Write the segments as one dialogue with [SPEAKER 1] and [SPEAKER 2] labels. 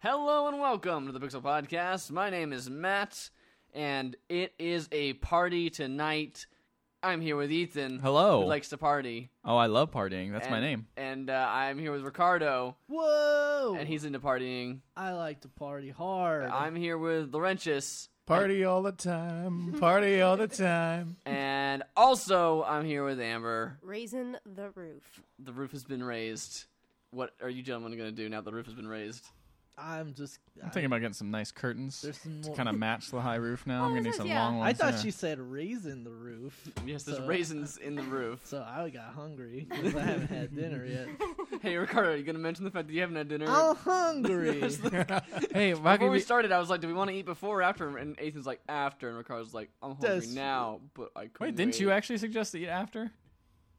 [SPEAKER 1] Hello and welcome to the Pixel Podcast. My name is Matt, and it is a party tonight. I'm here with Ethan.
[SPEAKER 2] Hello.
[SPEAKER 1] Who likes to party.
[SPEAKER 2] oh, I love partying. That's my
[SPEAKER 1] And-
[SPEAKER 2] name.
[SPEAKER 1] And uh, I'm here with Ricardo,
[SPEAKER 3] Whoa!
[SPEAKER 1] and he's into partying.
[SPEAKER 3] I like to party hard.
[SPEAKER 1] I'm here with Laurentius,
[SPEAKER 4] Party all the time. Party all the time.
[SPEAKER 1] and also I'm here with Amber.
[SPEAKER 5] Raising the roof.
[SPEAKER 1] The roof has been raised. What are you gentlemen going to do now that the roof has been raised?
[SPEAKER 3] I'm just.
[SPEAKER 2] I'm thinking about getting some nice curtains
[SPEAKER 3] There's some
[SPEAKER 2] to
[SPEAKER 3] more.
[SPEAKER 2] kind of match the high roof now.
[SPEAKER 5] Oh,
[SPEAKER 2] I'm going to need
[SPEAKER 5] this is-
[SPEAKER 2] some
[SPEAKER 5] yeah.
[SPEAKER 2] long ones.
[SPEAKER 3] I thought
[SPEAKER 2] yeah.
[SPEAKER 3] she said raising the roof,
[SPEAKER 1] Yes, there's
[SPEAKER 3] So-
[SPEAKER 1] raisins in the roof.
[SPEAKER 3] so I got hungry because I haven't had dinner yet.
[SPEAKER 1] hey, Ricardo, are you going to mention the fact that you haven't had dinner?
[SPEAKER 3] I'm hungry.
[SPEAKER 2] Hey, why
[SPEAKER 1] Before
[SPEAKER 2] could
[SPEAKER 1] we
[SPEAKER 2] we
[SPEAKER 1] started, I was like, "Do we want to eat before or after?" And Ethan's like, "After." And Ricardo's like, "I'm hungry
[SPEAKER 3] That's-
[SPEAKER 1] now, but I could
[SPEAKER 2] Wait, didn't you actually suggest to eat after?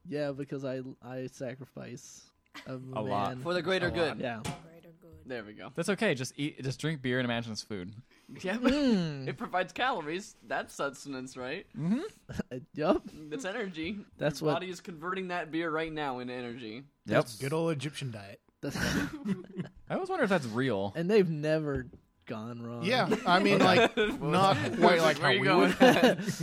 [SPEAKER 3] yeah, because I I sacrifice a, man.
[SPEAKER 2] lot.
[SPEAKER 1] for the greater
[SPEAKER 2] A lot.
[SPEAKER 1] good?"
[SPEAKER 3] Yeah.
[SPEAKER 1] There we go.
[SPEAKER 2] That's okay. Just eat. Just drink beer and imagine it's food.
[SPEAKER 1] Yeah,
[SPEAKER 3] Mm.
[SPEAKER 1] it provides calories. That's sustenance, right?
[SPEAKER 3] Yup.
[SPEAKER 1] That's energy.
[SPEAKER 3] That's
[SPEAKER 1] Your
[SPEAKER 3] what-
[SPEAKER 1] body is converting that beer right now into energy.
[SPEAKER 2] Yep.
[SPEAKER 4] Good old Egyptian diet.
[SPEAKER 2] I always wonder if that's real.
[SPEAKER 3] and they've never gone wrong.
[SPEAKER 4] Yeah, I mean, like not quite like
[SPEAKER 1] Uh-huh.
[SPEAKER 4] how
[SPEAKER 1] Where you
[SPEAKER 4] we
[SPEAKER 1] going?
[SPEAKER 4] would.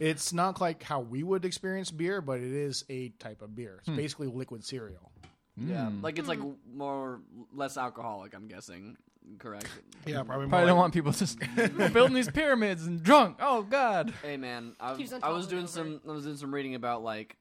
[SPEAKER 4] It's not like how we would experience beer, but it is a type of beer.
[SPEAKER 2] Hmm.
[SPEAKER 4] It's basically liquid cereal.
[SPEAKER 1] yeah, like it's like more less alcoholic. I'm guessing. Correct.
[SPEAKER 4] Yeah, probably.
[SPEAKER 2] Probably don't want people just building these pyramids and drunk. Oh God.
[SPEAKER 1] Hey man, I,
[SPEAKER 5] Keeps on
[SPEAKER 1] I was doing
[SPEAKER 5] toppling
[SPEAKER 1] some
[SPEAKER 5] over.
[SPEAKER 1] I was doing some reading about like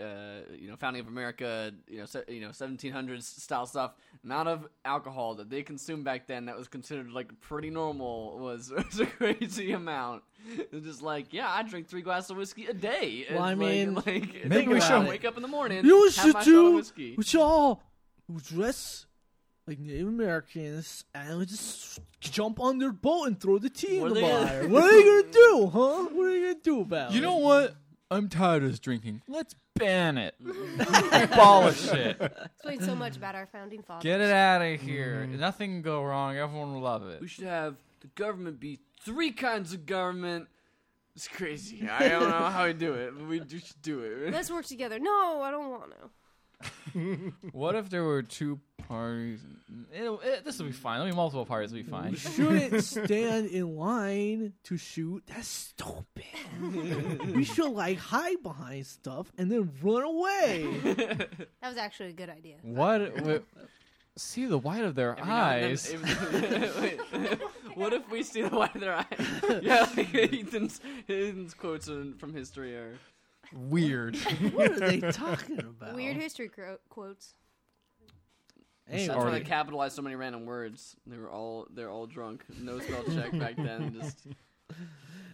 [SPEAKER 1] uh, you know founding of America, you know se- you know 1700s style stuff. Amount of alcohol that they consumed back then that was considered like pretty normal was, was a crazy amount. It's just like yeah, I drink three glasses of whiskey a day.
[SPEAKER 3] Well, I
[SPEAKER 1] It's
[SPEAKER 3] mean,
[SPEAKER 1] like, like
[SPEAKER 2] think we
[SPEAKER 1] I
[SPEAKER 2] should-
[SPEAKER 1] wake up in the morning.
[SPEAKER 3] You
[SPEAKER 1] have
[SPEAKER 3] should
[SPEAKER 1] my shot of
[SPEAKER 3] do
[SPEAKER 1] whiskey.
[SPEAKER 3] with y'all who dress like Native Americans and just jump on their boat and throw the tea
[SPEAKER 1] What are
[SPEAKER 3] in the
[SPEAKER 1] they gonna-
[SPEAKER 3] fire. what are you gonna do, huh? What are you gonna do about
[SPEAKER 2] You
[SPEAKER 3] it?
[SPEAKER 2] know what? I'm tired of this drinking. Let's ban it. Abolish it.
[SPEAKER 5] Explains so much about our founding fathers.
[SPEAKER 2] Get it out of here. Nothing can go wrong. Everyone will love it.
[SPEAKER 1] We should have the government be three kinds of government. It's crazy. I don't know how we do it, but we do- should do it.
[SPEAKER 5] Let's work together. No, I don't want to.
[SPEAKER 2] What if there were two parties? It'll- it- this will be fine. There'll be multiple parties. It'll be fine.
[SPEAKER 3] shouldn't stand in line to shoot. That's stupid. we should like hide behind stuff and then run away.
[SPEAKER 5] That was actually a good idea.
[SPEAKER 2] What? wi- see the white of their
[SPEAKER 1] Every now and then-
[SPEAKER 2] eyes.
[SPEAKER 1] Wait. what if we see the white of their eyes? Yeah, like Ethan's, Ethan's quotes in- from history are.
[SPEAKER 2] Weird.
[SPEAKER 3] What are they talking about?
[SPEAKER 5] Weird history cro- quotes.
[SPEAKER 1] That's
[SPEAKER 3] Anyway,
[SPEAKER 1] why they
[SPEAKER 2] already-
[SPEAKER 1] capitalized so many random words. They were all they're all drunk. No spell check back then. Just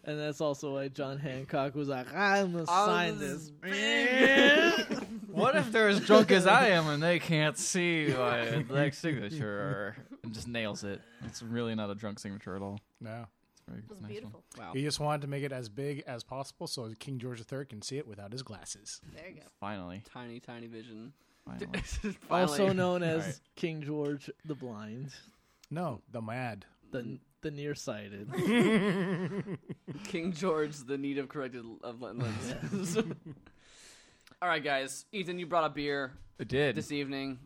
[SPEAKER 3] and that's also why John Hancock was like, "I'm gonna sign this."
[SPEAKER 2] what if they're as drunk as I am and they can't see my next signature and just nails it? It's really not a drunk signature at all.
[SPEAKER 4] No,
[SPEAKER 2] It's very
[SPEAKER 5] It was
[SPEAKER 2] nice one.
[SPEAKER 5] beautiful.
[SPEAKER 1] Wow.
[SPEAKER 4] he just wanted to make it as big as possible so King George III can see it without his glasses.
[SPEAKER 5] There you go.
[SPEAKER 2] Finally.
[SPEAKER 1] Tiny, tiny vision.
[SPEAKER 2] Finally.
[SPEAKER 1] Finally.
[SPEAKER 3] Also known as
[SPEAKER 2] Alright.
[SPEAKER 3] King George the Blind,
[SPEAKER 4] No, the mad.
[SPEAKER 3] the the nearsighted.
[SPEAKER 1] King George, the need of corrected l- of len- lenses. all right, guys. Ethan, you brought a beer
[SPEAKER 2] It did.
[SPEAKER 1] this evening,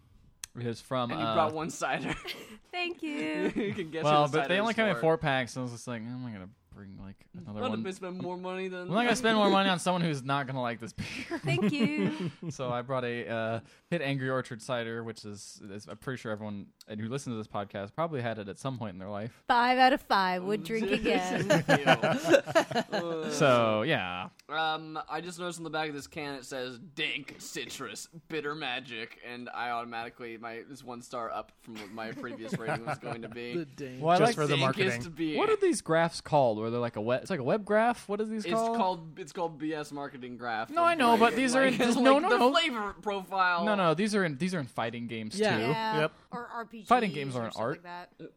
[SPEAKER 2] It was from.
[SPEAKER 1] and you
[SPEAKER 2] uh,
[SPEAKER 1] brought one cider.
[SPEAKER 5] Thank you.
[SPEAKER 1] you can guess.
[SPEAKER 2] well,
[SPEAKER 1] who the
[SPEAKER 2] but they
[SPEAKER 1] cider
[SPEAKER 2] only
[SPEAKER 1] is
[SPEAKER 2] came in
[SPEAKER 1] for.
[SPEAKER 2] four packs. and I was just like, I'm not gonna bring like another
[SPEAKER 1] I'd have
[SPEAKER 2] one.
[SPEAKER 1] been spending more money than.
[SPEAKER 2] I'm not gonna spend more money on someone who's not gonna like this beer.
[SPEAKER 5] Thank you.
[SPEAKER 2] So I brought a uh, Pit Angry Orchard cider, which is, is I'm pretty sure everyone and who listens to this podcast probably had it at some point in their life.
[SPEAKER 5] Five out of five would drink again.
[SPEAKER 1] Ew.
[SPEAKER 2] So yeah,
[SPEAKER 1] um, I just noticed on the back of this can it says "Dank Citrus Bitter Magic," and I automatically my this one star up from what my previous rating was going to
[SPEAKER 3] the
[SPEAKER 1] be.
[SPEAKER 3] dang.
[SPEAKER 2] well, I
[SPEAKER 4] Just
[SPEAKER 2] like
[SPEAKER 4] for the
[SPEAKER 1] Dankest
[SPEAKER 4] marketing.
[SPEAKER 1] beer.
[SPEAKER 2] What are these graphs called? Where they're like a web? It's like a web graph. What is these
[SPEAKER 1] It's
[SPEAKER 2] called?
[SPEAKER 1] called it's called BS marketing graph.
[SPEAKER 2] No, I know, but these are in-
[SPEAKER 1] like,
[SPEAKER 2] no, no,
[SPEAKER 1] the
[SPEAKER 2] no.
[SPEAKER 1] flavor profile.
[SPEAKER 2] No, no, these are in these are in fighting games
[SPEAKER 3] Yeah.
[SPEAKER 2] too.
[SPEAKER 5] Yeah.
[SPEAKER 4] Yep.
[SPEAKER 5] Or RPGs.
[SPEAKER 2] Fighting games
[SPEAKER 5] or
[SPEAKER 2] aren't
[SPEAKER 5] stuff
[SPEAKER 2] art.
[SPEAKER 5] Like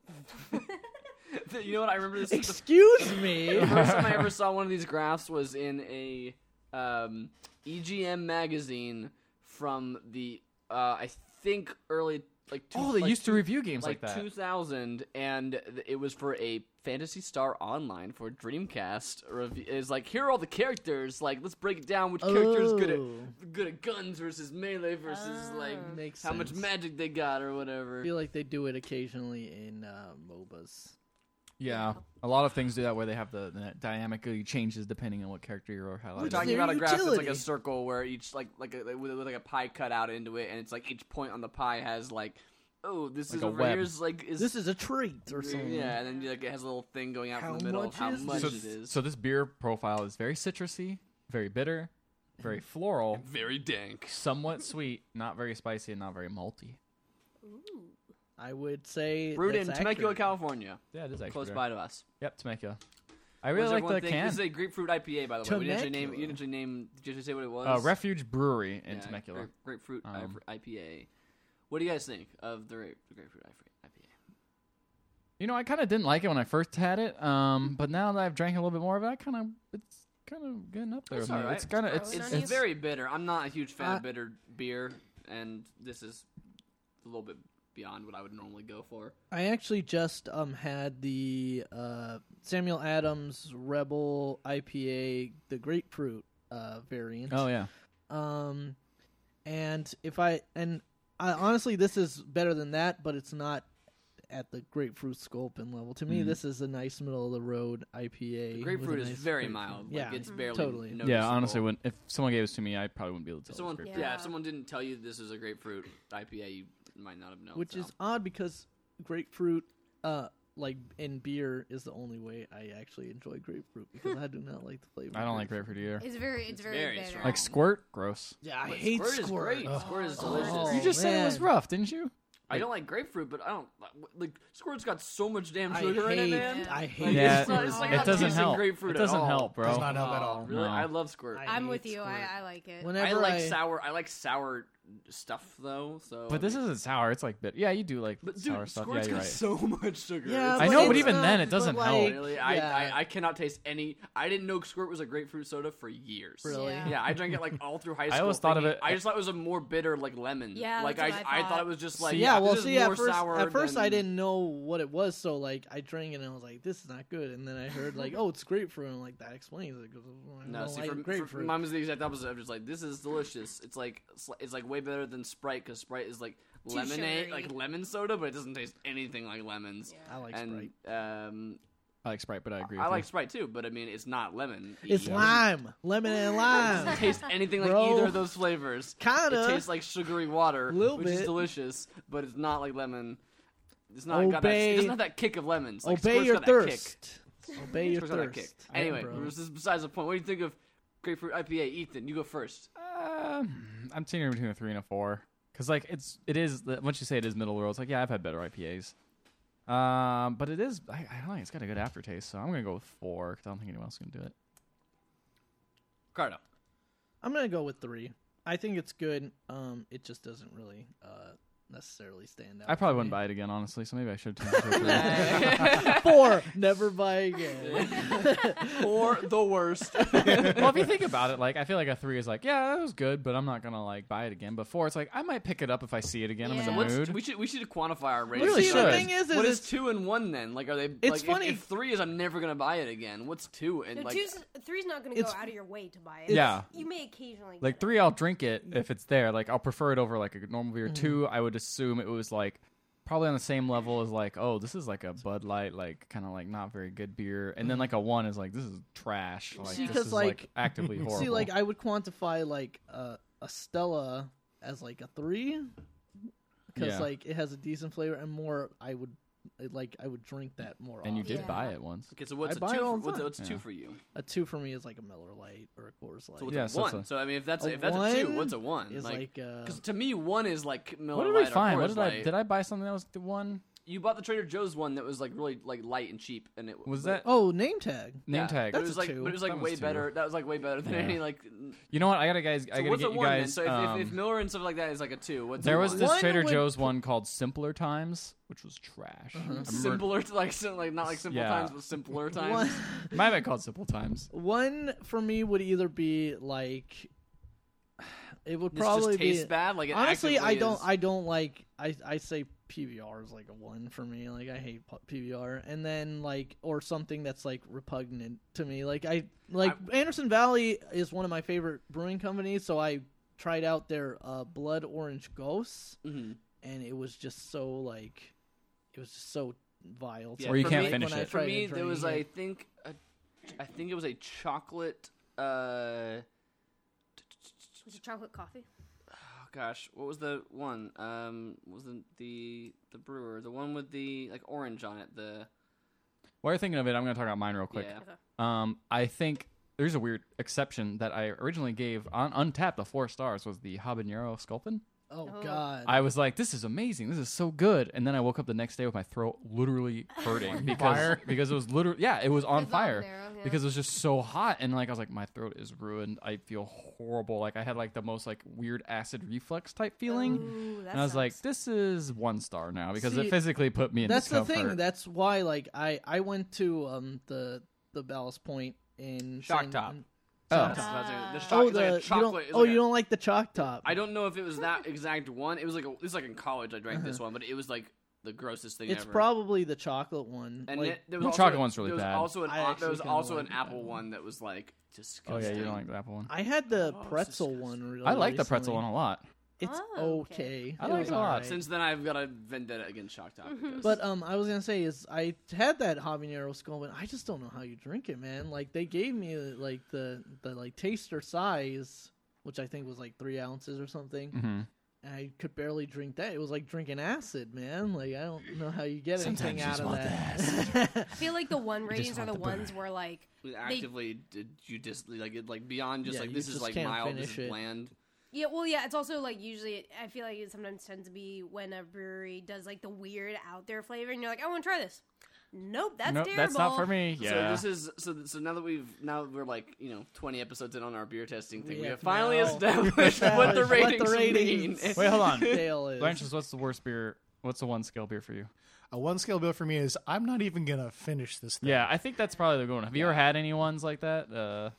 [SPEAKER 5] that.
[SPEAKER 1] no. You know what? I remember this. the
[SPEAKER 3] Excuse me.
[SPEAKER 1] The first time I ever saw one of these graphs was in a um, EGM magazine from the uh, I think early like two,
[SPEAKER 2] Oh, they
[SPEAKER 1] like
[SPEAKER 2] used to
[SPEAKER 1] two-
[SPEAKER 2] review games like,
[SPEAKER 1] like,
[SPEAKER 2] that.
[SPEAKER 1] 2000 and th- it was for a fantasy star online for dreamcast review is like here are all the characters like let's break it down which character is good
[SPEAKER 3] Oh.
[SPEAKER 1] at good at guns versus melee versus like
[SPEAKER 5] Ah.
[SPEAKER 3] Makes
[SPEAKER 1] how much
[SPEAKER 3] sense.
[SPEAKER 1] magic they got or whatever
[SPEAKER 3] I feel like they do it occasionally in uh, MOBAs.
[SPEAKER 2] Yeah, a lot of things do that where they have the, the dynamically changes depending on what character you're
[SPEAKER 1] we're
[SPEAKER 2] highlighting.
[SPEAKER 1] talking
[SPEAKER 3] their
[SPEAKER 1] about a graph that's like a
[SPEAKER 3] utility?
[SPEAKER 1] circle where each like like a, with, with like a pie cut out into it and it's like each point on the pie has like oh this
[SPEAKER 2] Like
[SPEAKER 1] is
[SPEAKER 2] a
[SPEAKER 1] over
[SPEAKER 2] web.
[SPEAKER 1] here's like is
[SPEAKER 3] This is a trait or something.
[SPEAKER 1] yeah and then you, like it has a little thing going out
[SPEAKER 3] How
[SPEAKER 1] from the middle
[SPEAKER 3] much
[SPEAKER 1] of how
[SPEAKER 3] is
[SPEAKER 1] much
[SPEAKER 2] so,
[SPEAKER 1] it is
[SPEAKER 2] so this beer profile is very citrusy, very bitter, very floral,
[SPEAKER 1] very dank
[SPEAKER 2] somewhat sweet, not very spicy, and not very malty.
[SPEAKER 5] Ooh.
[SPEAKER 3] I would say
[SPEAKER 1] brewed in
[SPEAKER 3] that's
[SPEAKER 1] Temecula,
[SPEAKER 3] accurate.
[SPEAKER 1] California,
[SPEAKER 2] Yeah, it is actually
[SPEAKER 1] close
[SPEAKER 2] bitter.
[SPEAKER 1] by to us.
[SPEAKER 2] Yep, Temecula. I
[SPEAKER 1] What does
[SPEAKER 2] really like
[SPEAKER 1] everyone
[SPEAKER 2] the
[SPEAKER 1] think?
[SPEAKER 2] can.
[SPEAKER 1] This is a grapefruit IPA, by the way. We didn't actually name. You
[SPEAKER 3] Temecula.
[SPEAKER 1] didn't actually name. Did you actually say what it was?
[SPEAKER 2] uh, Refuge Brewery in
[SPEAKER 1] Yeah,
[SPEAKER 2] Temecula.
[SPEAKER 1] grape- grapefruit I-
[SPEAKER 2] Um,
[SPEAKER 1] IPA. What do you guys think of the, grape, the grapefruit IPA?
[SPEAKER 2] You know, I kind of didn't like it when I first had it, um, but now that I've drank a little bit more of it, I kind of it's kind of getting up there.
[SPEAKER 1] It's
[SPEAKER 2] with me.
[SPEAKER 1] all right.
[SPEAKER 2] It's kind of
[SPEAKER 5] It's
[SPEAKER 2] it's,
[SPEAKER 1] It's,
[SPEAKER 5] It's-
[SPEAKER 1] it's very bitter. I'm not a huge fan
[SPEAKER 3] Uh,
[SPEAKER 1] of bitter beer, and this is a little bit beyond what I would normally go for.
[SPEAKER 3] I actually just um had the uh, Samuel Adams Rebel IPA, the grapefruit uh, variant.
[SPEAKER 2] oh yeah.
[SPEAKER 3] Um, and if I and I honestly, this is better than that, but it's not at the grapefruit sculpin level. To me,
[SPEAKER 2] Mhm.
[SPEAKER 3] this is a nice middle of the road IPA.
[SPEAKER 1] The
[SPEAKER 3] with a
[SPEAKER 1] grapefruit is
[SPEAKER 3] nice
[SPEAKER 1] very
[SPEAKER 3] grapefruit.
[SPEAKER 1] mild.
[SPEAKER 3] Yeah,
[SPEAKER 1] like it's barely
[SPEAKER 3] Mm-hmm. totally. Yeah,
[SPEAKER 2] Yeah, honestly,
[SPEAKER 1] noticeable.
[SPEAKER 2] when if someone gave this to me, I probably wouldn't be able to
[SPEAKER 1] If
[SPEAKER 2] tell.
[SPEAKER 1] someone,
[SPEAKER 2] it's
[SPEAKER 1] yeah.
[SPEAKER 2] grapefruit.
[SPEAKER 5] Yeah.
[SPEAKER 1] if someone didn't tell you this is a grapefruit IPA, you might not have known.
[SPEAKER 3] which
[SPEAKER 1] so.
[SPEAKER 3] is odd because grapefruit, uh, like in beer, is the only way I actually enjoy grapefruit because I do not like the flavor.
[SPEAKER 2] I don't
[SPEAKER 3] of
[SPEAKER 2] like grapefruit either.
[SPEAKER 5] It's very, it's,
[SPEAKER 1] It's
[SPEAKER 5] very,
[SPEAKER 1] very
[SPEAKER 5] bitter.
[SPEAKER 1] strong.
[SPEAKER 2] Like squirt, gross.
[SPEAKER 3] Yeah, I
[SPEAKER 1] But
[SPEAKER 3] hate
[SPEAKER 1] squirt. is
[SPEAKER 3] squirt.
[SPEAKER 1] great. Squirt is delicious.
[SPEAKER 3] Oh,
[SPEAKER 2] you just said it was
[SPEAKER 3] man.
[SPEAKER 2] rough, didn't you?
[SPEAKER 1] I don't like grapefruit, but I don't like squirt's got so much damn
[SPEAKER 3] I
[SPEAKER 1] sugar in
[SPEAKER 3] hate-
[SPEAKER 1] it, man.
[SPEAKER 3] I
[SPEAKER 1] Like,
[SPEAKER 3] hate
[SPEAKER 2] Yeah,
[SPEAKER 1] it's not- it's like
[SPEAKER 5] it
[SPEAKER 1] not
[SPEAKER 5] doesn't
[SPEAKER 1] tasting
[SPEAKER 2] help.
[SPEAKER 1] Grapefruit
[SPEAKER 2] It
[SPEAKER 1] at
[SPEAKER 2] doesn't
[SPEAKER 1] all.
[SPEAKER 2] help, bro.
[SPEAKER 4] Does not help at all.
[SPEAKER 1] Really,
[SPEAKER 2] No.
[SPEAKER 1] I love squirt.
[SPEAKER 3] I-
[SPEAKER 1] I,
[SPEAKER 5] I'm
[SPEAKER 3] hate
[SPEAKER 5] with you.
[SPEAKER 3] squirt.
[SPEAKER 5] I, I like it.
[SPEAKER 3] Whenever
[SPEAKER 1] like sour. I like sour stuff though. So,
[SPEAKER 2] But
[SPEAKER 1] I
[SPEAKER 2] this
[SPEAKER 1] mean-
[SPEAKER 2] isn't sour. It's like bit. Yeah, you do like
[SPEAKER 1] But
[SPEAKER 2] sour
[SPEAKER 1] dude,
[SPEAKER 2] stuff.
[SPEAKER 1] squirt's
[SPEAKER 2] Yeah, you're
[SPEAKER 1] got
[SPEAKER 2] right.
[SPEAKER 1] so much sugar.
[SPEAKER 3] Yeah,
[SPEAKER 2] I
[SPEAKER 3] but
[SPEAKER 2] know, but
[SPEAKER 3] it's
[SPEAKER 2] even
[SPEAKER 3] not-
[SPEAKER 2] then, it
[SPEAKER 3] but
[SPEAKER 2] doesn't
[SPEAKER 3] like,
[SPEAKER 2] help.
[SPEAKER 1] Really,
[SPEAKER 3] yeah.
[SPEAKER 1] I, I I cannot taste any. I didn't know squirt was a grapefruit soda for years.
[SPEAKER 3] Really?
[SPEAKER 5] Yeah.
[SPEAKER 1] Yeah, I drank it like all through high
[SPEAKER 2] I
[SPEAKER 1] school.
[SPEAKER 2] always thought of
[SPEAKER 1] thinking-
[SPEAKER 2] it-
[SPEAKER 1] I just thought it was a more bitter like lemon.
[SPEAKER 5] Yeah,
[SPEAKER 1] like
[SPEAKER 5] that's
[SPEAKER 1] I,
[SPEAKER 5] what I
[SPEAKER 1] I
[SPEAKER 5] thought.
[SPEAKER 1] thought it was just like
[SPEAKER 3] See, yeah, well,
[SPEAKER 1] this
[SPEAKER 3] see,
[SPEAKER 1] is
[SPEAKER 3] at
[SPEAKER 1] more
[SPEAKER 3] first,
[SPEAKER 1] sour
[SPEAKER 3] at first I
[SPEAKER 1] than-
[SPEAKER 3] didn't know what it was, so like I drank it and I was like, "This is not good." And then I heard like, "Oh, it's grapefruit," and I'm like that explains it. 'cause I
[SPEAKER 1] No,
[SPEAKER 3] don't
[SPEAKER 1] see,
[SPEAKER 3] like
[SPEAKER 1] for, for,
[SPEAKER 3] grapefruit.
[SPEAKER 1] mine was the exact opposite. I'm just like, this is delicious. It's like it's li- it's like way better than Sprite because Sprite is like
[SPEAKER 5] Too
[SPEAKER 1] lemonade,
[SPEAKER 5] sugary.
[SPEAKER 1] like lemon soda, but it doesn't taste anything like lemons.
[SPEAKER 3] I like
[SPEAKER 1] and
[SPEAKER 3] Sprite.
[SPEAKER 1] um,
[SPEAKER 2] I like Sprite, but I agree.
[SPEAKER 1] I
[SPEAKER 2] with
[SPEAKER 1] like
[SPEAKER 2] You.
[SPEAKER 1] Sprite too, but I mean, it's not lemon.
[SPEAKER 3] It's lime, lemon and lime.
[SPEAKER 1] Taste anything like
[SPEAKER 3] Bro.
[SPEAKER 1] either of those flavors. It
[SPEAKER 3] Kinda.
[SPEAKER 1] tastes like sugary water,
[SPEAKER 3] Little
[SPEAKER 1] which is
[SPEAKER 3] bit.
[SPEAKER 1] delicious, but it's not like lemon. It's not got that. It doesn't
[SPEAKER 3] Obey-
[SPEAKER 1] have that kick of lemons. Like,
[SPEAKER 3] Obey
[SPEAKER 1] Squirt's
[SPEAKER 3] your
[SPEAKER 1] got that kick.
[SPEAKER 3] thirst. Obey your
[SPEAKER 1] Squirt's got that kick.
[SPEAKER 3] thirst.
[SPEAKER 1] Anyway,
[SPEAKER 3] bro.
[SPEAKER 1] this is besides the point. What do you think of grapefruit IPA, Ethan? You go first.
[SPEAKER 2] Um, I'm teetering between a three and a four because like it's it is the- once you say it is middle of the road. It's like yeah, I've had better IPAs. Um, but it is I, I don't think it's got a good aftertaste, so I'm gonna go with four because I don't think anyone else can do it.
[SPEAKER 1] Cardo.
[SPEAKER 3] I'm gonna go with three. I think it's good. Um, it just doesn't really uh necessarily stand out.
[SPEAKER 2] I probably
[SPEAKER 3] for
[SPEAKER 2] wouldn't
[SPEAKER 3] me.
[SPEAKER 2] buy it again, honestly. So maybe I should have turned it to a three.
[SPEAKER 3] four. Never buy again.
[SPEAKER 1] or the worst.
[SPEAKER 2] well, if you think about it, like I feel like a three is like, yeah, that was good, but I'm not gonna like buy it again. But four, it's like I might pick it up if I see it again.
[SPEAKER 5] Yeah.
[SPEAKER 2] I'm in
[SPEAKER 1] What's,
[SPEAKER 2] the mood.
[SPEAKER 1] we should we should quantify our rating.
[SPEAKER 2] really
[SPEAKER 3] See,
[SPEAKER 2] should.
[SPEAKER 3] the thing is, is
[SPEAKER 1] what
[SPEAKER 3] it's
[SPEAKER 1] is two and one then? Like, are they? It's like, if-
[SPEAKER 3] funny.
[SPEAKER 1] If, three is, I'm never gonna buy it again. What's two and
[SPEAKER 5] No,
[SPEAKER 1] like?
[SPEAKER 5] two's, three's not going to go
[SPEAKER 3] It's-
[SPEAKER 5] out of your way to buy it.
[SPEAKER 2] Yeah.
[SPEAKER 5] You may occasionally.
[SPEAKER 2] Like
[SPEAKER 5] get
[SPEAKER 2] three, I'll drink it if it's there. Like I'll prefer it over like a normal beer.
[SPEAKER 3] Mm-hmm.
[SPEAKER 2] Two, I would assume it was like probably on the same level as like, oh, this is like a Bud Light, like kind of like not very good beer. And then like a one is like this is trash. Like
[SPEAKER 3] Mm-hmm. See,
[SPEAKER 2] this
[SPEAKER 3] 'cause,
[SPEAKER 2] is like,
[SPEAKER 3] like-
[SPEAKER 2] actively horrible.
[SPEAKER 3] See, like I would quantify like uh, a Stella as like a three, because
[SPEAKER 2] Yeah.
[SPEAKER 3] like it has a decent flavor, and more I would like I would drink that more.
[SPEAKER 2] and you
[SPEAKER 3] often.
[SPEAKER 2] did
[SPEAKER 5] Yeah.
[SPEAKER 2] buy it once.
[SPEAKER 1] Okay, so what's
[SPEAKER 3] I
[SPEAKER 1] a
[SPEAKER 3] buy it
[SPEAKER 1] two?
[SPEAKER 3] all
[SPEAKER 1] For,
[SPEAKER 3] the
[SPEAKER 1] what's,
[SPEAKER 3] time.
[SPEAKER 1] what's two
[SPEAKER 2] Yeah.
[SPEAKER 1] for you?
[SPEAKER 3] a two for me is like a Miller Lite or a Coors Light.
[SPEAKER 1] So what's
[SPEAKER 2] Yeah,
[SPEAKER 1] a
[SPEAKER 2] so it's
[SPEAKER 1] one?
[SPEAKER 2] a-
[SPEAKER 1] so I mean, if that's
[SPEAKER 3] A
[SPEAKER 1] if that's a two,
[SPEAKER 3] one
[SPEAKER 1] what's a one?
[SPEAKER 3] is like, uh,
[SPEAKER 1] because to me, one is like Miller
[SPEAKER 2] What did we
[SPEAKER 1] Lite or
[SPEAKER 2] find? What
[SPEAKER 1] Coors
[SPEAKER 2] did I
[SPEAKER 1] Light.
[SPEAKER 2] did I buy something that was the one?
[SPEAKER 1] You bought the Trader Joe's one that was like really like light and cheap, and it
[SPEAKER 2] Was
[SPEAKER 1] but-
[SPEAKER 2] that
[SPEAKER 3] Oh, name tag.
[SPEAKER 2] name
[SPEAKER 1] yeah,
[SPEAKER 2] tag?
[SPEAKER 1] But it
[SPEAKER 3] That's
[SPEAKER 1] was
[SPEAKER 3] a
[SPEAKER 1] like,
[SPEAKER 3] two.
[SPEAKER 1] but it was like
[SPEAKER 2] That
[SPEAKER 1] way
[SPEAKER 2] was two.
[SPEAKER 1] better. That was like way better than
[SPEAKER 2] Yeah.
[SPEAKER 1] any like. So
[SPEAKER 2] You know what? I gotta guys. I gotta
[SPEAKER 1] what's a
[SPEAKER 2] get you
[SPEAKER 1] one? then?
[SPEAKER 2] guys.
[SPEAKER 1] So if,
[SPEAKER 2] um,
[SPEAKER 1] if, if Miller and stuff like that is like a two, what's
[SPEAKER 2] There
[SPEAKER 1] a
[SPEAKER 2] was
[SPEAKER 1] one?
[SPEAKER 2] this
[SPEAKER 3] One
[SPEAKER 2] Trader
[SPEAKER 3] would-
[SPEAKER 2] Joe's one called Simpler Times, which was trash. I remember-
[SPEAKER 3] Uh-huh.
[SPEAKER 1] simpler to like, sim- like not like simple
[SPEAKER 2] Yeah.
[SPEAKER 1] times, but simpler times.
[SPEAKER 3] One,
[SPEAKER 2] it Might have been called Simple Times.
[SPEAKER 3] one for me would either be like It would
[SPEAKER 1] This
[SPEAKER 3] probably
[SPEAKER 1] just tastes
[SPEAKER 3] be
[SPEAKER 1] bad. Like it
[SPEAKER 3] honestly. I
[SPEAKER 1] actively
[SPEAKER 3] don't.
[SPEAKER 1] is-
[SPEAKER 3] I don't like. I I say PBR is like a one for me. Like I hate pu- PBR, and then like or something that's like repugnant to me. Like I like Anderson Valley is one of my favorite brewing companies, so I tried out their uh, Blood Orange Ghosts,
[SPEAKER 1] Mhm.
[SPEAKER 3] and it was just so like, it was just so vile.
[SPEAKER 1] Yeah,
[SPEAKER 2] Or you
[SPEAKER 1] for
[SPEAKER 2] can't
[SPEAKER 1] me-
[SPEAKER 2] finish
[SPEAKER 3] when I
[SPEAKER 2] it.
[SPEAKER 1] For
[SPEAKER 3] tried
[SPEAKER 1] me,
[SPEAKER 3] to
[SPEAKER 1] there
[SPEAKER 3] drink
[SPEAKER 1] was
[SPEAKER 3] it.
[SPEAKER 1] I think a, I think it was a chocolate. Uh,
[SPEAKER 5] Was it chocolate coffee?
[SPEAKER 1] oh gosh, what was the one? Um, was the, the the brewer the one with the like orange on it? The
[SPEAKER 2] While you're thinking of it, I'm going to talk about mine real quick.
[SPEAKER 1] yeah.
[SPEAKER 2] Um, I think there's a weird exception that I originally gave on Untapped. The four stars was the habanero sculpin.
[SPEAKER 3] Oh
[SPEAKER 5] Oh.
[SPEAKER 3] God!
[SPEAKER 2] I was like, "This is amazing. This is so good." And then I woke up the next day with my throat literally hurting because
[SPEAKER 4] fire.
[SPEAKER 2] because it was literally yeah, it was on
[SPEAKER 5] It's on
[SPEAKER 2] fire
[SPEAKER 5] there, yeah.
[SPEAKER 2] because it was just so hot and like I was like, my throat is ruined. I feel horrible. Like I had like the most like weird acid reflux type feeling.
[SPEAKER 5] Ooh, that
[SPEAKER 2] and I was like,
[SPEAKER 5] sucks.
[SPEAKER 2] this is one star now because
[SPEAKER 3] See,
[SPEAKER 2] it physically put me in
[SPEAKER 3] that's the
[SPEAKER 2] discomfort.
[SPEAKER 3] thing. That's why, like, I I went to um the the Ballast Point in
[SPEAKER 1] Shock
[SPEAKER 3] San-
[SPEAKER 1] Top.
[SPEAKER 2] Oh.
[SPEAKER 1] That's what I was saying. The
[SPEAKER 3] Oh,
[SPEAKER 1] chocolate,
[SPEAKER 3] the
[SPEAKER 1] like a
[SPEAKER 3] you
[SPEAKER 1] chocolate.
[SPEAKER 3] don't,
[SPEAKER 1] it's
[SPEAKER 3] oh
[SPEAKER 1] like
[SPEAKER 3] you
[SPEAKER 1] a-
[SPEAKER 3] don't like the chalk top.
[SPEAKER 1] I don't know if it was that exact one. It was like a, it was like in college. I drank this one, but it was like the grossest thing
[SPEAKER 3] Uh-huh. It's
[SPEAKER 1] ever.
[SPEAKER 3] probably the chocolate one.
[SPEAKER 1] and
[SPEAKER 3] like,
[SPEAKER 1] it- there was
[SPEAKER 2] The
[SPEAKER 1] also
[SPEAKER 2] chocolate
[SPEAKER 1] a-
[SPEAKER 2] one's really
[SPEAKER 1] there was
[SPEAKER 2] bad.
[SPEAKER 1] Also an,
[SPEAKER 3] I
[SPEAKER 1] op-
[SPEAKER 3] actually
[SPEAKER 1] there was
[SPEAKER 3] kinda
[SPEAKER 1] also
[SPEAKER 3] like
[SPEAKER 1] an
[SPEAKER 3] that
[SPEAKER 1] apple
[SPEAKER 3] one.
[SPEAKER 1] one that was like disgusting.
[SPEAKER 2] Oh yeah, you don't like the apple one.
[SPEAKER 3] I had the
[SPEAKER 1] Oh, it's
[SPEAKER 3] pretzel
[SPEAKER 1] disgusting.
[SPEAKER 3] one. Really,
[SPEAKER 2] I like the pretzel one
[SPEAKER 3] recently.
[SPEAKER 2] a lot.
[SPEAKER 3] It's
[SPEAKER 5] Oh,
[SPEAKER 3] okay.
[SPEAKER 5] okay.
[SPEAKER 2] I like
[SPEAKER 3] was
[SPEAKER 2] it a lot.
[SPEAKER 3] alright.
[SPEAKER 1] Since then, I've got a vendetta against Shock Top. because-
[SPEAKER 3] But um, I was gonna say is I had that habanero skull, but I just don't know how you drink it, man. Like they gave me like the the like taster size, which I think was like three ounces or something,
[SPEAKER 2] hmm
[SPEAKER 3] and I could barely drink that. It was like drinking acid, man. Like I don't know how you get
[SPEAKER 2] Sometimes
[SPEAKER 3] anything
[SPEAKER 2] you
[SPEAKER 3] out
[SPEAKER 2] just want
[SPEAKER 3] of that.
[SPEAKER 5] I feel like the one ratings are
[SPEAKER 2] want
[SPEAKER 5] the,
[SPEAKER 2] the
[SPEAKER 5] ones where like
[SPEAKER 1] actively did you just like it like beyond just
[SPEAKER 3] Yeah,
[SPEAKER 1] like
[SPEAKER 3] you
[SPEAKER 1] this is
[SPEAKER 3] just
[SPEAKER 1] like
[SPEAKER 3] can't
[SPEAKER 1] mild, this
[SPEAKER 3] finish
[SPEAKER 1] is
[SPEAKER 3] it.
[SPEAKER 1] bland.
[SPEAKER 5] yeah, well, yeah. It's also like usually I feel like it sometimes tends to be when a brewery does like the weird out there flavor, and you're like, I want to try this. Nope, that's
[SPEAKER 2] nope,
[SPEAKER 5] terrible.
[SPEAKER 2] that's not for me. Yeah.
[SPEAKER 1] So this is so th- so now that we've now that we're like you know twenty episodes in on our beer testing thing,
[SPEAKER 3] We
[SPEAKER 1] we,
[SPEAKER 3] have
[SPEAKER 1] have finally
[SPEAKER 3] now
[SPEAKER 1] established
[SPEAKER 3] established
[SPEAKER 1] what the ratings,
[SPEAKER 3] ratings-
[SPEAKER 1] mean.
[SPEAKER 2] Wait, hold on.
[SPEAKER 3] Dale is.
[SPEAKER 2] Blanches, what's the worst beer? What's the one scale beer for you?
[SPEAKER 4] A one scale bill for me is I'm not even gonna finish this thing.
[SPEAKER 2] Yeah, I think that's probably the good one. Have you ever had any ones like that? Uh,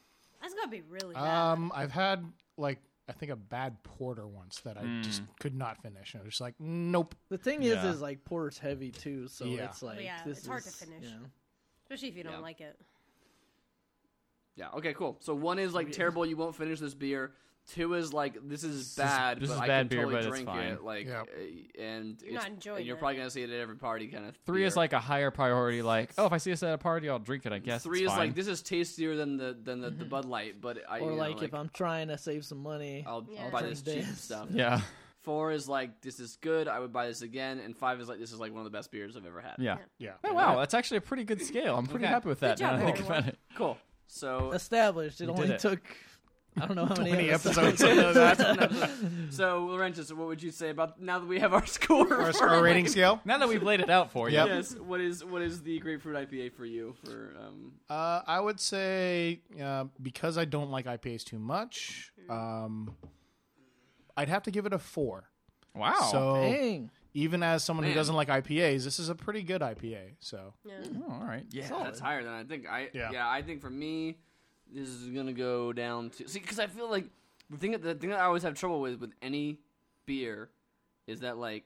[SPEAKER 5] That's gotta be really bad.
[SPEAKER 4] Um, I've had like I think a bad porter once that I just
[SPEAKER 1] Hmm.
[SPEAKER 4] could not finish. And I was just like, nope.
[SPEAKER 3] The thing
[SPEAKER 2] Yeah.
[SPEAKER 3] is, is like porter's heavy too, so
[SPEAKER 4] Yeah.
[SPEAKER 3] it's like
[SPEAKER 5] yeah,
[SPEAKER 3] this
[SPEAKER 5] it's hard to
[SPEAKER 3] is-
[SPEAKER 5] finish.
[SPEAKER 3] yeah.
[SPEAKER 5] Especially if you don't
[SPEAKER 1] yeah.
[SPEAKER 5] like it.
[SPEAKER 1] Yeah. Okay. Cool. So one is like terrible. You won't finish this beer. Two is like this is bad.
[SPEAKER 2] this
[SPEAKER 1] but
[SPEAKER 2] is
[SPEAKER 1] I can
[SPEAKER 2] bad beer,
[SPEAKER 1] totally
[SPEAKER 2] but it's
[SPEAKER 1] drink
[SPEAKER 2] fine.
[SPEAKER 1] It, like,
[SPEAKER 4] Yeah.
[SPEAKER 1] uh, and
[SPEAKER 5] You're
[SPEAKER 1] it's-
[SPEAKER 5] not enjoying
[SPEAKER 1] and You're
[SPEAKER 5] it.
[SPEAKER 1] probably gonna see it at every party, kind of.
[SPEAKER 2] three is like a higher priority. Like, oh, if I see this at a party, I'll drink it. I guess.
[SPEAKER 1] three is
[SPEAKER 2] It's fine.
[SPEAKER 1] like this is tastier than the than the, the Bud Light, but I
[SPEAKER 3] Mm-hmm. Or
[SPEAKER 1] you know,
[SPEAKER 3] like, if I'm trying to save some money,
[SPEAKER 1] I'll
[SPEAKER 5] Yeah.
[SPEAKER 1] buy
[SPEAKER 3] I'll
[SPEAKER 1] this
[SPEAKER 3] drink
[SPEAKER 1] cheap
[SPEAKER 3] this.
[SPEAKER 1] stuff.
[SPEAKER 2] Yeah,
[SPEAKER 1] Four is like this is good. I would buy this again. And five is like this is like one of the best beers I've ever had.
[SPEAKER 2] yeah.
[SPEAKER 4] Yeah.
[SPEAKER 2] Oh, wow, that's actually a pretty good scale. I'm pretty
[SPEAKER 1] Okay.
[SPEAKER 2] happy with that.
[SPEAKER 5] job,
[SPEAKER 2] now that I think
[SPEAKER 5] everyone.
[SPEAKER 2] about it.
[SPEAKER 1] Cool. So
[SPEAKER 3] established. It
[SPEAKER 2] You did
[SPEAKER 3] only
[SPEAKER 2] it.
[SPEAKER 3] took I don't know how many
[SPEAKER 4] Many
[SPEAKER 3] episodes.
[SPEAKER 4] episodes.
[SPEAKER 1] that's an episode. so Laurentius, what would you say about now that we have our score?
[SPEAKER 4] Our,
[SPEAKER 1] for,
[SPEAKER 4] our rating
[SPEAKER 1] like,
[SPEAKER 4] scale.
[SPEAKER 2] Now that we've laid it out for you,
[SPEAKER 4] Yep.
[SPEAKER 1] Yes. What is what is the grapefruit IPA for you? For um,
[SPEAKER 4] Uh, I would say uh, because I don't like IPAs too much,
[SPEAKER 1] Mm.
[SPEAKER 4] um, I'd have to give it a four.
[SPEAKER 2] wow.
[SPEAKER 4] So
[SPEAKER 3] Dang.
[SPEAKER 4] even as someone
[SPEAKER 1] Oh, Man.
[SPEAKER 4] who doesn't like IPAs, this is a pretty good IPA. So
[SPEAKER 5] Yeah.
[SPEAKER 2] Oh, all right, yeah.
[SPEAKER 1] that's higher than I think. I yeah.
[SPEAKER 4] Yeah.
[SPEAKER 1] I think for me, this is gonna go down to see because I feel like the thing that the thing that I always have trouble with with any beer is that like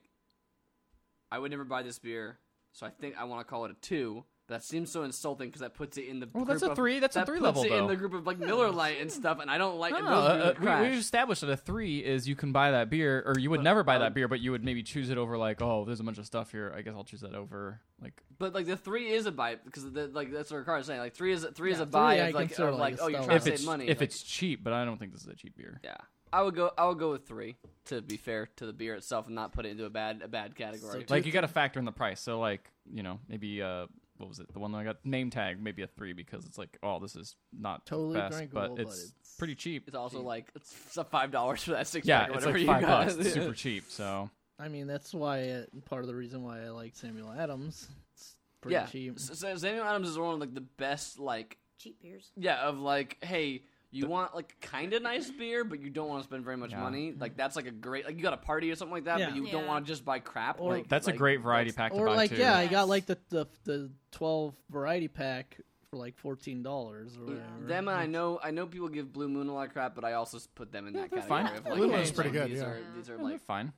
[SPEAKER 1] I would never buy this beer, so I think I want to call it a two. but That seems so insulting because that puts it in the.
[SPEAKER 2] Well, that's
[SPEAKER 1] group
[SPEAKER 2] a
[SPEAKER 1] of-
[SPEAKER 2] three- that's a
[SPEAKER 1] that
[SPEAKER 2] three
[SPEAKER 1] puts
[SPEAKER 2] level,
[SPEAKER 1] it in
[SPEAKER 2] though.
[SPEAKER 1] the group of like Miller Lite and stuff, and I don't like.
[SPEAKER 2] No,
[SPEAKER 1] and
[SPEAKER 2] no,
[SPEAKER 1] those
[SPEAKER 2] uh,
[SPEAKER 1] beers
[SPEAKER 2] we,
[SPEAKER 1] crash.
[SPEAKER 2] we established that a three is you can buy that beer, or you would never buy that beer, but you would maybe choose it over like, oh, there's a bunch of stuff here. I guess I'll choose that over like
[SPEAKER 1] But like the three is a buy because the, like that's what Ricardo's saying. Like three is three is
[SPEAKER 3] Yeah,
[SPEAKER 1] a
[SPEAKER 3] three
[SPEAKER 1] buy.
[SPEAKER 3] I
[SPEAKER 1] of, like,
[SPEAKER 3] consider,
[SPEAKER 1] of, like
[SPEAKER 3] like, a
[SPEAKER 1] oh you're
[SPEAKER 3] stout.
[SPEAKER 1] trying
[SPEAKER 2] if
[SPEAKER 1] to
[SPEAKER 2] it's
[SPEAKER 1] save money.
[SPEAKER 2] if
[SPEAKER 1] like,
[SPEAKER 2] it's cheap, but I don't think this is a cheap beer.
[SPEAKER 1] Yeah, I would go. I would go with three to be fair to the beer itself and not put it into a bad a bad category.
[SPEAKER 2] Like you got to factor in the price. So like you know maybe uh what was it the one that I got name tag maybe a three because it's like oh this is not the
[SPEAKER 3] Totally
[SPEAKER 2] best,
[SPEAKER 3] drinkable,
[SPEAKER 2] but
[SPEAKER 3] but
[SPEAKER 2] it's,
[SPEAKER 3] it's-
[SPEAKER 2] pretty cheap.
[SPEAKER 1] it's also like it's so- five dollars for that six
[SPEAKER 2] yeah,
[SPEAKER 1] pack or
[SPEAKER 2] it's
[SPEAKER 1] whatever
[SPEAKER 2] like
[SPEAKER 1] you
[SPEAKER 2] five
[SPEAKER 1] got.
[SPEAKER 2] bucks. It's
[SPEAKER 1] Yeah.
[SPEAKER 2] super cheap. So
[SPEAKER 3] I mean, that's why it, part of the reason why I like Samuel Adams. It's pretty
[SPEAKER 1] yeah.
[SPEAKER 3] cheap.
[SPEAKER 1] So, so Samuel Adams is one of like the best like
[SPEAKER 5] Cheap beers.
[SPEAKER 1] yeah of like hey you want like kind of nice beer but you don't want to spend very much
[SPEAKER 2] Yeah. Mm-hmm.
[SPEAKER 1] money like that's like a great like you got a party or something like that
[SPEAKER 3] Yeah.
[SPEAKER 1] but you don't
[SPEAKER 5] Yeah.
[SPEAKER 1] want to just buy crap.
[SPEAKER 3] Or-
[SPEAKER 1] like
[SPEAKER 2] that's a
[SPEAKER 1] like,
[SPEAKER 2] great variety
[SPEAKER 1] that's-
[SPEAKER 2] pack to
[SPEAKER 3] Or
[SPEAKER 2] buy
[SPEAKER 3] like,
[SPEAKER 2] too.
[SPEAKER 3] yeah, I got
[SPEAKER 5] Yes.
[SPEAKER 3] like the, the the twelve variety pack for like fourteen dollars or whatever.
[SPEAKER 1] Them and I know I know people give Blue Moon a lot of crap, but I also s- put them in that
[SPEAKER 2] they're
[SPEAKER 1] category.
[SPEAKER 2] fine.
[SPEAKER 1] Of like,
[SPEAKER 4] Blue
[SPEAKER 1] hey,
[SPEAKER 4] Moon's pretty good,
[SPEAKER 1] These
[SPEAKER 4] yeah.
[SPEAKER 1] are these are
[SPEAKER 2] Yeah, they're
[SPEAKER 1] like
[SPEAKER 2] fine.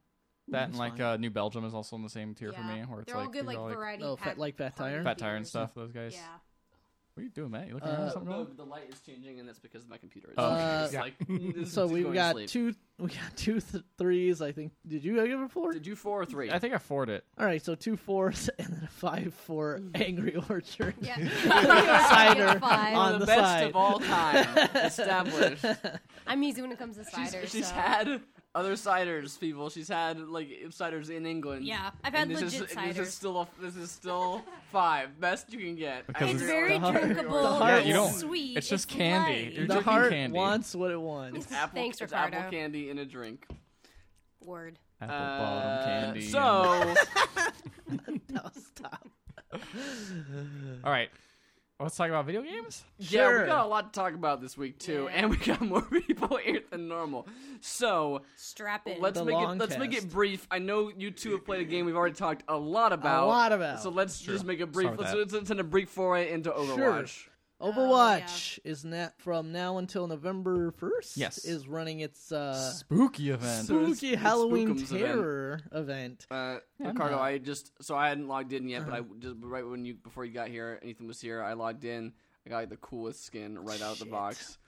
[SPEAKER 2] That and
[SPEAKER 3] That's
[SPEAKER 2] like
[SPEAKER 3] mm, fine.
[SPEAKER 2] uh, New Belgium is also in the same tier for
[SPEAKER 5] Yeah.
[SPEAKER 2] me, where it's
[SPEAKER 5] They're all
[SPEAKER 2] like,
[SPEAKER 5] good,
[SPEAKER 2] these
[SPEAKER 5] like,
[SPEAKER 2] are, like
[SPEAKER 5] variety.
[SPEAKER 3] Oh,
[SPEAKER 5] pack
[SPEAKER 3] fat, like fat tire.
[SPEAKER 2] fat tire and
[SPEAKER 5] beers.
[SPEAKER 2] stuff. Those guys.
[SPEAKER 5] Yeah.
[SPEAKER 2] What are you doing, Matt? You looking around
[SPEAKER 3] Uh,
[SPEAKER 2] for something wrong?
[SPEAKER 1] the, the light is changing, and that's because my computer is.
[SPEAKER 2] Oh.
[SPEAKER 3] Uh,
[SPEAKER 1] It's like, mm, this
[SPEAKER 3] So
[SPEAKER 1] is
[SPEAKER 3] we've
[SPEAKER 1] going to
[SPEAKER 3] got
[SPEAKER 1] sleep.
[SPEAKER 3] two. We got two th- threes. I think. Did you give a four?
[SPEAKER 1] Did you four or three?
[SPEAKER 2] I think I afford it.
[SPEAKER 3] All right. So two fours and then a five for
[SPEAKER 1] Mm.
[SPEAKER 3] Angry Orchard.
[SPEAKER 5] Yeah.
[SPEAKER 3] Cider.
[SPEAKER 5] Five.
[SPEAKER 1] One
[SPEAKER 3] on
[SPEAKER 1] of
[SPEAKER 3] the
[SPEAKER 1] the, best
[SPEAKER 3] side.
[SPEAKER 1] of all time, established.
[SPEAKER 5] I'm easy when it comes to cider.
[SPEAKER 1] She's, she's
[SPEAKER 5] so.
[SPEAKER 1] had other ciders, people. She's had like ciders in England.
[SPEAKER 5] Yeah, I've
[SPEAKER 1] And
[SPEAKER 5] had
[SPEAKER 1] this
[SPEAKER 5] legit
[SPEAKER 1] is,
[SPEAKER 5] cider.
[SPEAKER 1] This is still a, this is still five best you can get.
[SPEAKER 2] Because
[SPEAKER 5] it's
[SPEAKER 2] it's-
[SPEAKER 5] very
[SPEAKER 3] The heart-
[SPEAKER 5] drinkable.
[SPEAKER 3] the
[SPEAKER 2] Yeah,
[SPEAKER 3] heart
[SPEAKER 2] you don't.
[SPEAKER 5] It's sweet.
[SPEAKER 2] It's just candy.
[SPEAKER 5] light.
[SPEAKER 2] You're
[SPEAKER 3] the
[SPEAKER 2] drinking
[SPEAKER 3] heart
[SPEAKER 2] candy.
[SPEAKER 3] wants what it wants.
[SPEAKER 1] It's apple,
[SPEAKER 5] Thanks,
[SPEAKER 1] it's apple
[SPEAKER 5] Ricardo.
[SPEAKER 1] candy in a drink.
[SPEAKER 5] Word.
[SPEAKER 2] Apple bottom
[SPEAKER 1] Uh,
[SPEAKER 2] candy. and-
[SPEAKER 1] So
[SPEAKER 3] No, stop.
[SPEAKER 2] all right, let's talk about video games.
[SPEAKER 1] yeah,
[SPEAKER 3] Sure.
[SPEAKER 1] we got a lot to talk about this week too,
[SPEAKER 5] Yeah.
[SPEAKER 1] and we got more people here than normal. So
[SPEAKER 5] Strap in.
[SPEAKER 1] let's
[SPEAKER 3] The
[SPEAKER 1] make it
[SPEAKER 3] long
[SPEAKER 1] let's make
[SPEAKER 3] cast.
[SPEAKER 1] it brief. I know you two have played a game we've already talked a lot about.
[SPEAKER 3] lot about.
[SPEAKER 1] So let's just make it brief.
[SPEAKER 2] Start with
[SPEAKER 1] Let's,
[SPEAKER 2] that.
[SPEAKER 1] let's, let's send a brief foray into Overwatch. Oh,
[SPEAKER 3] Overwatch is not from now until November first.
[SPEAKER 2] Yes.
[SPEAKER 3] is running its uh,
[SPEAKER 2] Spooky event.
[SPEAKER 1] So it's-
[SPEAKER 3] spooky
[SPEAKER 1] it's
[SPEAKER 3] Halloween
[SPEAKER 1] Spookums event.
[SPEAKER 3] terror event.
[SPEAKER 1] Uh, Ricardo, I just so I hadn't logged in yet, but I
[SPEAKER 3] Uh-huh.
[SPEAKER 1] just right when you before you got here, Ethan was here. I logged in. I got like, the coolest skin right out of the box.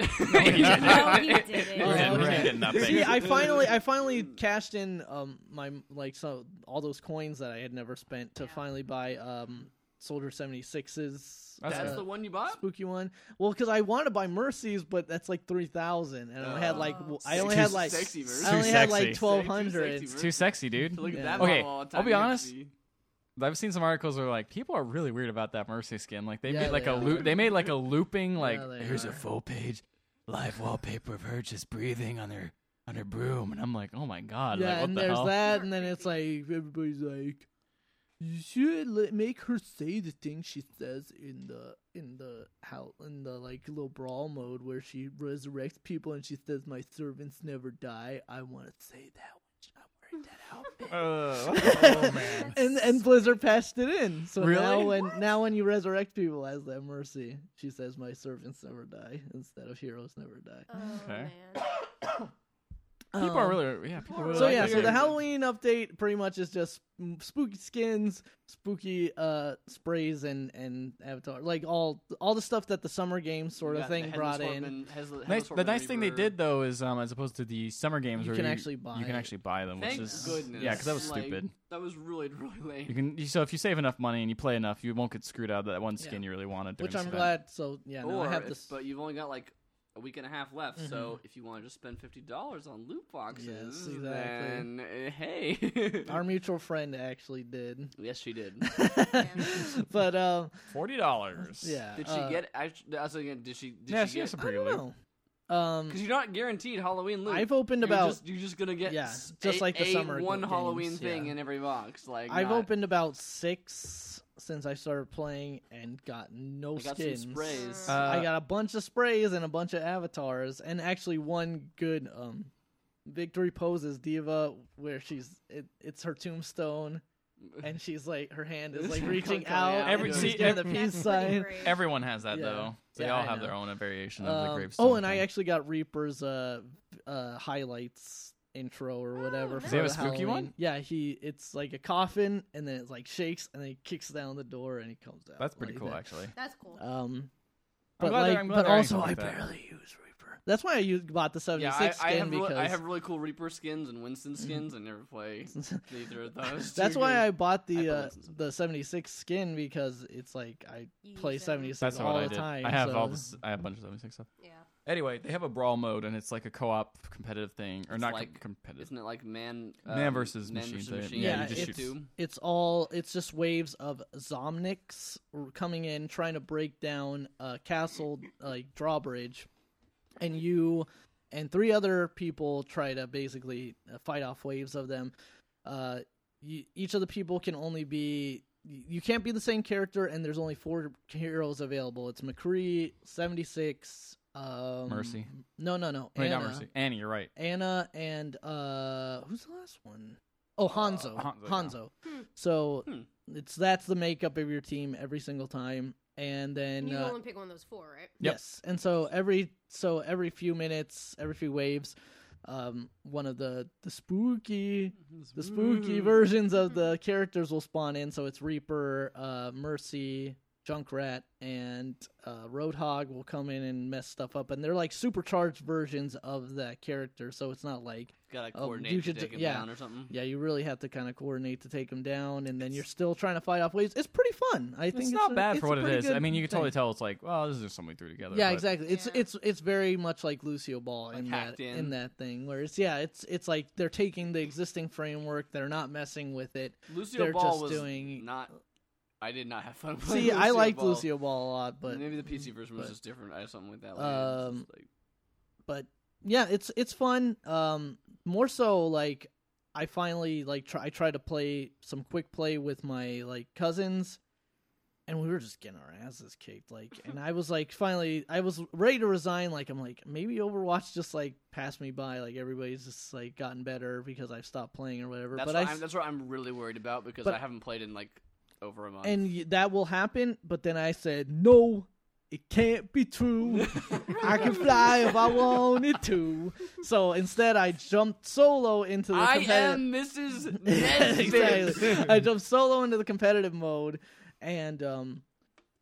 [SPEAKER 5] No, he didn't.
[SPEAKER 3] Oh,
[SPEAKER 2] Yeah,
[SPEAKER 3] okay.
[SPEAKER 2] we did nothing.
[SPEAKER 3] See, I finally, I finally cashed in um my like so all those coins that I had never spent to finally buy um Soldier 76's
[SPEAKER 2] That's
[SPEAKER 1] That's
[SPEAKER 2] it.
[SPEAKER 1] the one you bought.
[SPEAKER 3] spooky one. Well, because I wanted to buy Mercies, but that's like three thousand, and I had like w- I
[SPEAKER 1] Oh.
[SPEAKER 3] only
[SPEAKER 2] Too
[SPEAKER 3] had like
[SPEAKER 1] sexy, man.
[SPEAKER 3] I only
[SPEAKER 2] Too
[SPEAKER 3] had
[SPEAKER 2] sexy.
[SPEAKER 3] like twelve hundred.
[SPEAKER 1] Sexy,
[SPEAKER 2] It's too sexy, dude.
[SPEAKER 1] Look at
[SPEAKER 3] Yeah.
[SPEAKER 1] that.
[SPEAKER 2] Okay,
[SPEAKER 1] model all the
[SPEAKER 2] I'll
[SPEAKER 1] time.
[SPEAKER 2] be
[SPEAKER 1] You have
[SPEAKER 2] honest.
[SPEAKER 1] to be-
[SPEAKER 2] I've seen some articles where like people are really weird about that mercy skin. Like they
[SPEAKER 3] Yeah,
[SPEAKER 2] made like
[SPEAKER 3] they
[SPEAKER 2] a
[SPEAKER 3] are.
[SPEAKER 2] loop. They made like a looping like
[SPEAKER 3] they
[SPEAKER 2] here's
[SPEAKER 3] are.
[SPEAKER 2] a full page live wallpaper of her just breathing on her on her broom, and I'm like, oh my god,
[SPEAKER 3] Yeah,
[SPEAKER 2] like, what
[SPEAKER 3] and
[SPEAKER 2] the
[SPEAKER 3] there's
[SPEAKER 2] hell?
[SPEAKER 3] that, and then it's like everybody's like, you should let, make her say the thing she says in the in the how in the like little brawl mode where she resurrects people and she says, "My servants never die." I want to say that when I'm wearing that outfit.
[SPEAKER 2] Uh, what the- oh man.
[SPEAKER 3] And and Blizzard patched it in. So now
[SPEAKER 2] Really?
[SPEAKER 3] when now when you resurrect people as that mercy, she says, "My servants never die" instead of "Heroes never die."
[SPEAKER 5] Oh,
[SPEAKER 2] Okay.
[SPEAKER 5] man.
[SPEAKER 2] People are
[SPEAKER 3] Um,
[SPEAKER 2] really yeah. People really
[SPEAKER 3] so
[SPEAKER 2] like
[SPEAKER 3] yeah,
[SPEAKER 2] that
[SPEAKER 3] so the
[SPEAKER 2] game.
[SPEAKER 3] Halloween update pretty much is just mm, spooky skins, spooky uh sprays, and and avatar, like all all the stuff that the summer game sort
[SPEAKER 1] You got
[SPEAKER 3] of
[SPEAKER 1] the
[SPEAKER 3] thing
[SPEAKER 1] Headless
[SPEAKER 3] brought in.
[SPEAKER 1] Horseman- Headless-
[SPEAKER 2] Nice,
[SPEAKER 1] Headless
[SPEAKER 2] the
[SPEAKER 1] Horseman
[SPEAKER 2] nice thing they
[SPEAKER 1] Reaper.
[SPEAKER 2] did though is um, as opposed to the summer games
[SPEAKER 3] You
[SPEAKER 2] where
[SPEAKER 3] can
[SPEAKER 2] you
[SPEAKER 3] actually buy
[SPEAKER 2] you can
[SPEAKER 3] it.
[SPEAKER 2] actually buy them,
[SPEAKER 1] Thank
[SPEAKER 2] which is
[SPEAKER 1] goodness.
[SPEAKER 2] yeah, because that was
[SPEAKER 1] Like,
[SPEAKER 2] stupid.
[SPEAKER 1] That was really really lame.
[SPEAKER 2] You can you, so if you save enough money and you play enough, you won't get screwed out of that one skin
[SPEAKER 3] Yeah.
[SPEAKER 2] you really wanted. during
[SPEAKER 3] Which
[SPEAKER 2] this
[SPEAKER 3] I'm
[SPEAKER 2] event.
[SPEAKER 3] glad. So yeah, now
[SPEAKER 1] or
[SPEAKER 3] I have
[SPEAKER 1] if-
[SPEAKER 3] this. Mm-hmm.
[SPEAKER 1] but you've only got like a week and a half left. So if you want to just spend fifty dollars on loot boxes,
[SPEAKER 3] Yes, exactly.
[SPEAKER 1] then uh, hey,
[SPEAKER 3] Our mutual friend actually did,
[SPEAKER 1] yes, she did.
[SPEAKER 3] but um,
[SPEAKER 2] Forty dollars.
[SPEAKER 3] yeah.
[SPEAKER 1] Did she
[SPEAKER 3] uh,
[SPEAKER 1] get? actu- That's again. Did she? Did
[SPEAKER 2] yeah,
[SPEAKER 1] she,
[SPEAKER 2] she
[SPEAKER 1] get?
[SPEAKER 2] has some
[SPEAKER 3] I
[SPEAKER 2] pretty
[SPEAKER 3] don't
[SPEAKER 2] loot.
[SPEAKER 3] know. Um,
[SPEAKER 1] Because you're not guaranteed Halloween loot.
[SPEAKER 3] I've opened
[SPEAKER 1] You're
[SPEAKER 3] about-
[SPEAKER 1] Just, you're just gonna get.
[SPEAKER 3] yeah,
[SPEAKER 1] s-
[SPEAKER 3] just
[SPEAKER 1] a-
[SPEAKER 3] like the
[SPEAKER 1] a
[SPEAKER 3] summer
[SPEAKER 1] one
[SPEAKER 3] games,
[SPEAKER 1] Halloween thing
[SPEAKER 3] yeah.
[SPEAKER 1] in every box. Like
[SPEAKER 3] I've
[SPEAKER 1] not-
[SPEAKER 3] opened about six since I started playing and got no
[SPEAKER 1] I got some
[SPEAKER 3] skins.
[SPEAKER 1] sprays.
[SPEAKER 2] Uh,
[SPEAKER 3] I got a bunch of sprays and a bunch of avatars, and actually one good um, victory poses diva where she's it, it's her tombstone, and she's like her hand is like reaching
[SPEAKER 1] Coming
[SPEAKER 3] out.
[SPEAKER 1] out.
[SPEAKER 2] oh, Every-
[SPEAKER 3] and
[SPEAKER 2] see,
[SPEAKER 3] she's doing
[SPEAKER 2] ev-
[SPEAKER 3] the
[SPEAKER 5] That's
[SPEAKER 3] peace
[SPEAKER 5] pretty
[SPEAKER 3] sign.
[SPEAKER 5] brave.
[SPEAKER 2] Everyone has that
[SPEAKER 3] Yeah.
[SPEAKER 2] though. They
[SPEAKER 3] Yeah,
[SPEAKER 2] all
[SPEAKER 3] I
[SPEAKER 2] have their
[SPEAKER 3] know.
[SPEAKER 2] own variation of the
[SPEAKER 3] Um,
[SPEAKER 2] gravestone.
[SPEAKER 3] oh, and I
[SPEAKER 2] thing.
[SPEAKER 3] actually got Reaper's uh, uh, highlights intro or whatever.
[SPEAKER 5] nice.
[SPEAKER 3] for
[SPEAKER 5] They
[SPEAKER 2] have a
[SPEAKER 3] the
[SPEAKER 2] spooky
[SPEAKER 3] Halloween.
[SPEAKER 2] one?
[SPEAKER 3] Yeah, he it's like a coffin, and then it like shakes, and then he kicks down the door, and he comes out.
[SPEAKER 2] that's pretty
[SPEAKER 3] like
[SPEAKER 2] cool
[SPEAKER 3] that.
[SPEAKER 2] actually.
[SPEAKER 5] That's cool.
[SPEAKER 3] Um, but
[SPEAKER 2] glad they're-
[SPEAKER 3] like,
[SPEAKER 2] I'm glad
[SPEAKER 3] but
[SPEAKER 2] they're adding
[SPEAKER 3] also
[SPEAKER 2] stuff
[SPEAKER 3] I
[SPEAKER 2] like that.
[SPEAKER 3] barely use Reaper. That's why I used, bought the seventy
[SPEAKER 1] yeah, I,
[SPEAKER 3] six
[SPEAKER 1] I
[SPEAKER 3] skin
[SPEAKER 1] have really,
[SPEAKER 3] because Mm-hmm.
[SPEAKER 1] I have really cool Reaper skins and Winston skins. I never play either of those.
[SPEAKER 3] that's
[SPEAKER 1] Too
[SPEAKER 3] why
[SPEAKER 1] good.
[SPEAKER 3] I bought
[SPEAKER 1] I
[SPEAKER 3] the
[SPEAKER 1] put
[SPEAKER 3] uh,
[SPEAKER 1] Winston's up.
[SPEAKER 3] the seventy six skin because it's like I
[SPEAKER 5] You
[SPEAKER 3] play
[SPEAKER 5] use that one.
[SPEAKER 3] seventy six
[SPEAKER 2] That's what
[SPEAKER 3] all
[SPEAKER 2] I
[SPEAKER 3] the
[SPEAKER 2] did.
[SPEAKER 3] time.
[SPEAKER 2] I have
[SPEAKER 3] so.
[SPEAKER 2] all this. I have a bunch of seventy six stuff.
[SPEAKER 5] Yeah.
[SPEAKER 2] Anyway, they have a brawl mode and it's like a co-op competitive thing, or
[SPEAKER 1] It's
[SPEAKER 2] not
[SPEAKER 1] like-
[SPEAKER 2] com- competitive.
[SPEAKER 1] Isn't it like man?
[SPEAKER 2] Man
[SPEAKER 1] um,
[SPEAKER 2] versus
[SPEAKER 1] man
[SPEAKER 2] machine,
[SPEAKER 1] versus
[SPEAKER 2] but-
[SPEAKER 1] machine?
[SPEAKER 3] yeah, you
[SPEAKER 1] you
[SPEAKER 3] just
[SPEAKER 2] shoot.
[SPEAKER 1] two.
[SPEAKER 3] It's all it's just waves of Zomnics coming in trying to break down a castle like drawbridge, and you and three other people try to basically uh, fight off waves of them. Uh, you, each of the people can only be you you can't be the same character, and there's only four heroes available. It's McCree, seventy six. Um,
[SPEAKER 2] Mercy.
[SPEAKER 3] No, no, no.
[SPEAKER 2] Wait, not
[SPEAKER 3] Anna.
[SPEAKER 2] Mercy. Annie, you're right.
[SPEAKER 3] Anna and uh who's the last one? Oh, Hanzo.
[SPEAKER 2] Hanzo,
[SPEAKER 3] Hanzo.
[SPEAKER 5] Hmm.
[SPEAKER 2] yeah.
[SPEAKER 3] So it's that's the makeup of your team every single time. and then
[SPEAKER 5] you can
[SPEAKER 3] uh,
[SPEAKER 5] only pick one of those four, right?
[SPEAKER 2] Yep.
[SPEAKER 3] Yes, and so every so every few minutes, every few waves, um, one of the the spooky the
[SPEAKER 1] mm,
[SPEAKER 3] spooky
[SPEAKER 1] Hmm.
[SPEAKER 3] versions of the characters will spawn in. So it's Reaper, uh, Mercy, Junkrat, and uh, Roadhog will come in and mess stuff up. And they're like supercharged versions of that character. So it's not like
[SPEAKER 1] Gotta
[SPEAKER 3] Oh,
[SPEAKER 1] coordinate
[SPEAKER 3] you
[SPEAKER 1] to
[SPEAKER 3] should
[SPEAKER 1] take
[SPEAKER 3] do-
[SPEAKER 1] him
[SPEAKER 3] yeah.
[SPEAKER 1] down or something.
[SPEAKER 3] yeah, you really have to kind of coordinate to take them down, and then you're still trying to fight off waves. It's pretty fun. I think
[SPEAKER 2] It's not
[SPEAKER 3] a-
[SPEAKER 2] bad
[SPEAKER 3] it's
[SPEAKER 2] for
[SPEAKER 3] a
[SPEAKER 2] what it
[SPEAKER 3] pretty
[SPEAKER 2] is. I
[SPEAKER 3] good
[SPEAKER 2] mean, you can totally
[SPEAKER 3] thing.
[SPEAKER 2] tell it's like, well, this is just something we threw together.
[SPEAKER 3] Yeah,
[SPEAKER 2] but-
[SPEAKER 3] exactly. It's
[SPEAKER 5] Yeah.
[SPEAKER 3] it's it's very much like Lucio Ball
[SPEAKER 1] Like
[SPEAKER 3] in that
[SPEAKER 1] hacked
[SPEAKER 3] in.
[SPEAKER 1] in.
[SPEAKER 3] that thing where it's yeah, it's it's like they're taking the existing framework, they're not messing with it.
[SPEAKER 1] Lucio
[SPEAKER 3] They're
[SPEAKER 1] Ball
[SPEAKER 3] just
[SPEAKER 1] was
[SPEAKER 3] doing-
[SPEAKER 1] not. I did not have fun. playing
[SPEAKER 3] See, I liked
[SPEAKER 1] Ball.
[SPEAKER 3] Lucio Ball a lot, but mm,
[SPEAKER 1] maybe the PC version
[SPEAKER 3] but-
[SPEAKER 1] was just different. I have something like that.
[SPEAKER 3] Um,
[SPEAKER 1] Um, like,
[SPEAKER 3] but yeah, it's it's fun. Um, more so like I finally like try, I tried to play some quick play with my like cousins, and we were just getting our asses kicked. Like, and I was like, finally, I was ready to resign. Like, I'm like, maybe Overwatch just like passed me by. Like, everybody's just like gotten better because I've stopped playing or whatever.
[SPEAKER 1] that's
[SPEAKER 3] but
[SPEAKER 1] what
[SPEAKER 3] I
[SPEAKER 1] I'm, that's what I'm really worried about because
[SPEAKER 3] but-
[SPEAKER 1] I haven't played in like over a month.
[SPEAKER 3] and y- that will happen. But then I said, no, it can't be true. I can fly if I wanted to. So instead, I jumped solo into the
[SPEAKER 1] I
[SPEAKER 3] competitive.
[SPEAKER 1] am Mrs.
[SPEAKER 3] exactly.
[SPEAKER 1] Nesbitt.
[SPEAKER 3] I jumped solo into the competitive mode, and um,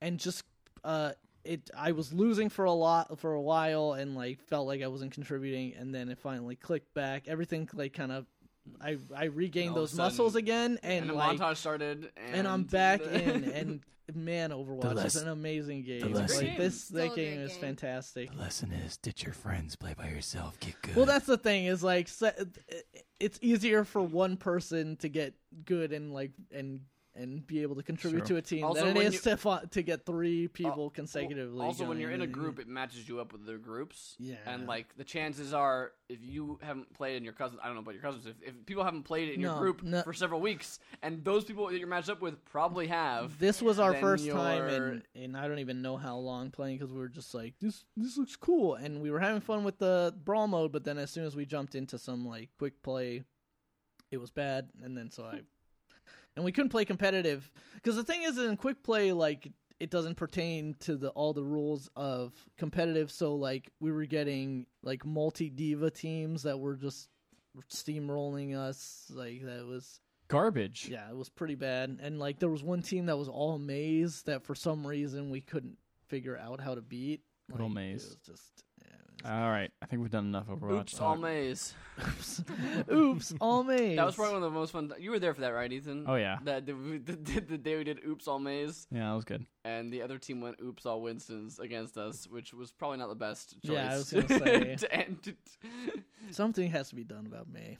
[SPEAKER 3] and just uh, it. I was losing for a lot for a while, and like felt like I wasn't contributing, and then it finally clicked back. Everything like kind of. I, I regained
[SPEAKER 1] all of
[SPEAKER 3] those
[SPEAKER 1] a
[SPEAKER 3] muscles
[SPEAKER 1] sudden-
[SPEAKER 3] again,
[SPEAKER 1] And
[SPEAKER 3] and,
[SPEAKER 1] the
[SPEAKER 3] like,
[SPEAKER 1] montage started, and,
[SPEAKER 3] and I'm back in. And man, Overwatch
[SPEAKER 2] less-
[SPEAKER 3] is an amazing game.
[SPEAKER 2] less-
[SPEAKER 3] Like this,
[SPEAKER 5] Still a
[SPEAKER 3] that
[SPEAKER 5] good
[SPEAKER 3] game is
[SPEAKER 5] game.
[SPEAKER 3] fantastic.
[SPEAKER 2] lesson is ditch your friends, play by yourself, get good.
[SPEAKER 3] Well, that's the thing is like se- it's easier for one person to get good and like and and be able to
[SPEAKER 2] Sure.
[SPEAKER 3] contribute to a team
[SPEAKER 1] Also,
[SPEAKER 3] than it
[SPEAKER 1] when
[SPEAKER 3] is
[SPEAKER 1] you-
[SPEAKER 3] to fi- to get three people
[SPEAKER 1] Well,
[SPEAKER 3] consecutively.
[SPEAKER 1] Also, when
[SPEAKER 3] going
[SPEAKER 1] you're in a
[SPEAKER 3] and-
[SPEAKER 1] group, it matches you up with other groups.
[SPEAKER 3] Yeah.
[SPEAKER 1] And like the chances are, if you haven't played in your cousins, I don't know about your cousins. If, if people haven't played in
[SPEAKER 3] No,
[SPEAKER 1] your group
[SPEAKER 3] no.
[SPEAKER 1] for several weeks, and those people that you're matched up with probably have,
[SPEAKER 3] This was our
[SPEAKER 1] then
[SPEAKER 3] 1st time
[SPEAKER 1] you're-
[SPEAKER 3] in, in I don't even know how long playing because we were just like this this looks cool and we were having fun with the brawl mode but then as soon as we jumped into some like quick play it was bad and then so I and we couldn't play competitive because the thing is in quick play like it doesn't pertain to the all the rules of competitive so like we were getting like multi diva teams that were just steamrolling us like that was
[SPEAKER 2] garbage.
[SPEAKER 3] yeah, it was pretty bad. And like there was one team that was all maze that for some reason we couldn't figure out how to beat.
[SPEAKER 2] Good old
[SPEAKER 3] Like,
[SPEAKER 2] maze.
[SPEAKER 3] It was just yeah,
[SPEAKER 2] All right, I think we've done enough Overwatch
[SPEAKER 1] oops, all
[SPEAKER 2] talk.
[SPEAKER 1] maze.
[SPEAKER 3] it was- Oops, all maze.
[SPEAKER 1] That was probably one of the most fun. you were there for that, right, Ethan?
[SPEAKER 2] Oh, yeah.
[SPEAKER 1] That the, the, the, the day we did Oops All Maze,
[SPEAKER 2] yeah, that was good.
[SPEAKER 1] and the other team went Oops All Winston's against us, which was probably not the best choice.
[SPEAKER 3] Yeah, I was gonna say.
[SPEAKER 1] to end-
[SPEAKER 3] something has to be done about May.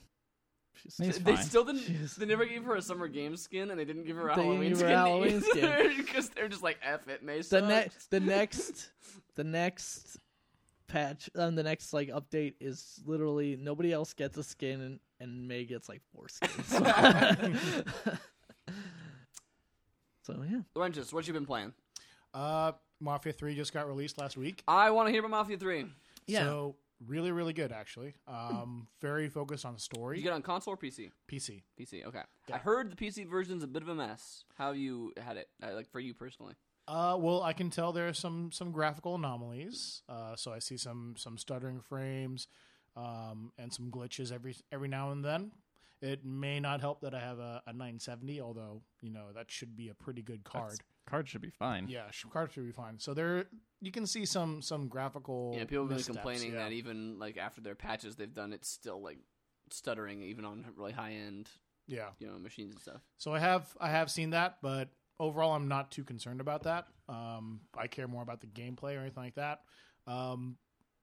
[SPEAKER 3] She's
[SPEAKER 2] May's It's
[SPEAKER 1] they
[SPEAKER 2] fine.
[SPEAKER 1] still didn't.
[SPEAKER 3] Jeez.
[SPEAKER 1] They never gave her a summer game skin, and they didn't give her a
[SPEAKER 3] They
[SPEAKER 1] Halloween
[SPEAKER 3] didn't give her
[SPEAKER 1] skin.
[SPEAKER 3] a Halloween skin.
[SPEAKER 1] because they're just like F it, May
[SPEAKER 3] the
[SPEAKER 1] suck."
[SPEAKER 3] next the next the next patch um, the next like update is literally nobody else gets a skin and, and May gets like four skins. so yeah.
[SPEAKER 1] Laurentius, what you been playing?
[SPEAKER 4] Uh, Mafia Three just got released last week.
[SPEAKER 1] I want to hear about Mafia Three.
[SPEAKER 3] Yeah.
[SPEAKER 4] So really, really good actually. Um, very focused on
[SPEAKER 1] Did
[SPEAKER 4] story.
[SPEAKER 1] you get it on console or PC?
[SPEAKER 4] PC.
[SPEAKER 1] PC. Okay. I heard the PC version's a bit of a mess. How you had it? Uh, like for you personally?
[SPEAKER 4] Uh, well, I can tell there are some some graphical anomalies. Uh, so I see some some stuttering frames, um, and some glitches every every now and then. It may not help that I have a, a 970, although you know that should be a pretty good card.
[SPEAKER 2] That's- Card should be fine.
[SPEAKER 4] Yeah, sh- card should be fine. So there, you can see some some graphical.
[SPEAKER 1] Yeah, people have been
[SPEAKER 4] missteps,
[SPEAKER 1] complaining
[SPEAKER 4] yeah.
[SPEAKER 1] that e- even like after their patches they've done, it's still like stuttering even on really high end
[SPEAKER 4] yeah.
[SPEAKER 1] you know machines and stuff.
[SPEAKER 4] So I have I have seen that, but overall I'm not too concerned about that. Um, I care more about the gameplay or anything like that. Um,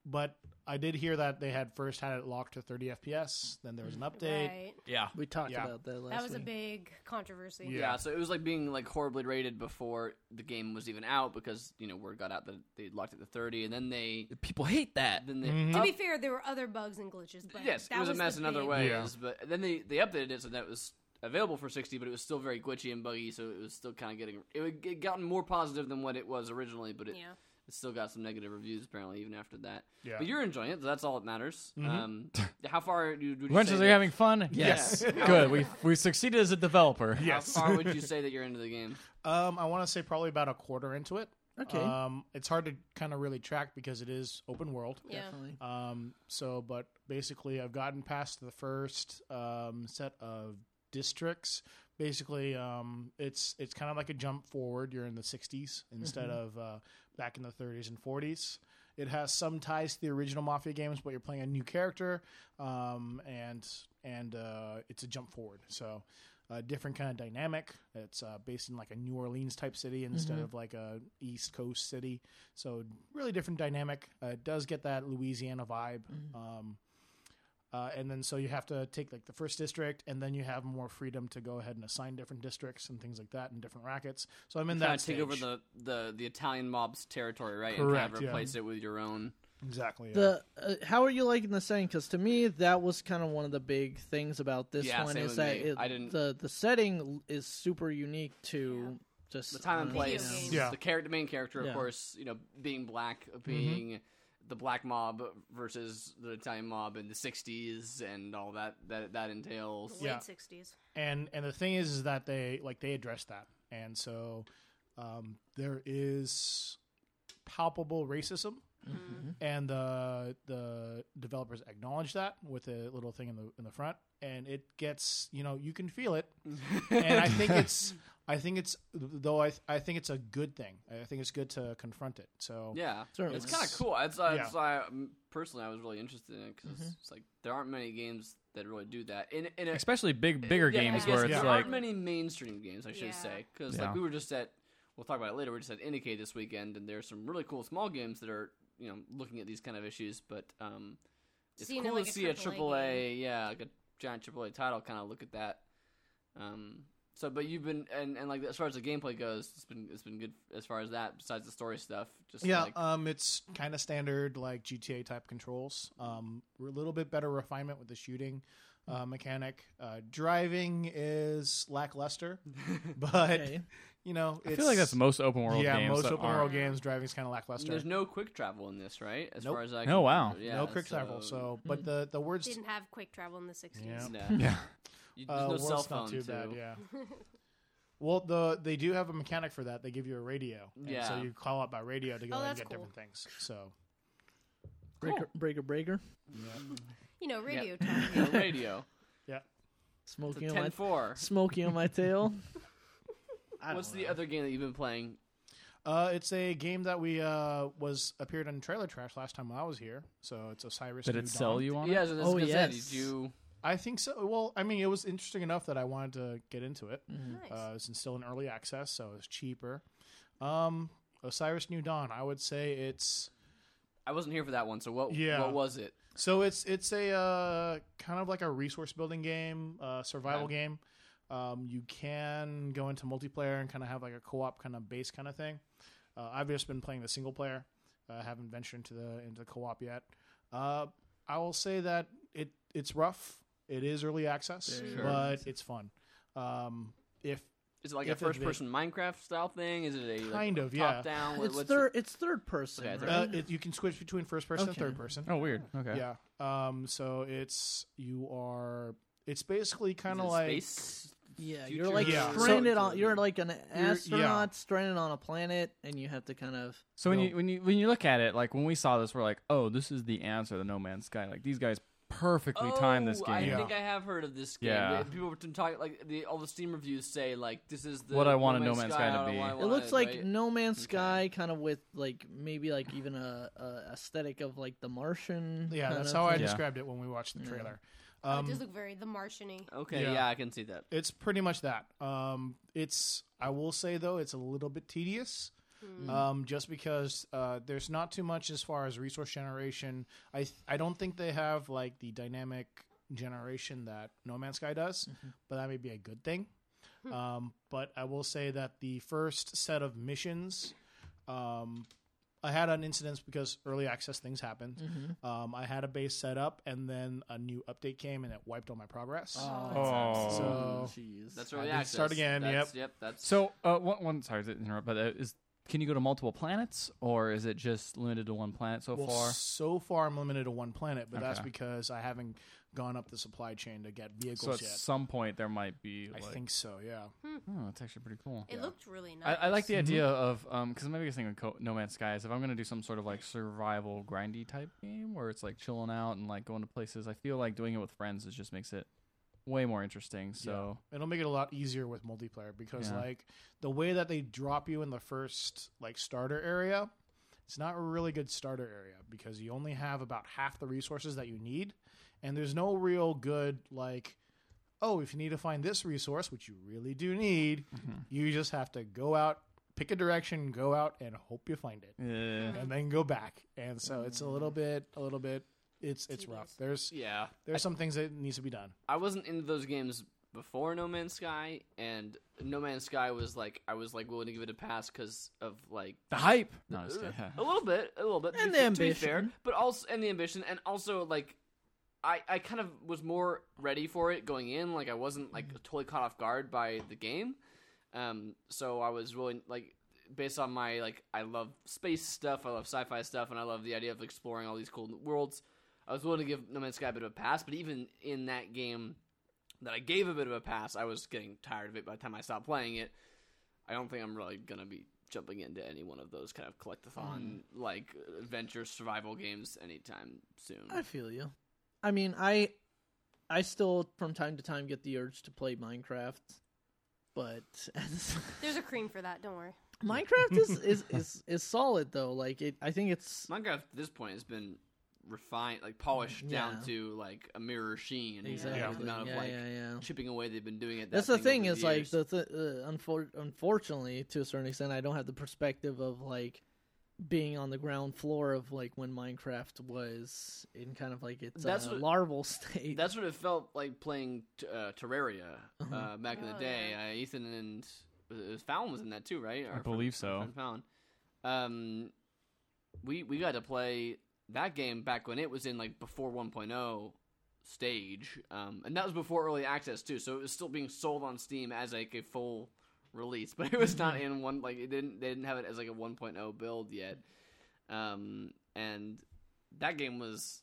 [SPEAKER 4] but I did hear that they had first had it locked to 30 FPS. Then there was an update.
[SPEAKER 5] Right.
[SPEAKER 2] Yeah.
[SPEAKER 3] We talked
[SPEAKER 4] Yeah.
[SPEAKER 3] about that last
[SPEAKER 5] That was a
[SPEAKER 3] week.
[SPEAKER 5] big controversy.
[SPEAKER 1] Yeah.
[SPEAKER 4] Yeah.
[SPEAKER 1] so it was like being like horribly rated before the game was even out because you know word got out that they locked it to thirty, and then they
[SPEAKER 2] People hate that.
[SPEAKER 1] then they
[SPEAKER 4] Mm-hmm.
[SPEAKER 5] To be fair, there were other bugs and glitches, but
[SPEAKER 1] yes,
[SPEAKER 5] that
[SPEAKER 1] it was, a
[SPEAKER 5] the
[SPEAKER 1] mess in other
[SPEAKER 5] big-
[SPEAKER 1] ways,
[SPEAKER 4] Yeah.
[SPEAKER 1] but then they they updated it so that it was available for sixty, but it was still very glitchy and buggy, so it was still kind of getting it, would- it gotten more positive than what it was originally, but it,
[SPEAKER 5] Yeah.
[SPEAKER 1] it still got some negative reviews apparently even after that.
[SPEAKER 4] Yeah. Mm-hmm.
[SPEAKER 1] But you're enjoying it, so that's all that matters. Um, how far would you, would you
[SPEAKER 2] Wrenches,
[SPEAKER 1] say
[SPEAKER 2] are you
[SPEAKER 1] that-
[SPEAKER 2] having fun?
[SPEAKER 1] Yes.
[SPEAKER 2] Good. We we succeeded as a developer.
[SPEAKER 1] How far would you say that you're into the game?
[SPEAKER 4] Um, I want to say probably about a quarter into it.
[SPEAKER 3] Okay.
[SPEAKER 4] Um, it's hard to kind of really track because it is open world.
[SPEAKER 5] Yeah.
[SPEAKER 3] Definitely.
[SPEAKER 4] Um, so, but basically, I've gotten past the first um, set of districts. Basically, um, it's it's kind of like a jump forward. You're in the '60s instead of uh, back in the '30s and '40s. It has some ties to the original Mafia games, but you're playing a new character, um, and and uh, it's a jump forward. So. A different kind of dynamic. It's uh, based in like a New Orleans type city instead
[SPEAKER 1] Mm-hmm.
[SPEAKER 4] of like a East Coast city. So really different dynamic. Uh, it does get that Louisiana vibe.
[SPEAKER 1] Mm-hmm.
[SPEAKER 4] Um, uh, and then so you have to take like the first district, and then you have more freedom to go ahead and assign different districts and things like that, and different rackets. So I'm in
[SPEAKER 1] Trying
[SPEAKER 4] that
[SPEAKER 1] to take over
[SPEAKER 4] stage.
[SPEAKER 1] the, the, the Italian mob's territory, right? and
[SPEAKER 4] Correct,
[SPEAKER 1] kind
[SPEAKER 4] yeah.
[SPEAKER 1] of replace it with your own.
[SPEAKER 4] exactly yeah.
[SPEAKER 3] The uh, how are you liking the setting? Because to me, that was kind of one of the big things about this
[SPEAKER 1] Yeah,
[SPEAKER 3] one
[SPEAKER 1] same
[SPEAKER 3] is
[SPEAKER 1] with
[SPEAKER 3] that
[SPEAKER 1] me.
[SPEAKER 3] it,
[SPEAKER 1] I didn't-
[SPEAKER 3] the the setting l- is super unique to just
[SPEAKER 1] the time and
[SPEAKER 3] uh,
[SPEAKER 5] Video
[SPEAKER 1] place.
[SPEAKER 5] games.
[SPEAKER 4] Yeah.
[SPEAKER 1] The character, main character, of
[SPEAKER 3] Yeah.
[SPEAKER 1] course, you know, being black, being the black mob versus the Italian mob in the '60s, and all that that that entails.
[SPEAKER 5] Late
[SPEAKER 4] Yeah.
[SPEAKER 5] 60s.
[SPEAKER 4] and and the thing is, is that they like they address that, and so um, there is palpable racism, and the the developers acknowledge that with a little thing in the in the front, and it gets you know you can feel it, and I think it's I think it's though I I think it's a good thing. I think it's good to confront it. So
[SPEAKER 1] Yeah,
[SPEAKER 3] Certainly.
[SPEAKER 1] it's kind of cool. That's, uh,
[SPEAKER 4] Yeah.
[SPEAKER 1] that's why I, m- personally I was really interested in it because it's, it's like there aren't many games that really do that. In in a,
[SPEAKER 2] Especially big, bigger
[SPEAKER 1] yeah, I
[SPEAKER 2] games
[SPEAKER 1] guess
[SPEAKER 2] where it's
[SPEAKER 1] there
[SPEAKER 2] like
[SPEAKER 1] aren't many mainstream games. I should
[SPEAKER 5] Yeah.
[SPEAKER 1] say because
[SPEAKER 2] Yeah.
[SPEAKER 1] like we were just at we'll talk about it later. We are just at Indicate this weekend, and there's some really cool small games that are you know looking at these kind of issues. But um, it's
[SPEAKER 5] Seeing it
[SPEAKER 1] cool
[SPEAKER 5] like
[SPEAKER 1] to
[SPEAKER 5] a
[SPEAKER 1] see a
[SPEAKER 5] AAA
[SPEAKER 1] triple A, yeah, like a giant triple A title kind of look at that. Um, so but you've been and, and like as far as the gameplay goes, it's been it's been good as far as that. Besides the story stuff, just
[SPEAKER 4] Yeah,
[SPEAKER 1] like,
[SPEAKER 4] um, it's kind of standard like GTA type controls. Um, we're a little bit better refinement with the shooting
[SPEAKER 1] Hmm.
[SPEAKER 4] uh, mechanic. Uh, driving is lackluster, but
[SPEAKER 3] Okay.
[SPEAKER 4] you know,
[SPEAKER 2] I
[SPEAKER 4] it's,
[SPEAKER 2] feel like that's most open world
[SPEAKER 4] yeah,
[SPEAKER 2] games.
[SPEAKER 4] most
[SPEAKER 2] that
[SPEAKER 4] open
[SPEAKER 2] aren't-
[SPEAKER 4] world games. Driving's kind of lackluster.
[SPEAKER 1] There's no quick travel in this, right? As
[SPEAKER 4] Nope.
[SPEAKER 1] far as I
[SPEAKER 2] Oh,
[SPEAKER 1] can-
[SPEAKER 2] wow.
[SPEAKER 1] yeah, hmm.
[SPEAKER 4] no quick travel. So, but the the words
[SPEAKER 5] Didn't have quick travel in the 60s.
[SPEAKER 4] Yeah.
[SPEAKER 1] nah.
[SPEAKER 2] Yeah,
[SPEAKER 1] You- there's
[SPEAKER 4] uh,
[SPEAKER 1] no
[SPEAKER 4] world's
[SPEAKER 1] cell phone
[SPEAKER 4] not too, bad.
[SPEAKER 1] too.
[SPEAKER 4] Yeah. Well, the they do have a mechanic for that. They give you a radio, and so
[SPEAKER 1] Yeah.
[SPEAKER 4] you call out by radio to go
[SPEAKER 5] Oh,
[SPEAKER 4] ahead and
[SPEAKER 5] that's
[SPEAKER 4] get
[SPEAKER 5] cool.
[SPEAKER 4] different things. So,
[SPEAKER 3] breaker, breaker breaker
[SPEAKER 5] You know, radio
[SPEAKER 1] The
[SPEAKER 5] time.
[SPEAKER 1] radio.
[SPEAKER 4] yeah,
[SPEAKER 1] It's
[SPEAKER 3] smoking
[SPEAKER 1] a
[SPEAKER 3] on my
[SPEAKER 1] 10-4.
[SPEAKER 3] smoking on my tail. I
[SPEAKER 1] What's
[SPEAKER 3] don't
[SPEAKER 1] the other game that you've been playing?
[SPEAKER 4] Uh, it's a game that we uh, was appeared on Trailer Trash last time I was here. So it's Osiris.
[SPEAKER 2] did
[SPEAKER 4] New
[SPEAKER 2] it sell
[SPEAKER 4] Dawn.
[SPEAKER 2] you on? it?
[SPEAKER 1] Yeah, so that's
[SPEAKER 3] Oh,
[SPEAKER 1] gonna say,
[SPEAKER 3] yes.
[SPEAKER 1] Did you?
[SPEAKER 4] I think so. Well, I mean, it was interesting enough that I wanted to get into it.
[SPEAKER 5] Nice.
[SPEAKER 4] Uh, it's still in early access, so it's cheaper. Um, Osiris New Dawn. I would say it's
[SPEAKER 1] I wasn't here for that one. So what?
[SPEAKER 4] Yeah.
[SPEAKER 1] What was it?
[SPEAKER 4] So it's it's a uh, kind of like a resource building game, uh, survival
[SPEAKER 1] Okay.
[SPEAKER 4] game. Um, you can go into multiplayer and kind of have like a co-op kind of base kind of thing. Uh, I've just been playing the single player. I haven't ventured into the into the co-op yet. Uh, I will say that it it's rough. It is early access,
[SPEAKER 3] Very
[SPEAKER 1] Sure.
[SPEAKER 4] but it's fun. Um, if
[SPEAKER 1] Is it like
[SPEAKER 4] Yeah,
[SPEAKER 1] a
[SPEAKER 4] it's like
[SPEAKER 1] first-person Minecraft style thing? Is it a like,
[SPEAKER 4] Kind of, yeah.
[SPEAKER 1] top-down? What-
[SPEAKER 3] It's
[SPEAKER 1] what's
[SPEAKER 3] third. It's third person.
[SPEAKER 1] Okay, third-
[SPEAKER 3] right?
[SPEAKER 4] uh, it, you can switch between first person
[SPEAKER 3] Okay.
[SPEAKER 4] and third person,
[SPEAKER 2] Oh, weird. Okay.
[SPEAKER 4] yeah. Um, so it's you are. It's basically
[SPEAKER 1] it- is
[SPEAKER 4] kind
[SPEAKER 1] it
[SPEAKER 4] of like
[SPEAKER 1] space?
[SPEAKER 3] yeah,
[SPEAKER 1] future-
[SPEAKER 3] you're like
[SPEAKER 4] Yeah.
[SPEAKER 3] stranded
[SPEAKER 1] So-
[SPEAKER 3] on. You're like an
[SPEAKER 4] yeah.
[SPEAKER 3] astronaut stranded on a planet, and you have to kind of.
[SPEAKER 2] So when
[SPEAKER 4] No.
[SPEAKER 2] you when you when you look at it, like when we saw this, we're like, oh, this is the answer to No Man's Sky. Like these guys perfectly timed this
[SPEAKER 1] Oh,
[SPEAKER 2] game.
[SPEAKER 1] I
[SPEAKER 4] Yeah.
[SPEAKER 1] think I have heard of this game.
[SPEAKER 2] Yeah.
[SPEAKER 1] They- People were talking like the, all the Steam reviews say like this is the
[SPEAKER 2] What I wanted No Man's Sky to
[SPEAKER 1] out of
[SPEAKER 2] be.
[SPEAKER 1] what I
[SPEAKER 2] It
[SPEAKER 3] It looks
[SPEAKER 1] wanted,
[SPEAKER 3] like
[SPEAKER 1] right?
[SPEAKER 3] No Man's Sky, kind of with like maybe like even a, a aesthetic of like The Martian.
[SPEAKER 4] Yeah,
[SPEAKER 3] kind
[SPEAKER 4] that's
[SPEAKER 3] of
[SPEAKER 4] how I
[SPEAKER 3] thing.
[SPEAKER 2] Yeah.
[SPEAKER 4] described it when we watched the trailer.
[SPEAKER 5] Oh, it
[SPEAKER 4] Um,
[SPEAKER 5] does look very The Martian-y.
[SPEAKER 1] Okay,
[SPEAKER 4] Yeah.
[SPEAKER 1] yeah, I can see that.
[SPEAKER 4] it's pretty much that. Um, it's I will say though, it's a little bit tedious. Um, just because uh, there's not too much as far as resource generation. I th- I don't think they have like the dynamic generation that No Man's Sky does, but that may be a good thing. Um, but I will say that the first set of missions, um, I had an incident because early access things happened. Um, I had a base set up, and then a new update came and it wiped all my progress.
[SPEAKER 2] Oh.
[SPEAKER 4] So
[SPEAKER 3] Jeez.
[SPEAKER 1] That's really
[SPEAKER 4] I didn't
[SPEAKER 1] access.
[SPEAKER 4] Uh, start again,
[SPEAKER 1] That's, yep. That's
[SPEAKER 2] So uh, one one sorry to interrupt, but uh, is can you go to multiple planets or is it just limited to one planet so
[SPEAKER 4] well,
[SPEAKER 2] far?
[SPEAKER 4] so far I'm limited to one planet, but that's
[SPEAKER 2] Okay.
[SPEAKER 4] because I haven't gone up the supply chain to
[SPEAKER 2] So
[SPEAKER 4] get
[SPEAKER 2] at
[SPEAKER 4] vehicles yet.
[SPEAKER 2] some point there might be. Like,
[SPEAKER 4] I think so. Yeah.
[SPEAKER 2] Oh, that's actually pretty cool.
[SPEAKER 5] It looked really
[SPEAKER 2] I,
[SPEAKER 5] nice.
[SPEAKER 2] I like the idea of um because my biggest thing with Co- No Man's Sky is if I'm gonna do some sort of like survival grindy type game where it's like chilling out and like going to places, I feel like doing it with friends is just makes it way more interesting. So
[SPEAKER 4] It'll make it a lot easier with multiplayer because
[SPEAKER 2] Yeah.
[SPEAKER 4] like the way that they drop you in the first like starter area, it's not a really good starter area because you only have about half the resources that you need and there's no real good like oh, if you need to find this resource, which you really do need,
[SPEAKER 2] Mm-hmm.
[SPEAKER 4] you just have to go out, pick a direction, go out and hope you find it.
[SPEAKER 2] yeah,
[SPEAKER 4] And then go back. And so it's a little bit a little bit it's it's rough. There's
[SPEAKER 1] Yeah.
[SPEAKER 4] there's some things that needs to be done.
[SPEAKER 1] I wasn't into those games before No Man's Sky, and No Man's Sky was like I was like willing to give it a pass because of like
[SPEAKER 2] the hype. No, I'm just
[SPEAKER 1] uh,
[SPEAKER 2] kidding.
[SPEAKER 1] a little bit, a little bit, to be
[SPEAKER 3] And the
[SPEAKER 1] fa- to be fair,
[SPEAKER 3] ambition.
[SPEAKER 1] but also and the ambition, and also like I I kind of was more ready for it going in, like I wasn't
[SPEAKER 3] Mm-hmm.
[SPEAKER 1] like totally caught off guard by the game, um, so I was really like based on my like I love space stuff, I love sci-fi stuff, and I love the idea of exploring all these cool worlds. I was willing to give No Man's Sky a bit of a pass, but even in that game that I gave a bit of a pass, I was getting tired of it by the time I stopped playing it. I don't think I'm really gonna be jumping into any one of those kind of collectathon
[SPEAKER 3] Mm.
[SPEAKER 1] like adventure survival games anytime soon.
[SPEAKER 3] I feel you. I mean, I I still from time to time get the urge to play Minecraft, but
[SPEAKER 5] There's a cream for that. Don't worry.
[SPEAKER 3] Minecraft is, is is is solid though. Like it, I think it's
[SPEAKER 1] Minecraft at this point has been refined, like polished down
[SPEAKER 3] Yeah.
[SPEAKER 1] to like a mirror sheen.
[SPEAKER 3] exactly
[SPEAKER 1] Like, the amount of
[SPEAKER 3] yeah,
[SPEAKER 1] like
[SPEAKER 3] yeah, yeah.
[SPEAKER 1] chipping away they've been doing it.
[SPEAKER 3] That's the thing
[SPEAKER 1] over
[SPEAKER 3] is like
[SPEAKER 1] years.
[SPEAKER 3] the th- uh, unfor- unfortunately to a certain extent I don't have the perspective of like being on the ground floor of like when Minecraft was in kind of like its
[SPEAKER 1] That's
[SPEAKER 3] uh,
[SPEAKER 1] what-
[SPEAKER 3] larval state.
[SPEAKER 1] That's what it felt like playing t- uh, Terraria
[SPEAKER 2] Uh-huh.
[SPEAKER 1] uh, back in the
[SPEAKER 5] Oh,
[SPEAKER 1] day. Uh, Ethan and was it- was Fallon was in that too, right? Our
[SPEAKER 2] I believe so.
[SPEAKER 1] friend Fallon. Um, we we got to play that game back when it was in like before 1.0 stage, um, and that was before early access too. So it was still being sold on Steam as like a full release, but it was not
[SPEAKER 2] Mm-hmm.
[SPEAKER 1] in one like it didn't they didn't have it as like a 1.0 build yet. Um, and that game was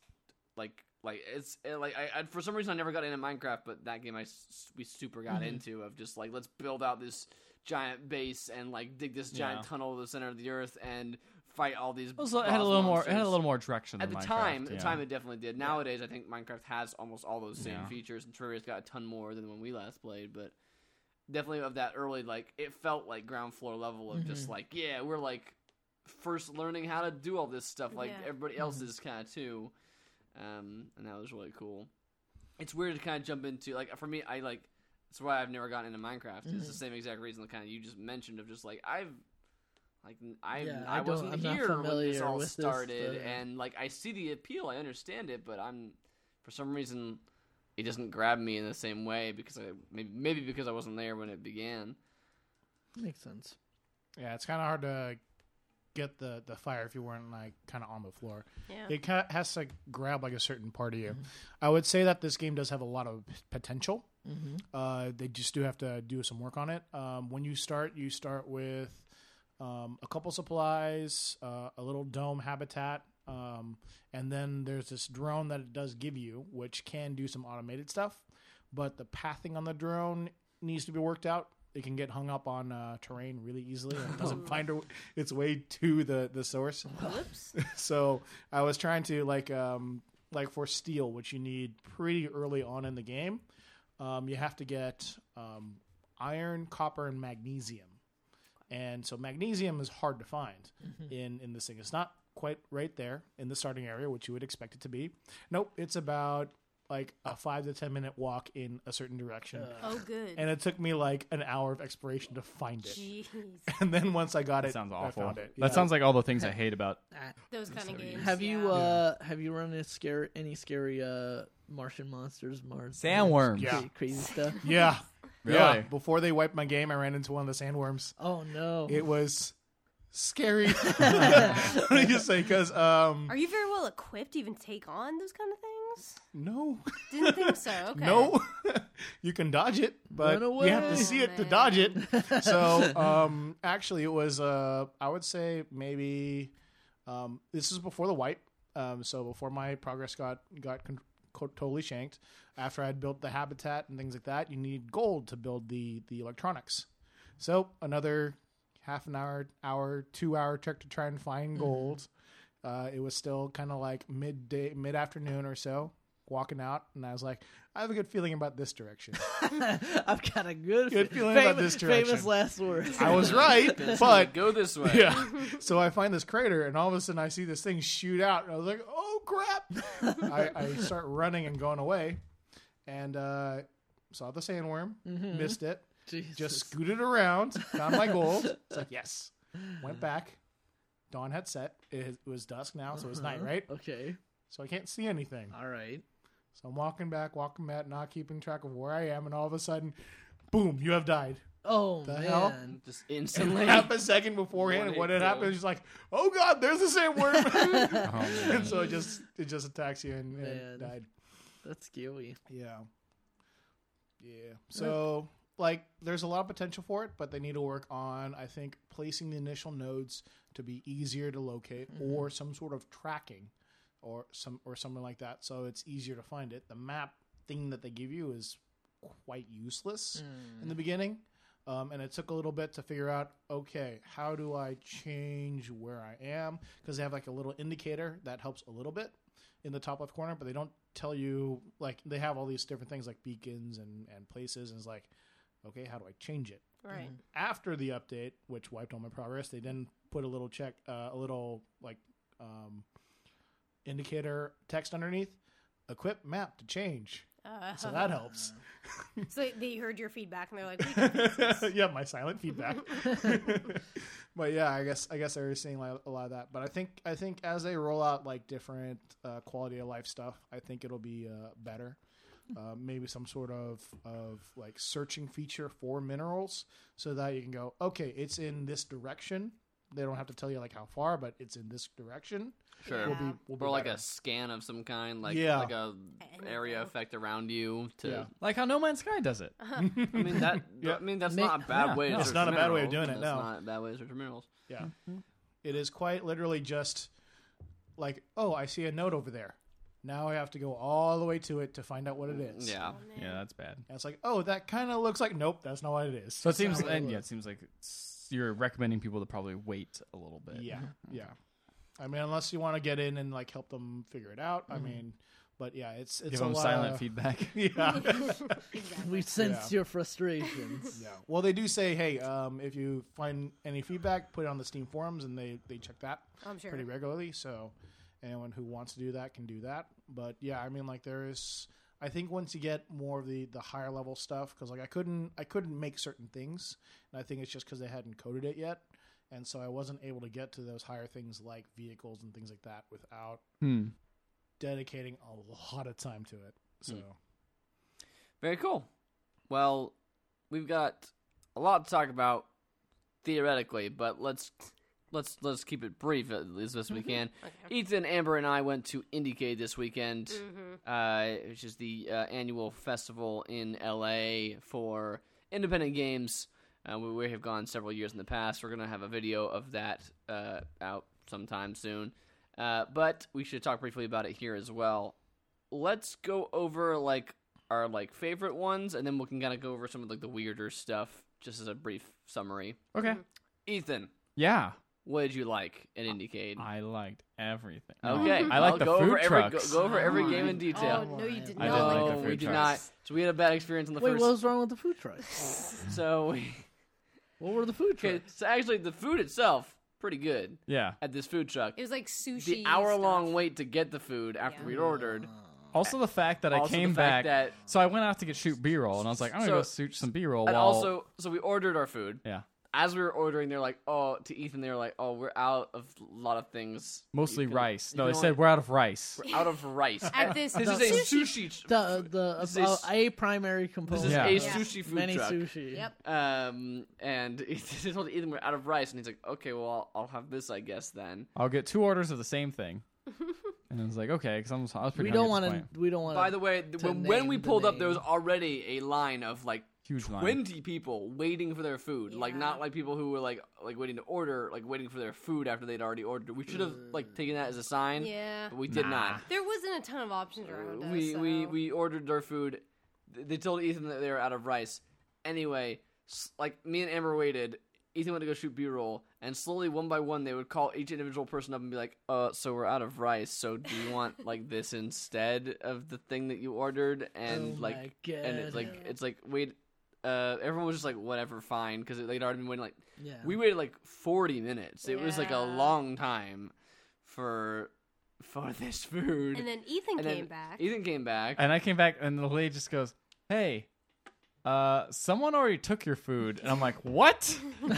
[SPEAKER 1] like like it's it, like I, I for some reason I never got into Minecraft, but that game I s- we super
[SPEAKER 2] Mm-hmm.
[SPEAKER 1] got into of just like let's build out this giant base and like dig this giant
[SPEAKER 2] Yeah.
[SPEAKER 1] tunnel to the center of the earth and fight all these.
[SPEAKER 2] Also, it
[SPEAKER 1] boss
[SPEAKER 2] had a little more. It had a
[SPEAKER 1] monsters.
[SPEAKER 2] little more direction
[SPEAKER 1] At the
[SPEAKER 2] than
[SPEAKER 1] time,
[SPEAKER 2] Minecraft,
[SPEAKER 1] at the
[SPEAKER 2] yeah.
[SPEAKER 1] time it definitely did. Nowadays, I think Minecraft has almost all those same
[SPEAKER 2] Yeah.
[SPEAKER 1] features, and Terraria's got a ton more than when we last played. But definitely of that early, like it felt like ground floor level of just like, yeah, we're like first learning how to do all this stuff, like
[SPEAKER 5] Yeah.
[SPEAKER 1] everybody else is kind of too. Um, and that was really cool. It's weird to kind of jump into like for me, I like that's why I've never gotten into Minecraft. It's
[SPEAKER 3] Mm-hmm.
[SPEAKER 1] the same exact reason, the kind of you just mentioned of just like I've. Like I,
[SPEAKER 3] Yeah,
[SPEAKER 1] I,
[SPEAKER 3] I don't-
[SPEAKER 1] wasn't
[SPEAKER 3] I'm not
[SPEAKER 1] here when this
[SPEAKER 3] familiar
[SPEAKER 1] all
[SPEAKER 3] with this,
[SPEAKER 1] started,
[SPEAKER 3] uh,
[SPEAKER 1] and like I see the appeal, I understand it, but I'm for some reason it doesn't grab me in the same way because I maybe, maybe because I wasn't there when it began.
[SPEAKER 3] Makes sense.
[SPEAKER 4] Yeah, it's kind of hard to get the the fire if you weren't like kind of on the floor.
[SPEAKER 5] Yeah.
[SPEAKER 4] It kind of has to grab like a certain part of you. I would say that this game does have a lot of potential. Uh, they just do have to do some work on it. Um, when you start, you start with um, a couple supplies, uh, a little dome habitat, um, and then there's this drone that it does give you, which can do some automated stuff. But the pathing on the drone needs to be worked out. It can get hung up on uh, terrain really easily and it doesn't find a- its way to the, the source
[SPEAKER 5] Whoops.
[SPEAKER 4] so I was trying to like um like for steel, which you need pretty early on in the game. Um, you have to get um, iron, copper, and magnesium, and so magnesium is hard to find in in this thing. It's not quite right there in the starting area, which you would expect it to be. Nope, it's about like a five to ten minute walk in a certain direction,
[SPEAKER 5] Oh, good.
[SPEAKER 4] and it took me like an hour of exploration to find it.
[SPEAKER 5] Jeez,
[SPEAKER 4] And then once I got
[SPEAKER 2] That
[SPEAKER 4] it,
[SPEAKER 2] sounds
[SPEAKER 4] I
[SPEAKER 2] awful.
[SPEAKER 4] found it.
[SPEAKER 2] That
[SPEAKER 4] Yeah.
[SPEAKER 2] sounds like all the things I hate about.
[SPEAKER 5] those kind of games.
[SPEAKER 3] Have
[SPEAKER 5] yeah.
[SPEAKER 3] you uh have you run into scary any scary uh Martian monsters, Mars
[SPEAKER 2] Sandworms.
[SPEAKER 4] Yeah.
[SPEAKER 3] crazy, crazy stuff?
[SPEAKER 4] Yeah.
[SPEAKER 2] Really?
[SPEAKER 4] Yeah. Before they wiped my game, I ran into one of the sandworms.
[SPEAKER 3] Oh no.
[SPEAKER 4] It was scary. Let me just say, because um,
[SPEAKER 5] Are you very well equipped to even take on those kind of things? things?
[SPEAKER 4] No.
[SPEAKER 5] Didn't think so. Okay.
[SPEAKER 4] No, you can dodge it, but
[SPEAKER 3] Run
[SPEAKER 4] you have to
[SPEAKER 3] away.
[SPEAKER 4] see it to
[SPEAKER 5] Oh,
[SPEAKER 4] dodge it. So, um, actually, it was uh, I would say maybe um, this is before the wipe. Um, so before my progress got got con- co- totally shanked. After I'd built the habitat and things like that, you need gold to build the the electronics. So another half an hour, hour, two hour trek to try and
[SPEAKER 3] Mm-hmm.
[SPEAKER 4] find gold. Uh, it was still kind of like midday, mid afternoon or so. Walking out, and I was like, I have a good feeling about this direction.
[SPEAKER 3] I've got a good,
[SPEAKER 4] Good
[SPEAKER 3] fa-
[SPEAKER 4] feeling about
[SPEAKER 3] famous-
[SPEAKER 4] this direction.
[SPEAKER 3] Famous last words.
[SPEAKER 4] I was right, but
[SPEAKER 1] go this way.
[SPEAKER 4] yeah. So I find this crater, and all of a sudden I see this thing shoot out, and I was like, "Oh crap!" I, I start running and going away, and uh, saw the sandworm, missed it,
[SPEAKER 3] Jesus.
[SPEAKER 4] just scooted around, found my gold. It's like yes, went back. Dawn had set. It was dusk now, so it's
[SPEAKER 3] Mm-hmm.
[SPEAKER 4] night, right?
[SPEAKER 3] Uh-huh. okay.
[SPEAKER 4] So I can't see anything.
[SPEAKER 3] All right.
[SPEAKER 4] So I'm walking back, walking back, not keeping track of where I am, and all of a sudden, boom! You have died.
[SPEAKER 3] Oh
[SPEAKER 4] The
[SPEAKER 3] man.
[SPEAKER 4] hell?
[SPEAKER 1] Just instantly.
[SPEAKER 4] half a second beforehand, and
[SPEAKER 1] One
[SPEAKER 4] when it
[SPEAKER 1] April.
[SPEAKER 4] happens, she's like, "Oh God, there's the sandworm!"
[SPEAKER 2] Oh, man.
[SPEAKER 4] and so it just it just attacks you and,
[SPEAKER 3] Man.
[SPEAKER 4] and died.
[SPEAKER 3] That's scary.
[SPEAKER 4] Yeah, yeah. So like, there's a lot of potential for it, but they need to work on, I think, placing the initial nodes to be easier to locate, or some sort of tracking, or some or something like that, so it's easier to find it. The map thing that they give you is quite useless in the beginning. Um, and it took a little bit to figure out, okay, how do I change where I am? Because they have like a little indicator that helps a little bit in the top left corner, but they don't tell you, like, they have all these different things like beacons and, and places. And it's like, okay, how do I change it?
[SPEAKER 5] Right.
[SPEAKER 4] After the update, which wiped all my progress, they then put a little check, uh, a little like um, indicator text underneath equip map to change.
[SPEAKER 1] Mm-hmm.
[SPEAKER 5] Uh,
[SPEAKER 4] So that helps.
[SPEAKER 5] so they heard your feedback and they're like, we can fix this.
[SPEAKER 4] yeah, my silent feedback. but yeah, I guess I guess I was seeing like a lot of that. But I think I think as they roll out like different uh, quality of life stuff, I think it'll be uh, better. Uh, maybe some sort of of like searching feature for minerals, so that you can go, okay, it's in this direction. They don't have to tell you like how far, but it's in this direction.
[SPEAKER 1] Sure.
[SPEAKER 4] We'll
[SPEAKER 5] Yeah.
[SPEAKER 4] be, we'll be
[SPEAKER 1] or like
[SPEAKER 4] better.
[SPEAKER 1] a scan of some kind, like
[SPEAKER 4] Yeah.
[SPEAKER 1] like a area
[SPEAKER 5] Anything.
[SPEAKER 1] effect around you. To
[SPEAKER 4] Yeah.
[SPEAKER 2] Like how No Man's Sky does it.
[SPEAKER 1] I mean that.
[SPEAKER 4] Yeah.
[SPEAKER 1] I mean that's
[SPEAKER 3] Ma-
[SPEAKER 1] not a bad
[SPEAKER 2] yeah,
[SPEAKER 1] way.
[SPEAKER 2] no.
[SPEAKER 1] to
[SPEAKER 2] It's
[SPEAKER 1] search
[SPEAKER 4] not a bad way of
[SPEAKER 1] minerals.
[SPEAKER 4] doing it,
[SPEAKER 1] That's
[SPEAKER 4] no.
[SPEAKER 1] not a bad way to search minerals.
[SPEAKER 4] Yeah.
[SPEAKER 2] Mm-hmm.
[SPEAKER 4] It is quite literally just like, oh, I see a note over there. Now I have to go all the way to it to find out what it is.
[SPEAKER 1] Yeah.
[SPEAKER 2] Yeah, that's bad.
[SPEAKER 4] And it's like, oh, that kind of looks like, nope, that's not what it is.
[SPEAKER 2] So it seems,
[SPEAKER 4] That's not what
[SPEAKER 2] and yeah, it
[SPEAKER 4] looks-
[SPEAKER 2] seems like it's, you're recommending people to probably wait a little bit.
[SPEAKER 4] Yeah. Yeah. I mean, unless you want to get in and like help them figure it out. I mean, but yeah, it's, it's
[SPEAKER 2] Mm-hmm. Give
[SPEAKER 4] a
[SPEAKER 2] them
[SPEAKER 4] lot
[SPEAKER 2] silent
[SPEAKER 4] of-
[SPEAKER 2] feedback.
[SPEAKER 4] Yeah.
[SPEAKER 5] Exactly.
[SPEAKER 3] We sensed
[SPEAKER 4] Yeah.
[SPEAKER 3] your frustrations.
[SPEAKER 4] yeah. Well, they do say, hey, um, if you find any feedback, put it on the Steam forums and they, they check that.
[SPEAKER 5] I'm sure.
[SPEAKER 4] pretty regularly. So anyone who wants to do that can do that. But yeah, I mean, like there is. I think once you get more of the the higher level stuff, because like I couldn't I couldn't make certain things, and I think it's just because they hadn't coded it yet, and so I wasn't able to get to those higher things like vehicles and things like that without
[SPEAKER 2] Hmm.
[SPEAKER 4] dedicating a lot of time to it. So
[SPEAKER 1] Very cool. Well, we've got a lot to talk about theoretically, but let's let's let's keep it brief at least as we can. Ethan, Amber, and I went to IndieCade this weekend, uh, which is the uh, annual festival in LA for independent games. Uh, we, we have gone several years in the past. We're gonna have a video of that uh, out sometime soon, uh, but we should talk briefly about it here as well let's go over like our like favorite ones and then we can kind of go over some of like the weirder stuff just as a brief summary
[SPEAKER 2] Okay.
[SPEAKER 1] ethan
[SPEAKER 2] Yeah,
[SPEAKER 1] what did you like at indiecade
[SPEAKER 2] I liked everything. No,
[SPEAKER 1] okay
[SPEAKER 2] I like
[SPEAKER 1] Mm-hmm. I'll
[SPEAKER 2] the
[SPEAKER 1] go
[SPEAKER 2] food
[SPEAKER 1] over every go,
[SPEAKER 2] trucks.
[SPEAKER 1] go over every
[SPEAKER 3] Oh
[SPEAKER 1] game
[SPEAKER 3] my
[SPEAKER 1] in
[SPEAKER 5] Oh,
[SPEAKER 1] detail
[SPEAKER 5] no, you did
[SPEAKER 2] I
[SPEAKER 5] not.
[SPEAKER 2] didn't like
[SPEAKER 1] no
[SPEAKER 2] the
[SPEAKER 1] we
[SPEAKER 2] food
[SPEAKER 1] did
[SPEAKER 2] trucks.
[SPEAKER 1] not so we had a bad experience in the
[SPEAKER 3] Wait,
[SPEAKER 1] first
[SPEAKER 3] what was wrong with the food trucks?
[SPEAKER 1] so we,
[SPEAKER 3] What were the food
[SPEAKER 1] okay,
[SPEAKER 3] trucks?
[SPEAKER 1] so actually the food itself pretty good
[SPEAKER 2] Yeah.
[SPEAKER 1] at this food truck
[SPEAKER 5] It was like sushi.
[SPEAKER 1] the hour long
[SPEAKER 5] stuff.
[SPEAKER 1] wait to get the food after
[SPEAKER 5] Yeah.
[SPEAKER 1] we'd ordered
[SPEAKER 2] Also, the fact that I
[SPEAKER 1] Also the
[SPEAKER 2] came
[SPEAKER 1] fact
[SPEAKER 2] back.
[SPEAKER 1] that-
[SPEAKER 2] so I went out to get shoot B roll, and I was like, I'm
[SPEAKER 1] So-
[SPEAKER 2] gonna go shoot some B roll.
[SPEAKER 1] and
[SPEAKER 2] while,
[SPEAKER 1] also so we ordered our food
[SPEAKER 2] yeah,
[SPEAKER 1] as we were ordering, they're like, "Oh," to Ethan, they're like, "Oh, we're out of a lot of things.
[SPEAKER 2] mostly
[SPEAKER 1] You can-
[SPEAKER 2] rice.
[SPEAKER 1] you
[SPEAKER 2] No,
[SPEAKER 1] can
[SPEAKER 2] they
[SPEAKER 1] only-
[SPEAKER 2] said we're out of rice.
[SPEAKER 1] we're out of rice.
[SPEAKER 5] At this
[SPEAKER 1] this is a sushi. tr-
[SPEAKER 3] The the
[SPEAKER 1] This
[SPEAKER 3] about
[SPEAKER 1] is-
[SPEAKER 3] a primary component.
[SPEAKER 1] This is
[SPEAKER 2] Yeah.
[SPEAKER 1] a
[SPEAKER 5] Yeah.
[SPEAKER 1] sushi food
[SPEAKER 3] many
[SPEAKER 1] truck.
[SPEAKER 3] sushi.
[SPEAKER 5] Yep.
[SPEAKER 1] Um, and they told Ethan we're out of rice, and he's like, "Okay, well, I'll, I'll have this, I guess." Then
[SPEAKER 2] I'll get two orders of the same thing. And I was like, okay, because I was pretty hungry
[SPEAKER 3] we don't
[SPEAKER 2] at
[SPEAKER 3] want
[SPEAKER 2] this
[SPEAKER 3] to.
[SPEAKER 2] point.
[SPEAKER 3] We don't want.
[SPEAKER 1] By the way, th-
[SPEAKER 3] to
[SPEAKER 1] when, when
[SPEAKER 3] name
[SPEAKER 1] we
[SPEAKER 3] the
[SPEAKER 1] pulled up, there
[SPEAKER 3] name.
[SPEAKER 1] was already a line of like
[SPEAKER 2] Huge line.
[SPEAKER 1] twenty people waiting for their food. Like
[SPEAKER 5] Yeah.
[SPEAKER 1] not like people who were like like waiting to order, like waiting for their food after they'd already ordered. We should have like taken that as a sign.
[SPEAKER 5] Yeah.
[SPEAKER 1] but we did not.
[SPEAKER 5] There wasn't a ton of options around us.
[SPEAKER 1] we we
[SPEAKER 5] so-
[SPEAKER 1] we ordered their food. Th- They told Ethan that they were out of rice. Anyway, s- like me and Amber waited. Ethan went to go shoot B-roll, and slowly, one by one, they would call each individual person up and be like, "Uh, so we're out of rice. So do you want like this instead of the thing that you ordered?" And
[SPEAKER 3] Oh
[SPEAKER 1] like,
[SPEAKER 3] my
[SPEAKER 1] and it's
[SPEAKER 3] God.
[SPEAKER 1] like, it's like, wait. Uh, everyone was just like, whatever, fine, because they'd already been waiting. Like,
[SPEAKER 3] yeah.
[SPEAKER 1] we waited like forty minutes. It was like a
[SPEAKER 5] Yeah.
[SPEAKER 1] long time for for this food.
[SPEAKER 5] and then Ethan
[SPEAKER 1] And then
[SPEAKER 5] came back.
[SPEAKER 1] Ethan came back.
[SPEAKER 2] And I came back, and the lady just goes, "Hey, uh, someone already took your food." And I'm like, "What?"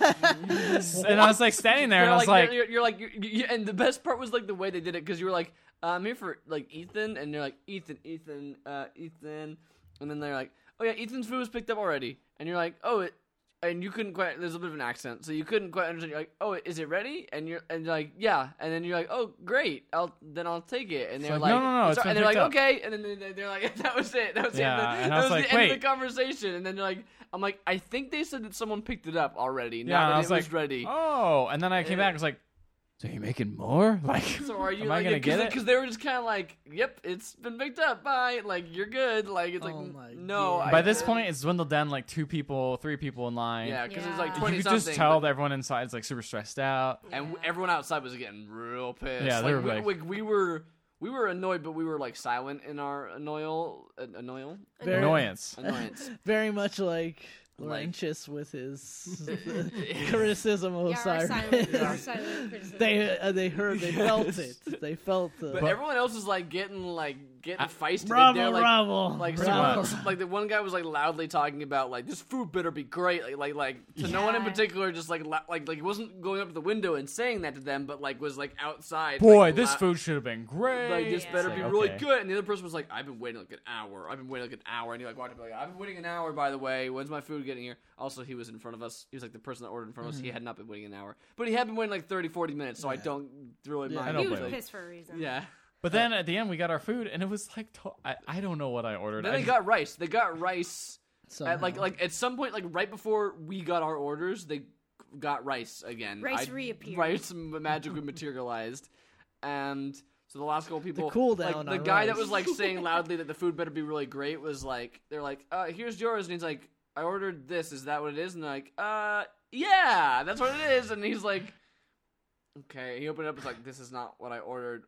[SPEAKER 2] and I was like standing there,
[SPEAKER 1] They're
[SPEAKER 2] and I was like,
[SPEAKER 1] you're, you're like, you you- and the best part was like the way they did it because you were like, uh, I'm here for like Ethan, and they're like Ethan, Ethan, uh, Ethan, and then they're like, oh yeah, Ethan's food was picked up already, and you're like, oh it, and you couldn't quite. There's a bit of an accent, so you couldn't quite understand. You're like, oh, is it ready? And you're and you're like, yeah, and then you're like, oh great, I'll then I'll take it, and they're
[SPEAKER 2] like,
[SPEAKER 1] like,
[SPEAKER 2] "No, no, no, it's
[SPEAKER 1] sorry," and
[SPEAKER 2] been
[SPEAKER 1] they're like,
[SPEAKER 2] picked up.
[SPEAKER 1] okay, and then they- they're like, that was it, that was it,
[SPEAKER 2] Yeah,
[SPEAKER 1] that
[SPEAKER 2] and I was
[SPEAKER 1] was
[SPEAKER 2] like,
[SPEAKER 1] the end of
[SPEAKER 2] wait.
[SPEAKER 1] the conversation, and then they're like, I'm like, I think they said that someone picked it up already,
[SPEAKER 2] "Yeah,"
[SPEAKER 1] not
[SPEAKER 2] and
[SPEAKER 1] that
[SPEAKER 2] I was
[SPEAKER 1] it
[SPEAKER 2] like,
[SPEAKER 1] was ready.
[SPEAKER 2] "Oh," and then I came back, and was like, "So you're making more?" Like,
[SPEAKER 1] So are you?
[SPEAKER 2] Am I
[SPEAKER 1] like,
[SPEAKER 2] gonna get it?
[SPEAKER 1] Because they were just kind of like, "Yep, it's been picked up. Bye. Like you're good. Like it's
[SPEAKER 3] Oh
[SPEAKER 1] like
[SPEAKER 3] my
[SPEAKER 1] no."
[SPEAKER 3] God.
[SPEAKER 1] I
[SPEAKER 2] by this
[SPEAKER 1] didn't."
[SPEAKER 2] point, it's dwindled down like two people, three people in line.
[SPEAKER 1] yeah, because it's
[SPEAKER 5] Yeah.
[SPEAKER 1] like
[SPEAKER 5] You
[SPEAKER 2] you
[SPEAKER 1] twenty
[SPEAKER 2] could
[SPEAKER 1] something.
[SPEAKER 2] just tell
[SPEAKER 1] but-
[SPEAKER 2] that everyone inside's like super stressed out.
[SPEAKER 1] and
[SPEAKER 5] Yeah.
[SPEAKER 1] everyone outside was getting real pissed.
[SPEAKER 2] Yeah, they
[SPEAKER 1] like,
[SPEAKER 2] were
[SPEAKER 1] we,
[SPEAKER 2] like-
[SPEAKER 1] like, we were we were annoyed, but we were like silent in our annoyal an- annoyal
[SPEAKER 3] Very-
[SPEAKER 2] Annoyance.
[SPEAKER 1] annoyance.
[SPEAKER 3] very much like
[SPEAKER 1] Like-
[SPEAKER 3] Laurentius with his criticism of
[SPEAKER 5] yeah, our silent, our
[SPEAKER 3] Osiris.
[SPEAKER 5] silent criticism.
[SPEAKER 3] Oh, they uh, they heard, they felt
[SPEAKER 1] Yes.
[SPEAKER 3] it, they felt the
[SPEAKER 1] But, everyone else was like getting like getting feisty.
[SPEAKER 3] bravo,
[SPEAKER 1] they're, like,
[SPEAKER 3] bravo,
[SPEAKER 5] Oh,
[SPEAKER 1] Like
[SPEAKER 3] bravo.
[SPEAKER 1] someone, like the one guy was like loudly talking about like this food better be great like like like to no one in
[SPEAKER 5] Yeah.
[SPEAKER 1] particular just like la- like like he wasn't going up to the window and saying that to them but like was like outside
[SPEAKER 2] Boy,
[SPEAKER 1] like,
[SPEAKER 2] this
[SPEAKER 1] lou-
[SPEAKER 2] food should have been great.
[SPEAKER 1] like this
[SPEAKER 5] Yeah.
[SPEAKER 1] better
[SPEAKER 2] It's
[SPEAKER 1] be
[SPEAKER 2] like,
[SPEAKER 1] really
[SPEAKER 2] okay.
[SPEAKER 1] good and the other person was like I've been waiting like an hour I've been waiting like an hour and he like walked up like I've been waiting an hour by the way when's my food getting here also he was in front of us he was like the person that ordered in front of
[SPEAKER 5] Mm-hmm.
[SPEAKER 1] us he had not been waiting an hour but he had been waiting like 30 40 minutes so I don't really
[SPEAKER 3] Yeah. I
[SPEAKER 1] mind
[SPEAKER 2] don't
[SPEAKER 5] he was
[SPEAKER 2] blame
[SPEAKER 1] like,
[SPEAKER 5] pissed for a reason.
[SPEAKER 1] yeah
[SPEAKER 2] But then at the end, we got our food, and it was like to- I, I don't know what I ordered.
[SPEAKER 1] then
[SPEAKER 2] I
[SPEAKER 1] they
[SPEAKER 2] just-
[SPEAKER 1] got rice they got rice
[SPEAKER 3] Somehow.
[SPEAKER 1] At, like like at some point, like right before we got our orders, they got rice again.
[SPEAKER 5] Rice reappeared.
[SPEAKER 1] Rice m- magically materialized, and so the last couple people,
[SPEAKER 3] cool down
[SPEAKER 1] like, the
[SPEAKER 3] on
[SPEAKER 1] guy that
[SPEAKER 3] rice.
[SPEAKER 1] was like saying loudly that the food better be really great was like, they're like, uh, here's yours, and he's like, I ordered this. Is that what it is? And they're like, uh, yeah, that's what it is. And he's like, okay. He opened it up. It's like this is not what I ordered.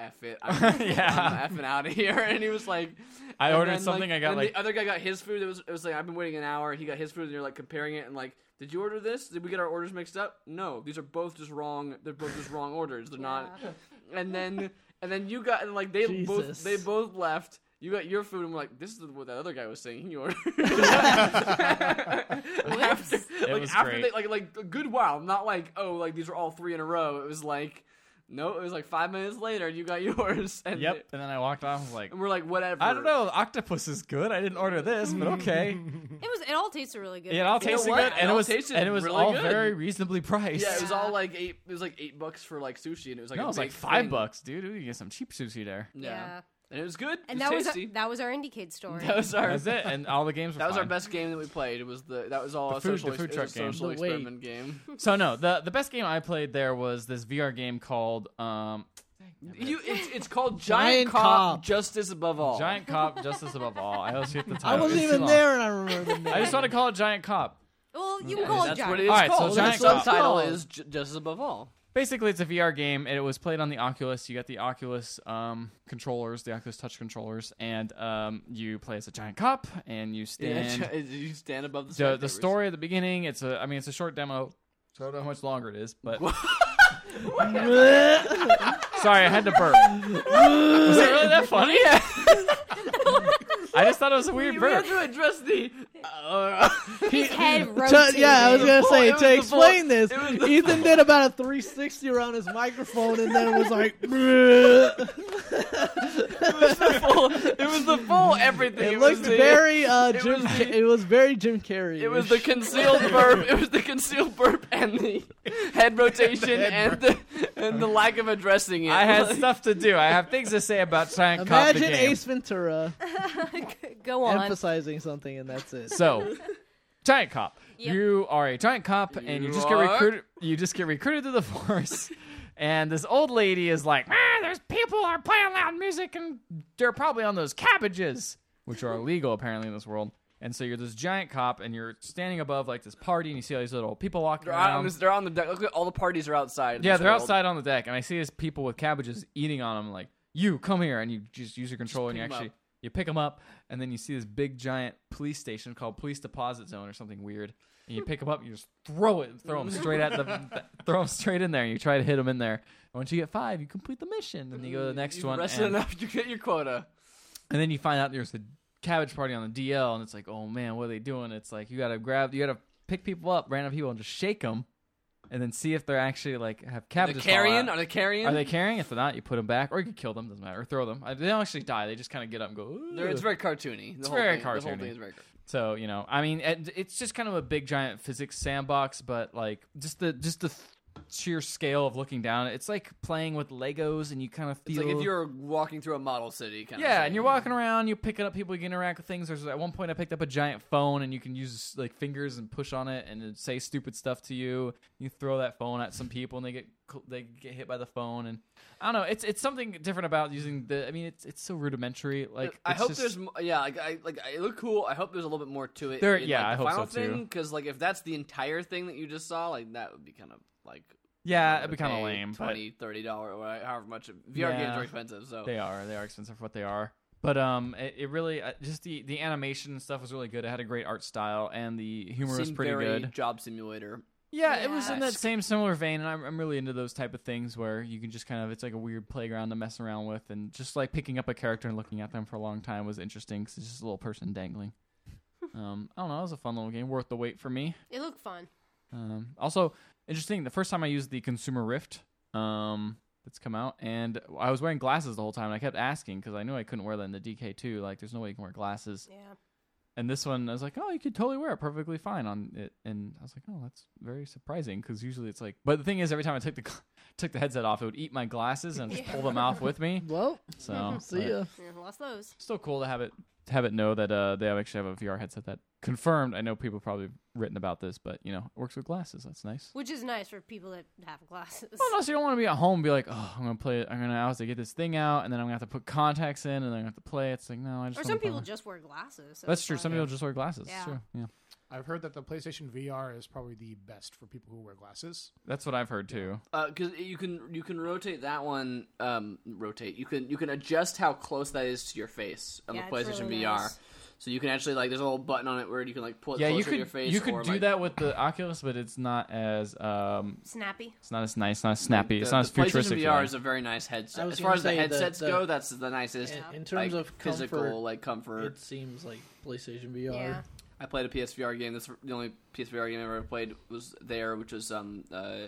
[SPEAKER 1] F it. I'm,
[SPEAKER 2] Yeah.
[SPEAKER 1] I'm effing out of here. And he was like,
[SPEAKER 2] I
[SPEAKER 1] and
[SPEAKER 2] ordered
[SPEAKER 1] then,
[SPEAKER 2] something, I got,
[SPEAKER 1] and
[SPEAKER 2] like-
[SPEAKER 1] the other guy got his food. It was it was like I've been waiting an hour. He got his food, and you're like comparing it and like, did you order this? Did we get our orders mixed up? No, these are both just wrong. They're both just wrong orders. They're not. And then and then you got and like they both
[SPEAKER 3] Jesus.
[SPEAKER 1] they both left. You got your food, and we're like, this is what that other guy was saying. He ordered. after, like
[SPEAKER 2] was
[SPEAKER 1] after
[SPEAKER 2] great.
[SPEAKER 1] they like like a good while, not like oh like these were all three in a row. It was like. No, it was like five minutes later. You got yours, and
[SPEAKER 2] yep. And then I walked off. I was like,
[SPEAKER 1] and we're like, whatever.
[SPEAKER 2] I don't know. Octopus is good. I didn't order this, but okay.
[SPEAKER 5] It was. It all tasted really good.
[SPEAKER 2] Yeah, it all
[SPEAKER 1] know
[SPEAKER 2] tasted
[SPEAKER 1] what?
[SPEAKER 2] good,
[SPEAKER 1] It
[SPEAKER 2] and it
[SPEAKER 1] all
[SPEAKER 2] was
[SPEAKER 1] tasted
[SPEAKER 2] and it was
[SPEAKER 1] really
[SPEAKER 2] all
[SPEAKER 1] good.
[SPEAKER 2] very reasonably priced.
[SPEAKER 1] Yeah, it was
[SPEAKER 5] Yeah.
[SPEAKER 1] all like eight. It was like eight bucks for like sushi, and it was like
[SPEAKER 2] no,
[SPEAKER 1] a
[SPEAKER 2] it was like
[SPEAKER 1] big
[SPEAKER 2] five
[SPEAKER 1] thing.
[SPEAKER 2] bucks, dude. You get some cheap sushi there.
[SPEAKER 1] Yeah.
[SPEAKER 5] Yeah.
[SPEAKER 1] and it was good. it was
[SPEAKER 5] And that was
[SPEAKER 1] tasty.
[SPEAKER 5] our, that was our IndieCade story.
[SPEAKER 1] that was our
[SPEAKER 2] That's it, and all the games were.
[SPEAKER 1] that was our
[SPEAKER 2] fine.
[SPEAKER 1] best game that we played. It was the that was all
[SPEAKER 2] The
[SPEAKER 1] a
[SPEAKER 2] food-
[SPEAKER 1] social
[SPEAKER 2] the food
[SPEAKER 1] ex- it
[SPEAKER 2] truck
[SPEAKER 1] was a
[SPEAKER 2] game.
[SPEAKER 1] social
[SPEAKER 3] The wait.
[SPEAKER 1] experiment game.
[SPEAKER 2] So no, the the best game I played there was this VR game called um,
[SPEAKER 1] You, it's, it's called Giant,
[SPEAKER 3] Giant
[SPEAKER 1] Cop,
[SPEAKER 3] Cop.
[SPEAKER 1] Justice Above All.
[SPEAKER 2] Giant Cop Justice Above All. I always get the
[SPEAKER 3] I
[SPEAKER 1] uh,
[SPEAKER 2] title.
[SPEAKER 3] wasn't
[SPEAKER 2] It's too
[SPEAKER 3] even
[SPEAKER 2] long.
[SPEAKER 3] there, and I remember the name.
[SPEAKER 2] I just want to call it Giant Cop.
[SPEAKER 5] well, you can
[SPEAKER 1] That's
[SPEAKER 5] call it Johnny.
[SPEAKER 1] what it is
[SPEAKER 2] All right, so
[SPEAKER 1] called.
[SPEAKER 2] Giant
[SPEAKER 1] the
[SPEAKER 2] Cop.
[SPEAKER 1] subtitle
[SPEAKER 3] Cool.
[SPEAKER 1] is J- Justice Above All.
[SPEAKER 2] basically it's a VR game and it was played on the Oculus. You got the Oculus um, controllers, the Oculus Touch controllers, and um, you play as a giant cop and you stand.
[SPEAKER 1] Yeah, you stand above the
[SPEAKER 2] the, the
[SPEAKER 1] skyscrapers.
[SPEAKER 2] story at the beginning, it's a I mean it's a short demo. So I don't know how much longer it is, but sorry, I had to burp. was it really that funny? I just thought it was a weird
[SPEAKER 1] We have
[SPEAKER 2] burp.
[SPEAKER 1] to address the uh, uh,
[SPEAKER 5] His head
[SPEAKER 3] Ta-
[SPEAKER 5] rotated.
[SPEAKER 3] yeah, I was gonna say
[SPEAKER 1] It was
[SPEAKER 3] to
[SPEAKER 1] the
[SPEAKER 3] explain
[SPEAKER 1] full-
[SPEAKER 3] this,
[SPEAKER 1] it was the
[SPEAKER 3] Ethan did about a 360 around his microphone and then was like, "Bleh."
[SPEAKER 1] it was the full. It was the full everything.
[SPEAKER 3] it
[SPEAKER 1] was
[SPEAKER 3] looked
[SPEAKER 1] the-
[SPEAKER 3] very uh,
[SPEAKER 1] it
[SPEAKER 3] Jim.
[SPEAKER 1] was
[SPEAKER 3] Ca-
[SPEAKER 1] the-
[SPEAKER 3] it was very Jim Carrey.
[SPEAKER 1] It was the concealed burp. It was the concealed burp and the head rotation and the and the lack of addressing it.
[SPEAKER 2] I had stuff to do. I have things to say about trying to cop the
[SPEAKER 3] Imagine
[SPEAKER 2] game.
[SPEAKER 3] Ace Ventura
[SPEAKER 5] Go on.
[SPEAKER 3] emphasizing something, and that's it.
[SPEAKER 2] So, giant cop.
[SPEAKER 5] Yep.
[SPEAKER 2] You are a giant cop, and you
[SPEAKER 1] You
[SPEAKER 2] just get
[SPEAKER 1] are-
[SPEAKER 2] recruited. You just get recruited to the force. And this old lady is like, "Man, there's people are playing loud music, and they're probably on those cabbages, which are illegal apparently in this world." And so you're this giant cop, and you're standing above like this party, and you see all these little people walking
[SPEAKER 1] They're
[SPEAKER 2] around.
[SPEAKER 1] on, they're on the deck. Look, at all the parties are outside.
[SPEAKER 2] yeah,
[SPEAKER 1] This
[SPEAKER 2] they're
[SPEAKER 1] world.
[SPEAKER 2] outside on the deck, and I see these people with cabbages eating on them. Like, you come here, and you just use your control, and you
[SPEAKER 1] pick 'em
[SPEAKER 2] actually
[SPEAKER 1] up.
[SPEAKER 2] you pick them up, and then you see this big giant police station called Police Deposit Zone or something weird, and you pick them up, and you just throw it, throw them straight at the, throw them straight in there, and you try to hit them in there. And once you get five, you complete the mission, and you go to the next
[SPEAKER 1] You've
[SPEAKER 2] one,
[SPEAKER 1] wrestled
[SPEAKER 2] and,
[SPEAKER 1] enough, you get your quota.
[SPEAKER 2] and then you find out there's a cabbage party on the DL, and it's like, oh man, what are they doing? It's like you gotta grab, you gotta pick people up, random people, and just shake them. And then see if they're actually like have
[SPEAKER 1] Are they
[SPEAKER 2] cabbages. fall out.
[SPEAKER 1] carrying? Are they carrying?
[SPEAKER 2] Are they carrying? If they're not, you put them back, or you could kill them. Doesn't matter. Or throw them. Uh, They don't actually die. They just kind of get up and go.
[SPEAKER 1] They're-
[SPEAKER 2] "Ooh."
[SPEAKER 1] It's very cartoony. The
[SPEAKER 2] It's
[SPEAKER 1] whole
[SPEAKER 2] very
[SPEAKER 1] thing, The whole
[SPEAKER 2] cartoony.
[SPEAKER 1] thing is very. car-
[SPEAKER 2] so you know, I mean, it- it's just kind of a big giant physics sandbox, but like just the just the sheer scale of looking down. It's like playing with Legos, and you kind of
[SPEAKER 1] It's
[SPEAKER 2] feel
[SPEAKER 1] like if you're walking through a model city. Kind of
[SPEAKER 2] yeah, and you're walking around, you're picking up people, you can interact with things. There's at one point I picked up a giant phone, and you can use like fingers and push on it, and it say stupid stuff to you. You throw that phone at some people, and they get cl- they get hit by the phone, and I don't know. It's it's something different about using the. I mean, it's it's so rudimentary. Like
[SPEAKER 1] Uh, I
[SPEAKER 2] it's
[SPEAKER 1] hope
[SPEAKER 2] just-
[SPEAKER 1] there's m- yeah like I like it looked cool. I hope there's a little bit more to it.
[SPEAKER 2] There-
[SPEAKER 1] in,
[SPEAKER 2] yeah, I
[SPEAKER 1] like, the
[SPEAKER 2] hope
[SPEAKER 1] final
[SPEAKER 2] so, too.
[SPEAKER 1] thing because like if that's the entire thing that you just saw, like that would be kind of like
[SPEAKER 2] yeah,
[SPEAKER 1] I'm
[SPEAKER 2] it'd be
[SPEAKER 1] gonna
[SPEAKER 2] kind of
[SPEAKER 1] pay
[SPEAKER 2] lame, but
[SPEAKER 1] 20 30 dollar or whatever- however much VR games
[SPEAKER 2] Yeah.
[SPEAKER 1] are expensive. So
[SPEAKER 2] They are. They are expensive for what they are. But um, it, it really uh, just the the animation and stuff was really good. It had a great art style, and the humor was
[SPEAKER 1] Seemed
[SPEAKER 2] pretty
[SPEAKER 1] very
[SPEAKER 2] good.
[SPEAKER 1] Job simulator.
[SPEAKER 2] Yeah, it was in that
[SPEAKER 1] Esque.
[SPEAKER 2] same similar vein, and I'm, I'm really into those type of things where you can just kind of it's like a weird playground to mess around with, and just like picking up a character and looking at them for a long time was interesting because it's just a little person dangling. um, I don't know, it was a fun little game, worth the wait for me.
[SPEAKER 5] It looked fun.
[SPEAKER 2] Um, also interesting, the first time I used the consumer Rift, um, that's come out, and I was wearing glasses the whole time, and I kept asking because I knew I couldn't wear that in the DK2. Like, there's no way you can wear glasses.
[SPEAKER 5] Yeah.
[SPEAKER 2] And this one, I was like, oh, you could totally wear it perfectly fine on it. And I was like, oh, that's very surprising because usually it's like. But the thing is, every time I took the gl- took the headset off, it would eat my glasses and I'd just pull them off with me.
[SPEAKER 3] Well,
[SPEAKER 2] So
[SPEAKER 3] see
[SPEAKER 2] but
[SPEAKER 3] ya.
[SPEAKER 5] yeah lost those.
[SPEAKER 2] Still cool to have it to have it know that uh, they actually have a VR headset that confirmed. I know people probably have written about this, but you know, it works with glasses. That's nice.
[SPEAKER 5] Which is nice for people that have glasses.
[SPEAKER 2] Well, no, so you don't want to be at home and be like, oh, I'm gonna play it. I'm gonna have to get this thing out, and then I'm gonna have to put contacts in, and then I'm gonna have to play. it. It's like, no, I just.
[SPEAKER 5] Or
[SPEAKER 2] wanna
[SPEAKER 5] some
[SPEAKER 2] play
[SPEAKER 5] people
[SPEAKER 2] my-
[SPEAKER 5] just wear glasses. so
[SPEAKER 2] That's
[SPEAKER 5] it's
[SPEAKER 2] true.
[SPEAKER 5] fine.
[SPEAKER 2] Some people just wear glasses.
[SPEAKER 5] Yeah.
[SPEAKER 2] It's true. Yeah.
[SPEAKER 4] I've heard that the PlayStation VR is probably the best for people who wear glasses.
[SPEAKER 2] That's what I've heard too.
[SPEAKER 1] because Uh, you can you can rotate that one um rotate you can you can adjust how close that is to your face on
[SPEAKER 5] Yeah,
[SPEAKER 1] the
[SPEAKER 5] it's
[SPEAKER 1] playstation
[SPEAKER 5] really
[SPEAKER 1] vr
[SPEAKER 5] nice.
[SPEAKER 1] so you can actually like there's a little button on it where you can like pull it
[SPEAKER 2] yeah,
[SPEAKER 1] closer
[SPEAKER 2] you could
[SPEAKER 1] to your face
[SPEAKER 2] you could
[SPEAKER 1] or,
[SPEAKER 2] do
[SPEAKER 1] like,
[SPEAKER 2] that with the Oculus, but it's not as um,
[SPEAKER 5] Snappy.
[SPEAKER 2] it's not as nice, not as snappy,
[SPEAKER 1] the,
[SPEAKER 2] it's not as
[SPEAKER 1] the PlayStation
[SPEAKER 2] futuristic.
[SPEAKER 1] vr
[SPEAKER 2] feeling.
[SPEAKER 1] is a very nice
[SPEAKER 3] I
[SPEAKER 1] headset
[SPEAKER 3] was
[SPEAKER 1] as far
[SPEAKER 3] gonna
[SPEAKER 1] as the
[SPEAKER 3] say the-
[SPEAKER 1] headsets
[SPEAKER 3] the-
[SPEAKER 1] go that's the nicest
[SPEAKER 3] in- in terms
[SPEAKER 1] like,
[SPEAKER 3] of
[SPEAKER 1] physical
[SPEAKER 3] comfort,
[SPEAKER 1] like comfort
[SPEAKER 3] It seems like PlayStation VR.
[SPEAKER 5] Yeah.
[SPEAKER 1] i played a psvr game that's the only psvr game i ever played was there which was um uh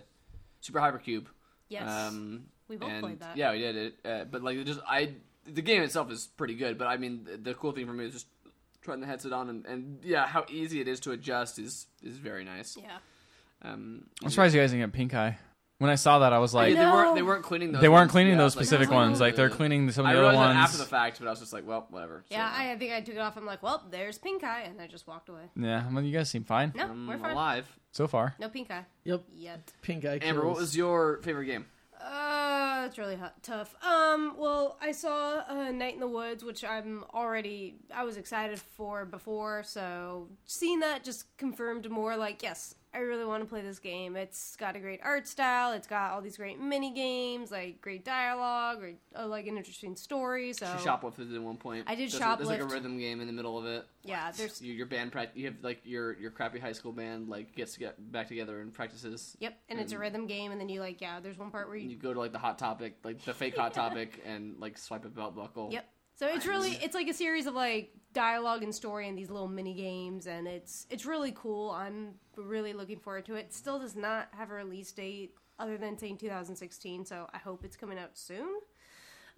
[SPEAKER 1] super hypercube
[SPEAKER 5] Yes.
[SPEAKER 1] um
[SPEAKER 5] we both
[SPEAKER 1] and-
[SPEAKER 5] played that.
[SPEAKER 1] Yeah, we did it. Uh, but like, it just I the game itself is pretty good. But I mean, the, the cool thing for me is just trying the headset on and, and yeah, how easy it is to adjust is is very nice.
[SPEAKER 5] Yeah.
[SPEAKER 1] Um,
[SPEAKER 2] I'm surprised you guys didn't get pink eye. When I saw that, I was
[SPEAKER 1] Like,
[SPEAKER 2] like,
[SPEAKER 1] they weren't
[SPEAKER 5] No.
[SPEAKER 1] they weren't cleaning those.
[SPEAKER 2] they weren't
[SPEAKER 1] ones.
[SPEAKER 2] cleaning
[SPEAKER 1] Yeah,
[SPEAKER 2] those
[SPEAKER 1] like,
[SPEAKER 2] specific
[SPEAKER 5] like,
[SPEAKER 2] ones.
[SPEAKER 5] oh.
[SPEAKER 2] Like they're cleaning some of
[SPEAKER 1] I
[SPEAKER 2] the other
[SPEAKER 1] realized that
[SPEAKER 2] ones.
[SPEAKER 1] after the fact, but I was just like, well, whatever.
[SPEAKER 5] Yeah,
[SPEAKER 1] So,
[SPEAKER 5] I, I think I took it off. I'm like, well, there's pink eye, and I just walked away.
[SPEAKER 2] yeah, I mean, you guys seem fine
[SPEAKER 5] No,
[SPEAKER 1] I'm
[SPEAKER 5] we're fine.
[SPEAKER 1] alive.
[SPEAKER 2] so far.
[SPEAKER 5] No pink eye
[SPEAKER 3] Yep.
[SPEAKER 5] yet.
[SPEAKER 3] Pink eye.
[SPEAKER 1] Amber, what
[SPEAKER 3] kills.
[SPEAKER 1] was your favorite game?
[SPEAKER 5] Uh, it's really hot, tough. Um, well, I saw uh, Night in the Woods, which I'm already I was excited for before, so seeing that just confirmed more. Like, yes, I really want to play this game. It's got a great art style. It's got all these great mini games, like great dialogue, great, uh, like an interesting story. So
[SPEAKER 1] She shoplifted at one point.
[SPEAKER 5] I did
[SPEAKER 1] there's a- There's like a
[SPEAKER 5] shoplift.
[SPEAKER 1] rhythm game in the middle of it.
[SPEAKER 5] yeah, there's
[SPEAKER 1] You, your band, prac- you have like your your crappy high school band like gets to get back together and practices
[SPEAKER 5] yep, and it's a rhythm game, and then you like yeah, there's one part where you
[SPEAKER 1] you go to like the hot topic, like the fake hot topic, and like swipe a belt buckle.
[SPEAKER 5] Yep. So it's really it's like a series of like dialogue and story and these little mini games, and it's it's really cool. I'm really looking forward to it. Still does not have a release date other than saying 2016, so I hope it's coming out soon.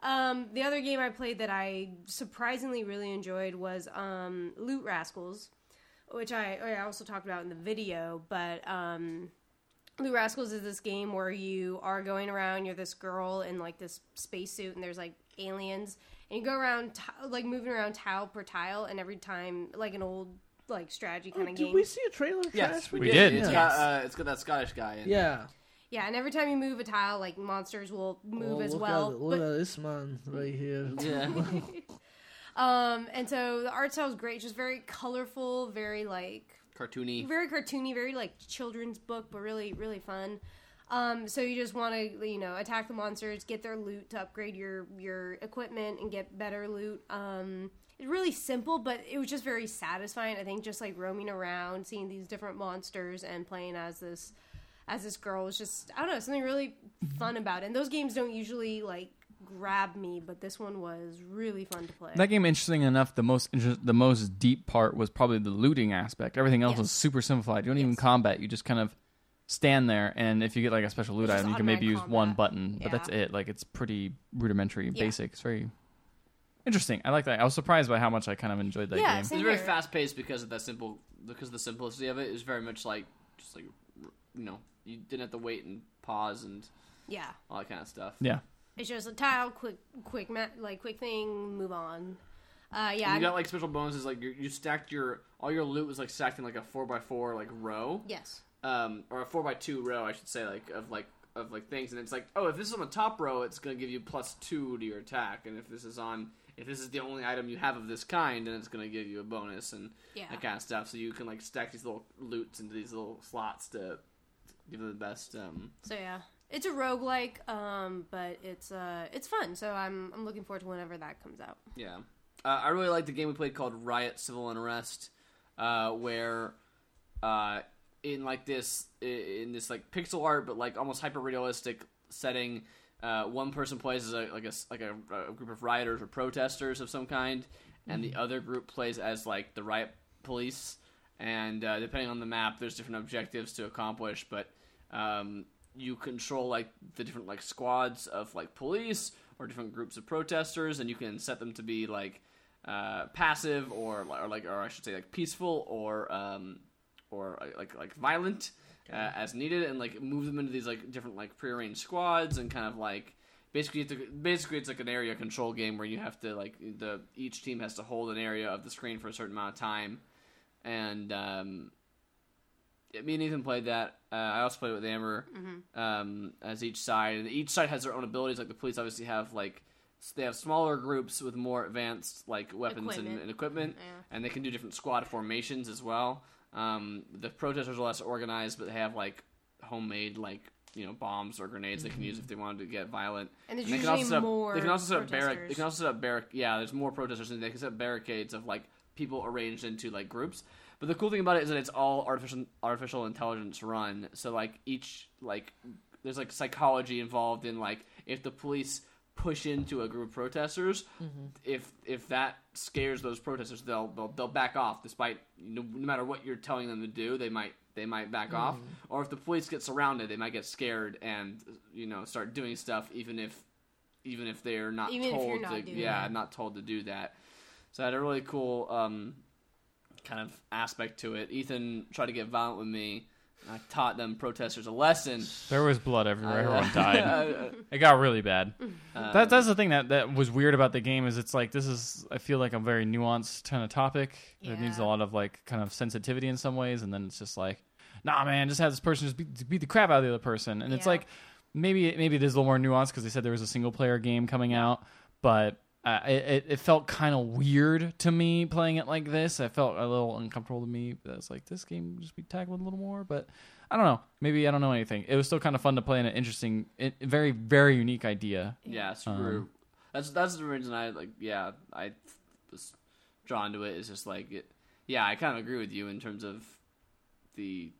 [SPEAKER 5] Um, the other game I played that I surprisingly really enjoyed was um, Loot Rascals, which I I also talked about in the video, but. Um, Blue Rascals is this game where you are going around. You're this girl in like this spacesuit, and there's like aliens, and you go around t- like moving around tile per tile, and every time like an old like strategy kind of
[SPEAKER 3] Oh, Did
[SPEAKER 5] game.
[SPEAKER 3] we see a trailer? For
[SPEAKER 1] Yes,
[SPEAKER 3] that?
[SPEAKER 1] we,
[SPEAKER 2] We
[SPEAKER 1] did.
[SPEAKER 2] did.
[SPEAKER 1] It's
[SPEAKER 3] Yeah.
[SPEAKER 1] got uh, it's got that Scottish guy. In it.
[SPEAKER 3] Yeah.
[SPEAKER 5] Yeah, and every time you move a tile, like monsters will move
[SPEAKER 3] Oh,
[SPEAKER 5] as
[SPEAKER 3] look
[SPEAKER 5] well.
[SPEAKER 3] At, look at this man right here.
[SPEAKER 1] Yeah.
[SPEAKER 5] Um, and so the art style is great, just very colorful, very like
[SPEAKER 1] cartoony.
[SPEAKER 5] very cartoony, very like children's book, but really, really fun. Um, so you just want to, you know, attack the monsters, get their loot to upgrade your your equipment and get better loot. Um, it's really simple, but it was just very satisfying. I think just like roaming around, seeing these different monsters and playing as this as this girl was just I don't know something really fun about it. And those games don't usually like grab me, but this one was really fun to play.
[SPEAKER 2] That game, interesting enough, the most inter- the most deep part was probably the looting aspect. Everything else
[SPEAKER 5] Yes.
[SPEAKER 2] was super simplified. You don't even
[SPEAKER 5] Yes.
[SPEAKER 2] combat. You just kind of stand there, and if you get like a special loot
[SPEAKER 5] It's just
[SPEAKER 2] item, you can maybe use
[SPEAKER 5] automatic
[SPEAKER 2] one
[SPEAKER 5] combat.
[SPEAKER 2] button, but that's
[SPEAKER 5] Yeah.
[SPEAKER 2] it. Like it's pretty rudimentary,
[SPEAKER 5] Yeah.
[SPEAKER 2] basic. It's very interesting. I like that. I was surprised by how much I kind of enjoyed that
[SPEAKER 5] Yeah,
[SPEAKER 2] game.
[SPEAKER 5] same-
[SPEAKER 1] It's very
[SPEAKER 5] here.
[SPEAKER 1] fast paced because of that simple because of the simplicity of it is very much like just like you know you didn't have to wait and pause and
[SPEAKER 5] yeah.
[SPEAKER 1] all that kind of stuff.
[SPEAKER 2] yeah,
[SPEAKER 5] It's just a tile, quick, quick, ma- like quick thing, move on. Uh,
[SPEAKER 1] And
[SPEAKER 5] yeah, I-
[SPEAKER 1] you got like special bonuses like you you stacked your all your loot was like stacked in like a four by four like row.
[SPEAKER 5] yes,
[SPEAKER 1] um, or a four by two row, I should say, like of like of like things, and it's like, oh, if this is on the top row, it's gonna give you plus two to your attack, and if this is on, if this is the only item you have of this kind, then it's gonna give you a bonus and
[SPEAKER 5] Yeah.
[SPEAKER 1] that kind of stuff. So you can like stack these little loots into these little slots to give them the best. Um,
[SPEAKER 5] so yeah, it's a roguelike, um, but it's uh, it's fun. So I'm I'm looking forward to whenever that comes out.
[SPEAKER 1] Yeah. Uh, I really like the game we played called Riot Civil Unrest, uh, where uh, in like this in this like pixel art but like almost hyper realistic setting, uh, one person plays as a, like a s- like a, a group of rioters or protesters of some kind, and the other group plays as like the riot police. And uh, depending on the map, there's different objectives to accomplish, but um, you control like the different like squads of like police or different groups of protesters, and you can set them to be like uh, passive or, or like or I should say like peaceful or um, or uh, like like violent uh, as needed, and like move them into these like different like prearranged squads and kind of like. Basically, it's a- basically, it's like an area control game where you have to like the each team has to hold an area of the screen for a certain amount of time, and um, yeah, me and Ethan played that. Uh, I also played it with Amber um, as each side, and each side has their own abilities. Like the police obviously have like s- they have smaller groups with more advanced like weapons And,
[SPEAKER 5] Equipment.
[SPEAKER 1] and equipment,
[SPEAKER 5] Yeah.
[SPEAKER 1] and they can do different squad formations as well. Um, the protesters are less organized, but they have like homemade like you know bombs or grenades they can use if they wanted to get violent.
[SPEAKER 5] And there's
[SPEAKER 1] they can
[SPEAKER 5] usually
[SPEAKER 1] also set up,
[SPEAKER 5] more
[SPEAKER 1] They can also set up barric.
[SPEAKER 5] protesters.
[SPEAKER 1] They can also set up barric. Yeah, there's more protesters, and they can set up barricades of like people arranged into like groups. But the cool thing about it is that it's all artificial artificial intelligence run. So like each like there's like psychology involved in like if the police push into a group of protesters, if if that scares those protesters, they'll they'll, they'll back off despite no, no matter what you're telling them to do, they might they might back off. Or if the police get surrounded, they might get scared and you know start doing stuff even if even if they're not
[SPEAKER 5] Even if
[SPEAKER 1] told
[SPEAKER 5] you're not
[SPEAKER 1] to
[SPEAKER 5] doing
[SPEAKER 1] yeah
[SPEAKER 5] that.
[SPEAKER 1] not told to do that. So I had a really cool um, kind of aspect to it. Ethan tried to get violent with me. and I taught them protesters a lesson.
[SPEAKER 2] there was blood everywhere. Everyone died.
[SPEAKER 1] Uh,
[SPEAKER 2] It got really bad.
[SPEAKER 1] uh,
[SPEAKER 2] that
[SPEAKER 5] Um,
[SPEAKER 2] that's the thing that that was weird about the game is it's like this is I feel like a very nuanced kind of topic. It needs a
[SPEAKER 5] Yeah.
[SPEAKER 2] lot of like kind of sensitivity in some ways, and then it's just like, nah, man, just have this person just beat, beat the crap out of the other person, and it's
[SPEAKER 5] Yeah.
[SPEAKER 2] like maybe it- maybe it is a little more nuanced because they said there was a single player game coming out, but. Uh, it, it- it felt kind of weird to me playing it like this. I felt a little uncomfortable to me. I was like, this game just be tackled a little more, but I don't know. Maybe I don't know anything. It was still kind of fun to play and an interesting, it, very, very unique idea
[SPEAKER 1] Yeah, screw.
[SPEAKER 2] Uh-huh.
[SPEAKER 1] that's that's the reason I like. Yeah, I was drawn to it. It's just like it. Yeah, I kind of agree with you in terms of the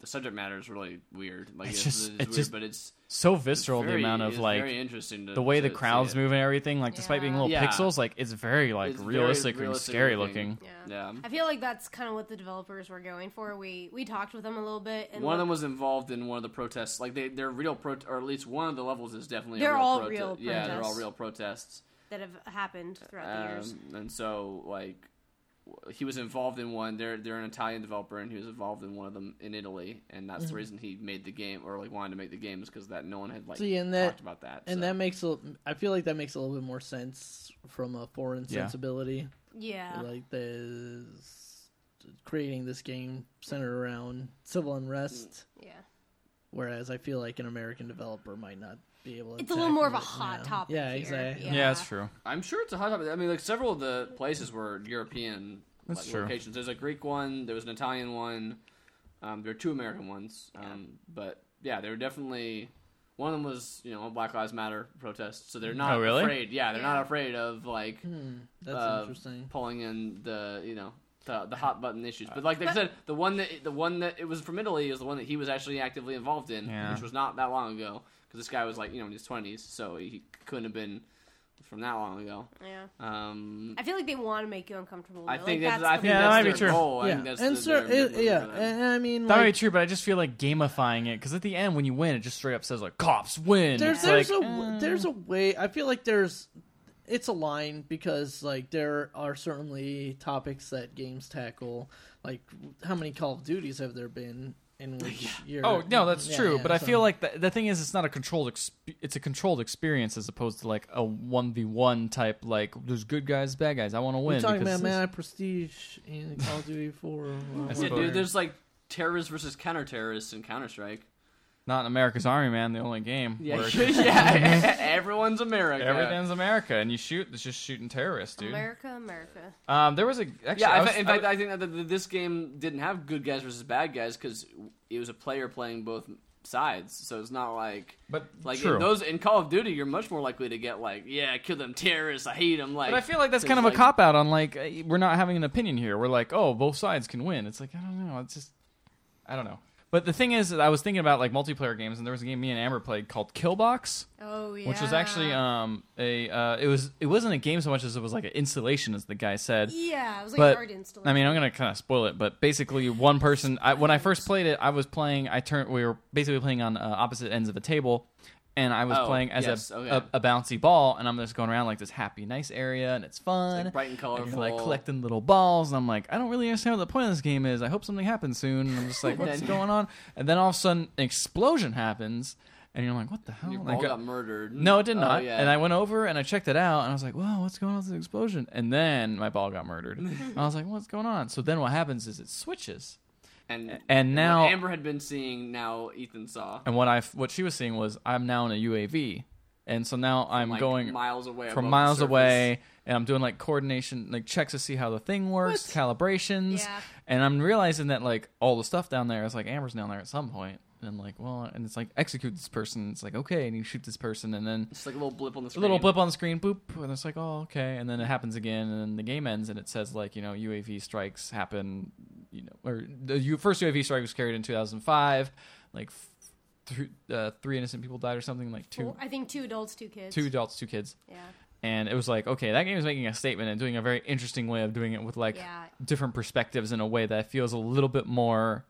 [SPEAKER 1] the subject matter is really weird. Like it's,
[SPEAKER 2] It's just-
[SPEAKER 1] it's
[SPEAKER 2] it's
[SPEAKER 1] weird,
[SPEAKER 2] just-
[SPEAKER 1] but it's
[SPEAKER 2] so visceral
[SPEAKER 1] Very-
[SPEAKER 2] the amount of
[SPEAKER 1] it's
[SPEAKER 2] like
[SPEAKER 1] very interesting to,
[SPEAKER 2] the way the
[SPEAKER 1] to see
[SPEAKER 2] crowds
[SPEAKER 1] it.
[SPEAKER 2] move and everything, like despite being little
[SPEAKER 1] Yeah.
[SPEAKER 2] pixels, like it's very like
[SPEAKER 1] It's very
[SPEAKER 2] realistic and
[SPEAKER 1] realistic
[SPEAKER 2] scary
[SPEAKER 1] looking.
[SPEAKER 2] looking.
[SPEAKER 5] Yeah.
[SPEAKER 1] Yeah.
[SPEAKER 5] I feel like that's kind of what the developers were going for. We we talked with them a little bit. And
[SPEAKER 1] One of them was involved in one of the protests. Like they, they're real pro, or at least one of the levels is definitely.
[SPEAKER 5] They're
[SPEAKER 1] a real
[SPEAKER 5] all
[SPEAKER 1] prote-
[SPEAKER 5] real
[SPEAKER 1] Yeah, they're all
[SPEAKER 5] protests.
[SPEAKER 1] real protests.
[SPEAKER 5] that have happened throughout the years.
[SPEAKER 1] Um, and so like w- he was involved in one they're they're an italian developer and he was involved in one of them in italy and that's
[SPEAKER 5] Mm-hmm.
[SPEAKER 1] the reason he made the game or like wanted to make the game is because that no one had like
[SPEAKER 3] See,
[SPEAKER 1] talked
[SPEAKER 3] and that-
[SPEAKER 1] about that
[SPEAKER 3] And
[SPEAKER 1] so.
[SPEAKER 3] that makes a, I feel like that makes a little bit more sense from a foreign
[SPEAKER 2] Yeah.
[SPEAKER 3] sensibility.
[SPEAKER 5] Yeah.
[SPEAKER 3] Like the creating this game centered around civil unrest,
[SPEAKER 5] Yeah.
[SPEAKER 3] whereas I feel like an American developer might not be able. to
[SPEAKER 5] It's a little more of a
[SPEAKER 3] tackle it, you
[SPEAKER 5] hot
[SPEAKER 3] know?
[SPEAKER 5] topic.
[SPEAKER 3] Yeah,
[SPEAKER 5] here.
[SPEAKER 3] exactly.
[SPEAKER 2] Yeah. that's true.
[SPEAKER 1] i'm sure it's a hot topic i mean like several of the places were european
[SPEAKER 2] That's
[SPEAKER 1] like,
[SPEAKER 2] true.
[SPEAKER 1] locations there's a greek one there was an italian one um, there were two american ones um, but yeah they were definitely one of them was you know a black lives matter protest so they're not
[SPEAKER 2] Oh, really?
[SPEAKER 1] afraid yeah they're
[SPEAKER 5] Yeah.
[SPEAKER 1] not afraid of like
[SPEAKER 3] Hmm, that's
[SPEAKER 1] uh,
[SPEAKER 3] interesting.
[SPEAKER 1] pulling in the you know the, the hot button issues. But like I said, the one that the one that it was from Italy is the one that he was actually actively involved in,
[SPEAKER 2] Yeah.
[SPEAKER 1] which was not that long ago because this guy was like you know in his twenties, so he couldn't have been from that long ago.
[SPEAKER 5] Yeah.
[SPEAKER 1] Um,
[SPEAKER 5] I feel like they want to make you uncomfortable.
[SPEAKER 1] I
[SPEAKER 5] though.
[SPEAKER 1] think
[SPEAKER 5] like,
[SPEAKER 1] that's, I
[SPEAKER 5] the
[SPEAKER 1] think
[SPEAKER 2] Yeah, that
[SPEAKER 1] that's
[SPEAKER 2] might
[SPEAKER 1] their
[SPEAKER 2] be true.
[SPEAKER 1] goal. I
[SPEAKER 3] yeah,
[SPEAKER 1] think that's
[SPEAKER 3] and
[SPEAKER 1] the-
[SPEAKER 3] so
[SPEAKER 1] their
[SPEAKER 3] it-
[SPEAKER 1] goal
[SPEAKER 3] yeah,
[SPEAKER 1] for that.
[SPEAKER 3] and I mean,
[SPEAKER 2] That might be
[SPEAKER 3] like,
[SPEAKER 2] true, but I just feel like gamifying it because at the end when you win, it just straight up says like cops win.
[SPEAKER 3] there's
[SPEAKER 2] It's
[SPEAKER 3] there's
[SPEAKER 2] like,
[SPEAKER 3] a w- there's a way. I feel like there's it's a line because like there are certainly topics that games tackle. Like how many Call of Duties have there been in which year?
[SPEAKER 2] Oh no, that's
[SPEAKER 3] Yeah,
[SPEAKER 2] true.
[SPEAKER 3] yeah,
[SPEAKER 2] but I
[SPEAKER 3] so-
[SPEAKER 2] feel like the, the thing is, it's not a controlled. Exp- it's a controlled experience as opposed to like a one v one type. Like there's good guys, bad guys. I want to win.
[SPEAKER 3] We're talking
[SPEAKER 2] because
[SPEAKER 3] about man prestige in Call of Duty Four.
[SPEAKER 2] I
[SPEAKER 1] yeah,
[SPEAKER 2] suppose.
[SPEAKER 1] dude, there's like terrorists versus counter terrorists in Counter Strike.
[SPEAKER 2] not in America's Army, man. The only game.
[SPEAKER 1] Yeah,
[SPEAKER 2] where
[SPEAKER 1] yeah, everyone's America.
[SPEAKER 2] everything's America, and you shoot. It's just shooting terrorists, dude.
[SPEAKER 5] America, America.
[SPEAKER 2] Um, there was a actually.
[SPEAKER 1] Yeah,
[SPEAKER 2] I
[SPEAKER 1] I
[SPEAKER 2] was-
[SPEAKER 1] fa- in
[SPEAKER 2] I
[SPEAKER 1] fact,
[SPEAKER 2] was-
[SPEAKER 1] I, think that th- this game didn't have good guys versus bad guys because it was a player playing both sides. So it's not like
[SPEAKER 2] but
[SPEAKER 1] like
[SPEAKER 2] true.
[SPEAKER 1] in those in Call of Duty, you're much more likely to get like, yeah, kill them terrorists, I hate them. Like,
[SPEAKER 2] but I feel like that's
[SPEAKER 1] there's,
[SPEAKER 2] kind of
[SPEAKER 1] like-
[SPEAKER 2] a cop out on like uh, we're not having an opinion here. We're like, oh, both sides can win. It's like I don't know. It's just I don't know. But the thing is, that I was thinking about like multiplayer games, and there was a game me and Amber played called Killbox.
[SPEAKER 5] Oh yeah.
[SPEAKER 2] which was actually um a uh, it was it wasn't a game so much as it was like an installation as the guy said
[SPEAKER 5] yeah, it was like
[SPEAKER 2] but
[SPEAKER 5] an art installation.
[SPEAKER 2] I mean I'm gonna kind of spoil it but basically one person I, when I first played it I was playing I turned we were basically playing on uh, opposite ends of a table and I was
[SPEAKER 1] Oh,
[SPEAKER 2] playing as
[SPEAKER 1] yes,
[SPEAKER 2] a,
[SPEAKER 1] okay.
[SPEAKER 2] a a bouncy ball and I'm just going around like this happy nice area and it's fun
[SPEAKER 1] like, bright and
[SPEAKER 2] and
[SPEAKER 1] colorful,
[SPEAKER 2] you're like collecting little balls, and I'm like, I don't really understand what the point of this game is. I hope something happens soon. And I'm just like, what's
[SPEAKER 1] Then-
[SPEAKER 2] going on? And then all of a sudden, an explosion happens, and you're like, what the hell?
[SPEAKER 1] Your
[SPEAKER 2] Like,
[SPEAKER 1] ball
[SPEAKER 2] uh,
[SPEAKER 1] got murdered.
[SPEAKER 2] no, it did
[SPEAKER 1] Oh,
[SPEAKER 2] not.
[SPEAKER 1] yeah.
[SPEAKER 2] And I went over and I checked it out, and I was like, "Wow, what's going on with this explosion?" And then my ball got murdered. And I was like, "What's going on?" So then what happens is it switches,
[SPEAKER 1] and
[SPEAKER 2] and now,
[SPEAKER 1] what Amber had been seeing. Now Ethan saw.
[SPEAKER 2] and what I what she was seeing was I'm now in a UAV, and so now I'm
[SPEAKER 1] like,
[SPEAKER 2] going
[SPEAKER 1] miles away above
[SPEAKER 2] from
[SPEAKER 1] the
[SPEAKER 2] miles
[SPEAKER 1] surface.
[SPEAKER 2] away, and I'm doing like coordination, like checks to see how the thing works, calibrations,
[SPEAKER 5] Yeah.
[SPEAKER 2] and I'm realizing that like all the stuff down there is like Amber's down there at some point, and I'm like, well, and it's like execute this person. It's like okay, and you shoot this person, and then
[SPEAKER 1] It's like a little blip on the
[SPEAKER 2] a
[SPEAKER 1] screen.
[SPEAKER 2] little blip on the screen, boop, and it's like, oh, okay. And then it happens again, and then the game ends, and it says like, you know, UAV strikes happen, you know, or the U- first UAV strike was carried in 2005, like f- th- uh, three innocent people died or something, like two,
[SPEAKER 5] Four- I think two adults, two kids.
[SPEAKER 2] two adults, two kids,
[SPEAKER 5] Yeah.
[SPEAKER 2] and it was like, okay, that game is making a statement and doing a very interesting way of doing it with like
[SPEAKER 5] Yeah.
[SPEAKER 2] different perspectives in a way that feels a little bit more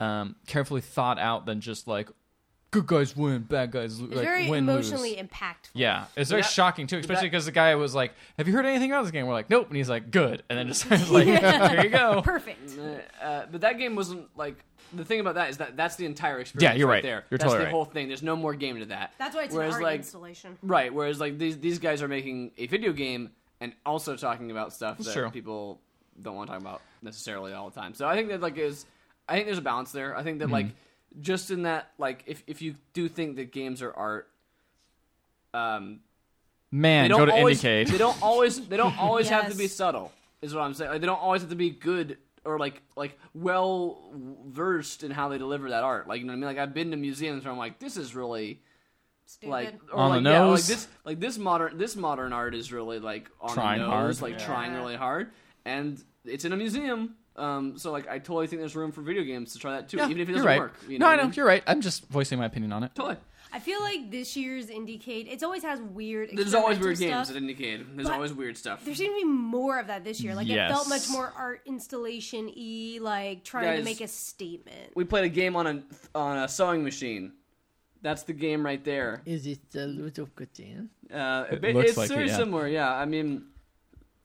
[SPEAKER 2] um, carefully thought out than just like. Good guys win, bad guys lo-
[SPEAKER 5] It's
[SPEAKER 2] like,
[SPEAKER 5] very
[SPEAKER 2] win, lose.
[SPEAKER 5] emotionally impactful.
[SPEAKER 2] Yeah, it's very
[SPEAKER 1] That-
[SPEAKER 2] shocking too,
[SPEAKER 1] that-
[SPEAKER 2] especially because the guy was like, "Have you heard anything about this game?" We're like, "Nope," and he's like, "Good," and then just like, "There you go."
[SPEAKER 5] Perfect.
[SPEAKER 1] Uh, but that game wasn't like the thing about that is that that's the entire experience.
[SPEAKER 2] you're right.
[SPEAKER 1] There,
[SPEAKER 2] You're
[SPEAKER 1] that's
[SPEAKER 2] totally
[SPEAKER 1] the
[SPEAKER 2] right.
[SPEAKER 1] whole thing. There's no more game to that.
[SPEAKER 5] That's why it's
[SPEAKER 1] Whereas,
[SPEAKER 5] an art
[SPEAKER 1] like,
[SPEAKER 5] installation.
[SPEAKER 1] Right. Whereas like these these guys are making a video game and also talking about stuff that
[SPEAKER 2] true.
[SPEAKER 1] people don't want to talk about necessarily all the time. So I think that like is I think there's a balance there. I think
[SPEAKER 2] Mm-hmm.
[SPEAKER 1] that like just in that like if if you do think that games are art, um,
[SPEAKER 2] Man,
[SPEAKER 1] they don't
[SPEAKER 2] go to
[SPEAKER 1] always
[SPEAKER 2] indicate.
[SPEAKER 1] they don't always they don't always have to be
[SPEAKER 5] Yes.
[SPEAKER 1] subtle. Is what I'm saying. Like, they don't always have to be good or like like well versed in how they deliver that art. Like you know what I mean? Like I've been to museums where I'm like this is really
[SPEAKER 5] Stupid.
[SPEAKER 1] like or
[SPEAKER 2] On
[SPEAKER 1] like,
[SPEAKER 2] the
[SPEAKER 1] yeah, or
[SPEAKER 2] nose.
[SPEAKER 1] like this like this modern this modern art is really like on
[SPEAKER 2] Trying
[SPEAKER 1] the nose,
[SPEAKER 2] hard.
[SPEAKER 1] like
[SPEAKER 2] Yeah.
[SPEAKER 1] trying really hard, and it's in a museum. Um, so like I totally think there's room for video games to try that too, even if it doesn't
[SPEAKER 2] you're right.
[SPEAKER 1] work. You
[SPEAKER 2] no, I
[SPEAKER 1] what
[SPEAKER 2] know
[SPEAKER 1] mean?
[SPEAKER 2] you're right. I'm just voicing my opinion on it.
[SPEAKER 1] totally.
[SPEAKER 5] I feel like this year's Indiecade, it's always has weird.
[SPEAKER 1] There's always weird
[SPEAKER 5] experimental
[SPEAKER 1] games
[SPEAKER 5] stuff.
[SPEAKER 1] at Indiecade. There's
[SPEAKER 5] But
[SPEAKER 1] always weird stuff.
[SPEAKER 5] There seemed to be more of that this year. Like it felt
[SPEAKER 2] Yes.
[SPEAKER 5] much more art installation y, like trying
[SPEAKER 1] Guys,
[SPEAKER 5] to make a statement.
[SPEAKER 1] We played a game on a on a sewing machine. That's the game right there.
[SPEAKER 3] Is it a little cutin?
[SPEAKER 1] Uh,
[SPEAKER 2] It
[SPEAKER 1] ba-
[SPEAKER 2] looks
[SPEAKER 1] it's
[SPEAKER 2] like it,
[SPEAKER 1] very
[SPEAKER 2] yeah.
[SPEAKER 1] similar. Yeah, I mean,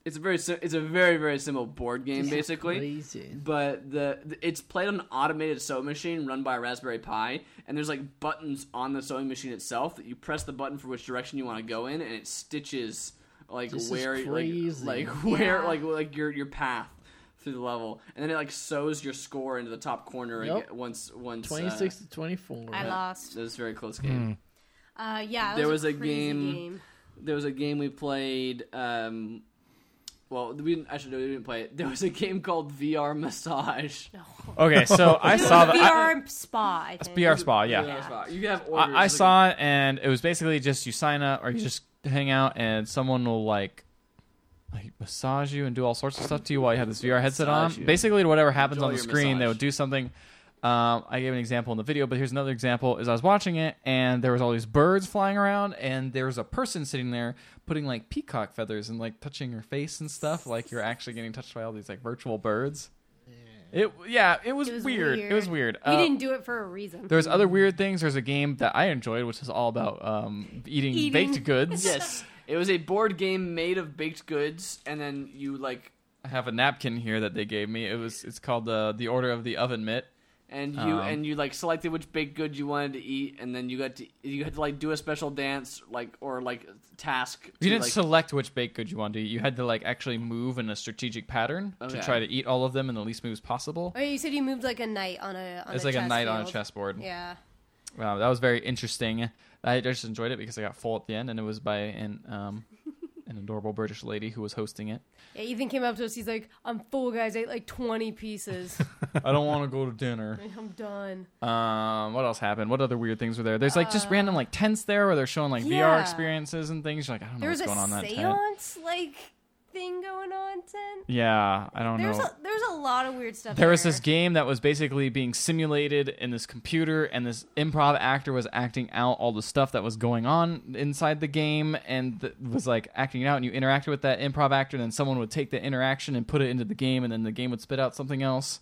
[SPEAKER 1] it's a very si- it's a very very simple board game basically. uh,
[SPEAKER 3] Crazy.
[SPEAKER 1] but the, the- it's played on an automated sewing machine run by a Raspberry Pi, and there's like buttons on the sewing machine itself that you press the button for which direction you want to go in, and it stitches like
[SPEAKER 3] This is
[SPEAKER 1] where
[SPEAKER 3] crazy.
[SPEAKER 1] like like where
[SPEAKER 5] Yeah.
[SPEAKER 1] like like your your path through the level, and then it like sews your score into the top corner
[SPEAKER 3] Yep.
[SPEAKER 1] again, once once.
[SPEAKER 3] Twenty six to twenty four.
[SPEAKER 5] I
[SPEAKER 1] Uh,
[SPEAKER 5] lost.
[SPEAKER 1] It was a very close game.
[SPEAKER 5] Uh, yeah, it
[SPEAKER 1] There was
[SPEAKER 5] was
[SPEAKER 1] a
[SPEAKER 5] a crazy
[SPEAKER 1] game-
[SPEAKER 2] Hmm.
[SPEAKER 1] There was a game we played. Um, well, we didn't actually no, we didn't play it. There was a game called VR Massage.
[SPEAKER 2] Okay, so I saw
[SPEAKER 5] the
[SPEAKER 2] that.
[SPEAKER 5] VR spa. I think.
[SPEAKER 2] VR Spa, yeah.
[SPEAKER 1] You could have orders,
[SPEAKER 2] I, I
[SPEAKER 1] like-
[SPEAKER 2] saw it, and it was basically just you sign up or you just hang out, and someone will like, like massage you and do all sorts of stuff to you while you have this VR headset on.
[SPEAKER 1] Massage you.
[SPEAKER 2] Basically, whatever happens
[SPEAKER 1] Enjoy
[SPEAKER 2] on the
[SPEAKER 1] your
[SPEAKER 2] screen, they
[SPEAKER 1] massage.
[SPEAKER 2] would do something. Um, I gave an example in the video, but here's another example: is I was watching it, and there was all these birds flying around, and there was a person sitting there putting like peacock feathers and like touching your face and stuff, like you're actually getting touched by all these like virtual birds. It yeah, it was,
[SPEAKER 5] It was
[SPEAKER 2] weird. It was weird.
[SPEAKER 5] We
[SPEAKER 2] Uh,
[SPEAKER 5] didn't do it for a reason.
[SPEAKER 2] there's other weird things. There's a game that I enjoyed, which is all about um, eating,
[SPEAKER 5] Eating.
[SPEAKER 2] baked goods.
[SPEAKER 1] Yes. It was a board game made of baked goods, and then you like,
[SPEAKER 2] I have a napkin here that they gave me. It was it's called the the Order of the Oven Mitt.
[SPEAKER 1] and you
[SPEAKER 2] Um.
[SPEAKER 1] and you like selected which baked good you wanted to eat, and then you got to you had to like do a special dance like or like task.
[SPEAKER 2] You
[SPEAKER 1] to,
[SPEAKER 2] didn't
[SPEAKER 1] like,
[SPEAKER 2] select which baked good you wanted to eat. You had to like actually move in a strategic pattern
[SPEAKER 1] Okay.
[SPEAKER 2] to try to eat all of them in the least moves possible.
[SPEAKER 5] Oh, you said you moved like a knight on a. On
[SPEAKER 2] It's
[SPEAKER 5] a
[SPEAKER 2] like a
[SPEAKER 5] chess
[SPEAKER 2] knight on a
[SPEAKER 5] field.
[SPEAKER 2] chessboard.
[SPEAKER 5] Yeah.
[SPEAKER 2] Wow, that was very interesting. I just enjoyed it because I got full at the end, and it was by an um, an adorable British lady who was hosting it.
[SPEAKER 5] Yeah, Ethan came up to us. He's like, "I'm full, guys. I ate like 20 pieces.
[SPEAKER 2] I don't want to go to dinner.
[SPEAKER 5] I'm done."
[SPEAKER 2] Um, what else happened? What other weird things were there? There's like just random like tents there where they're showing like
[SPEAKER 5] Uh, yeah.
[SPEAKER 2] VR experiences and things. You're like, I don't know
[SPEAKER 5] There was
[SPEAKER 2] what's
[SPEAKER 5] a
[SPEAKER 2] going on in that tent.
[SPEAKER 5] seance like thing going on. Tent.
[SPEAKER 2] Yeah, I don't
[SPEAKER 5] There's
[SPEAKER 2] know.
[SPEAKER 5] a there's a lot of weird stuff.
[SPEAKER 2] there was this game that was basically being simulated in this computer, and this improv actor was acting out all the stuff that was going on inside the game, and th- was like acting it out. And you interacted with that improv actor, and then someone would take the interaction and put it into the game, and then the game would spit out something else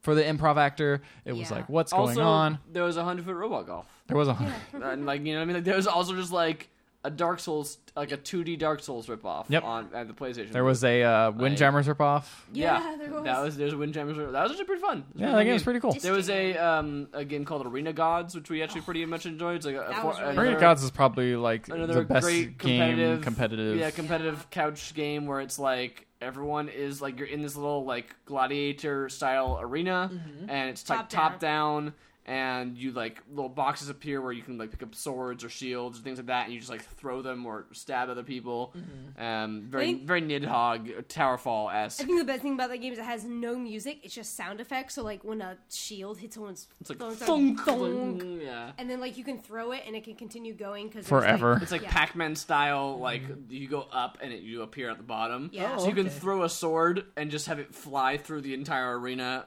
[SPEAKER 2] for the improv actor. It was
[SPEAKER 5] Yeah.
[SPEAKER 2] like, what's
[SPEAKER 1] Also,
[SPEAKER 2] going on?
[SPEAKER 1] there was a hundred foot robot golf,
[SPEAKER 2] There was a
[SPEAKER 1] and like you know what I mean. Like, there was also just like a Dark Souls, like a two D Dark Souls ripoff
[SPEAKER 2] Yep.
[SPEAKER 1] on at the PlayStation.
[SPEAKER 2] there was a uh, Windjammers ripoff.
[SPEAKER 1] yeah,
[SPEAKER 5] Yeah, there was.
[SPEAKER 1] that was there's Windjammers. That was actually pretty fun. It was a
[SPEAKER 2] Yeah,
[SPEAKER 1] fun
[SPEAKER 2] that game was pretty cool.
[SPEAKER 1] There was a um a game called Arena Gods, which we actually pretty much enjoyed. It's like a,
[SPEAKER 5] That
[SPEAKER 1] a,
[SPEAKER 5] was really
[SPEAKER 2] Arena
[SPEAKER 1] another-
[SPEAKER 5] Another-
[SPEAKER 2] Gods is probably like
[SPEAKER 1] another
[SPEAKER 2] the best
[SPEAKER 1] great
[SPEAKER 2] game
[SPEAKER 1] competitive,
[SPEAKER 2] competitive.
[SPEAKER 1] yeah competitive couch game where it's like everyone is like you're in this little like gladiator style arena and it's like top
[SPEAKER 5] Top
[SPEAKER 1] down and you like little boxes appear where you can like pick up swords or shields or things like that and you just like throw them or stab other people um very
[SPEAKER 5] think-
[SPEAKER 1] very nidhogg towerfall
[SPEAKER 5] I
[SPEAKER 1] esque
[SPEAKER 5] think the best thing about that game is it has no music. It's just sound effects. So like when a shield hits someone's,
[SPEAKER 1] it's like
[SPEAKER 5] someone's
[SPEAKER 1] thunk,
[SPEAKER 5] uh, thunk,
[SPEAKER 1] thunk, yeah
[SPEAKER 5] and then like you can throw it and it can continue going because
[SPEAKER 2] Forever.
[SPEAKER 1] it's like
[SPEAKER 5] yeah.
[SPEAKER 1] Pac-Man style, like you go up and it, you appear at the bottom.
[SPEAKER 5] Yeah.
[SPEAKER 1] So you can
[SPEAKER 3] Okay.
[SPEAKER 1] throw a sword and just have it fly through the entire arena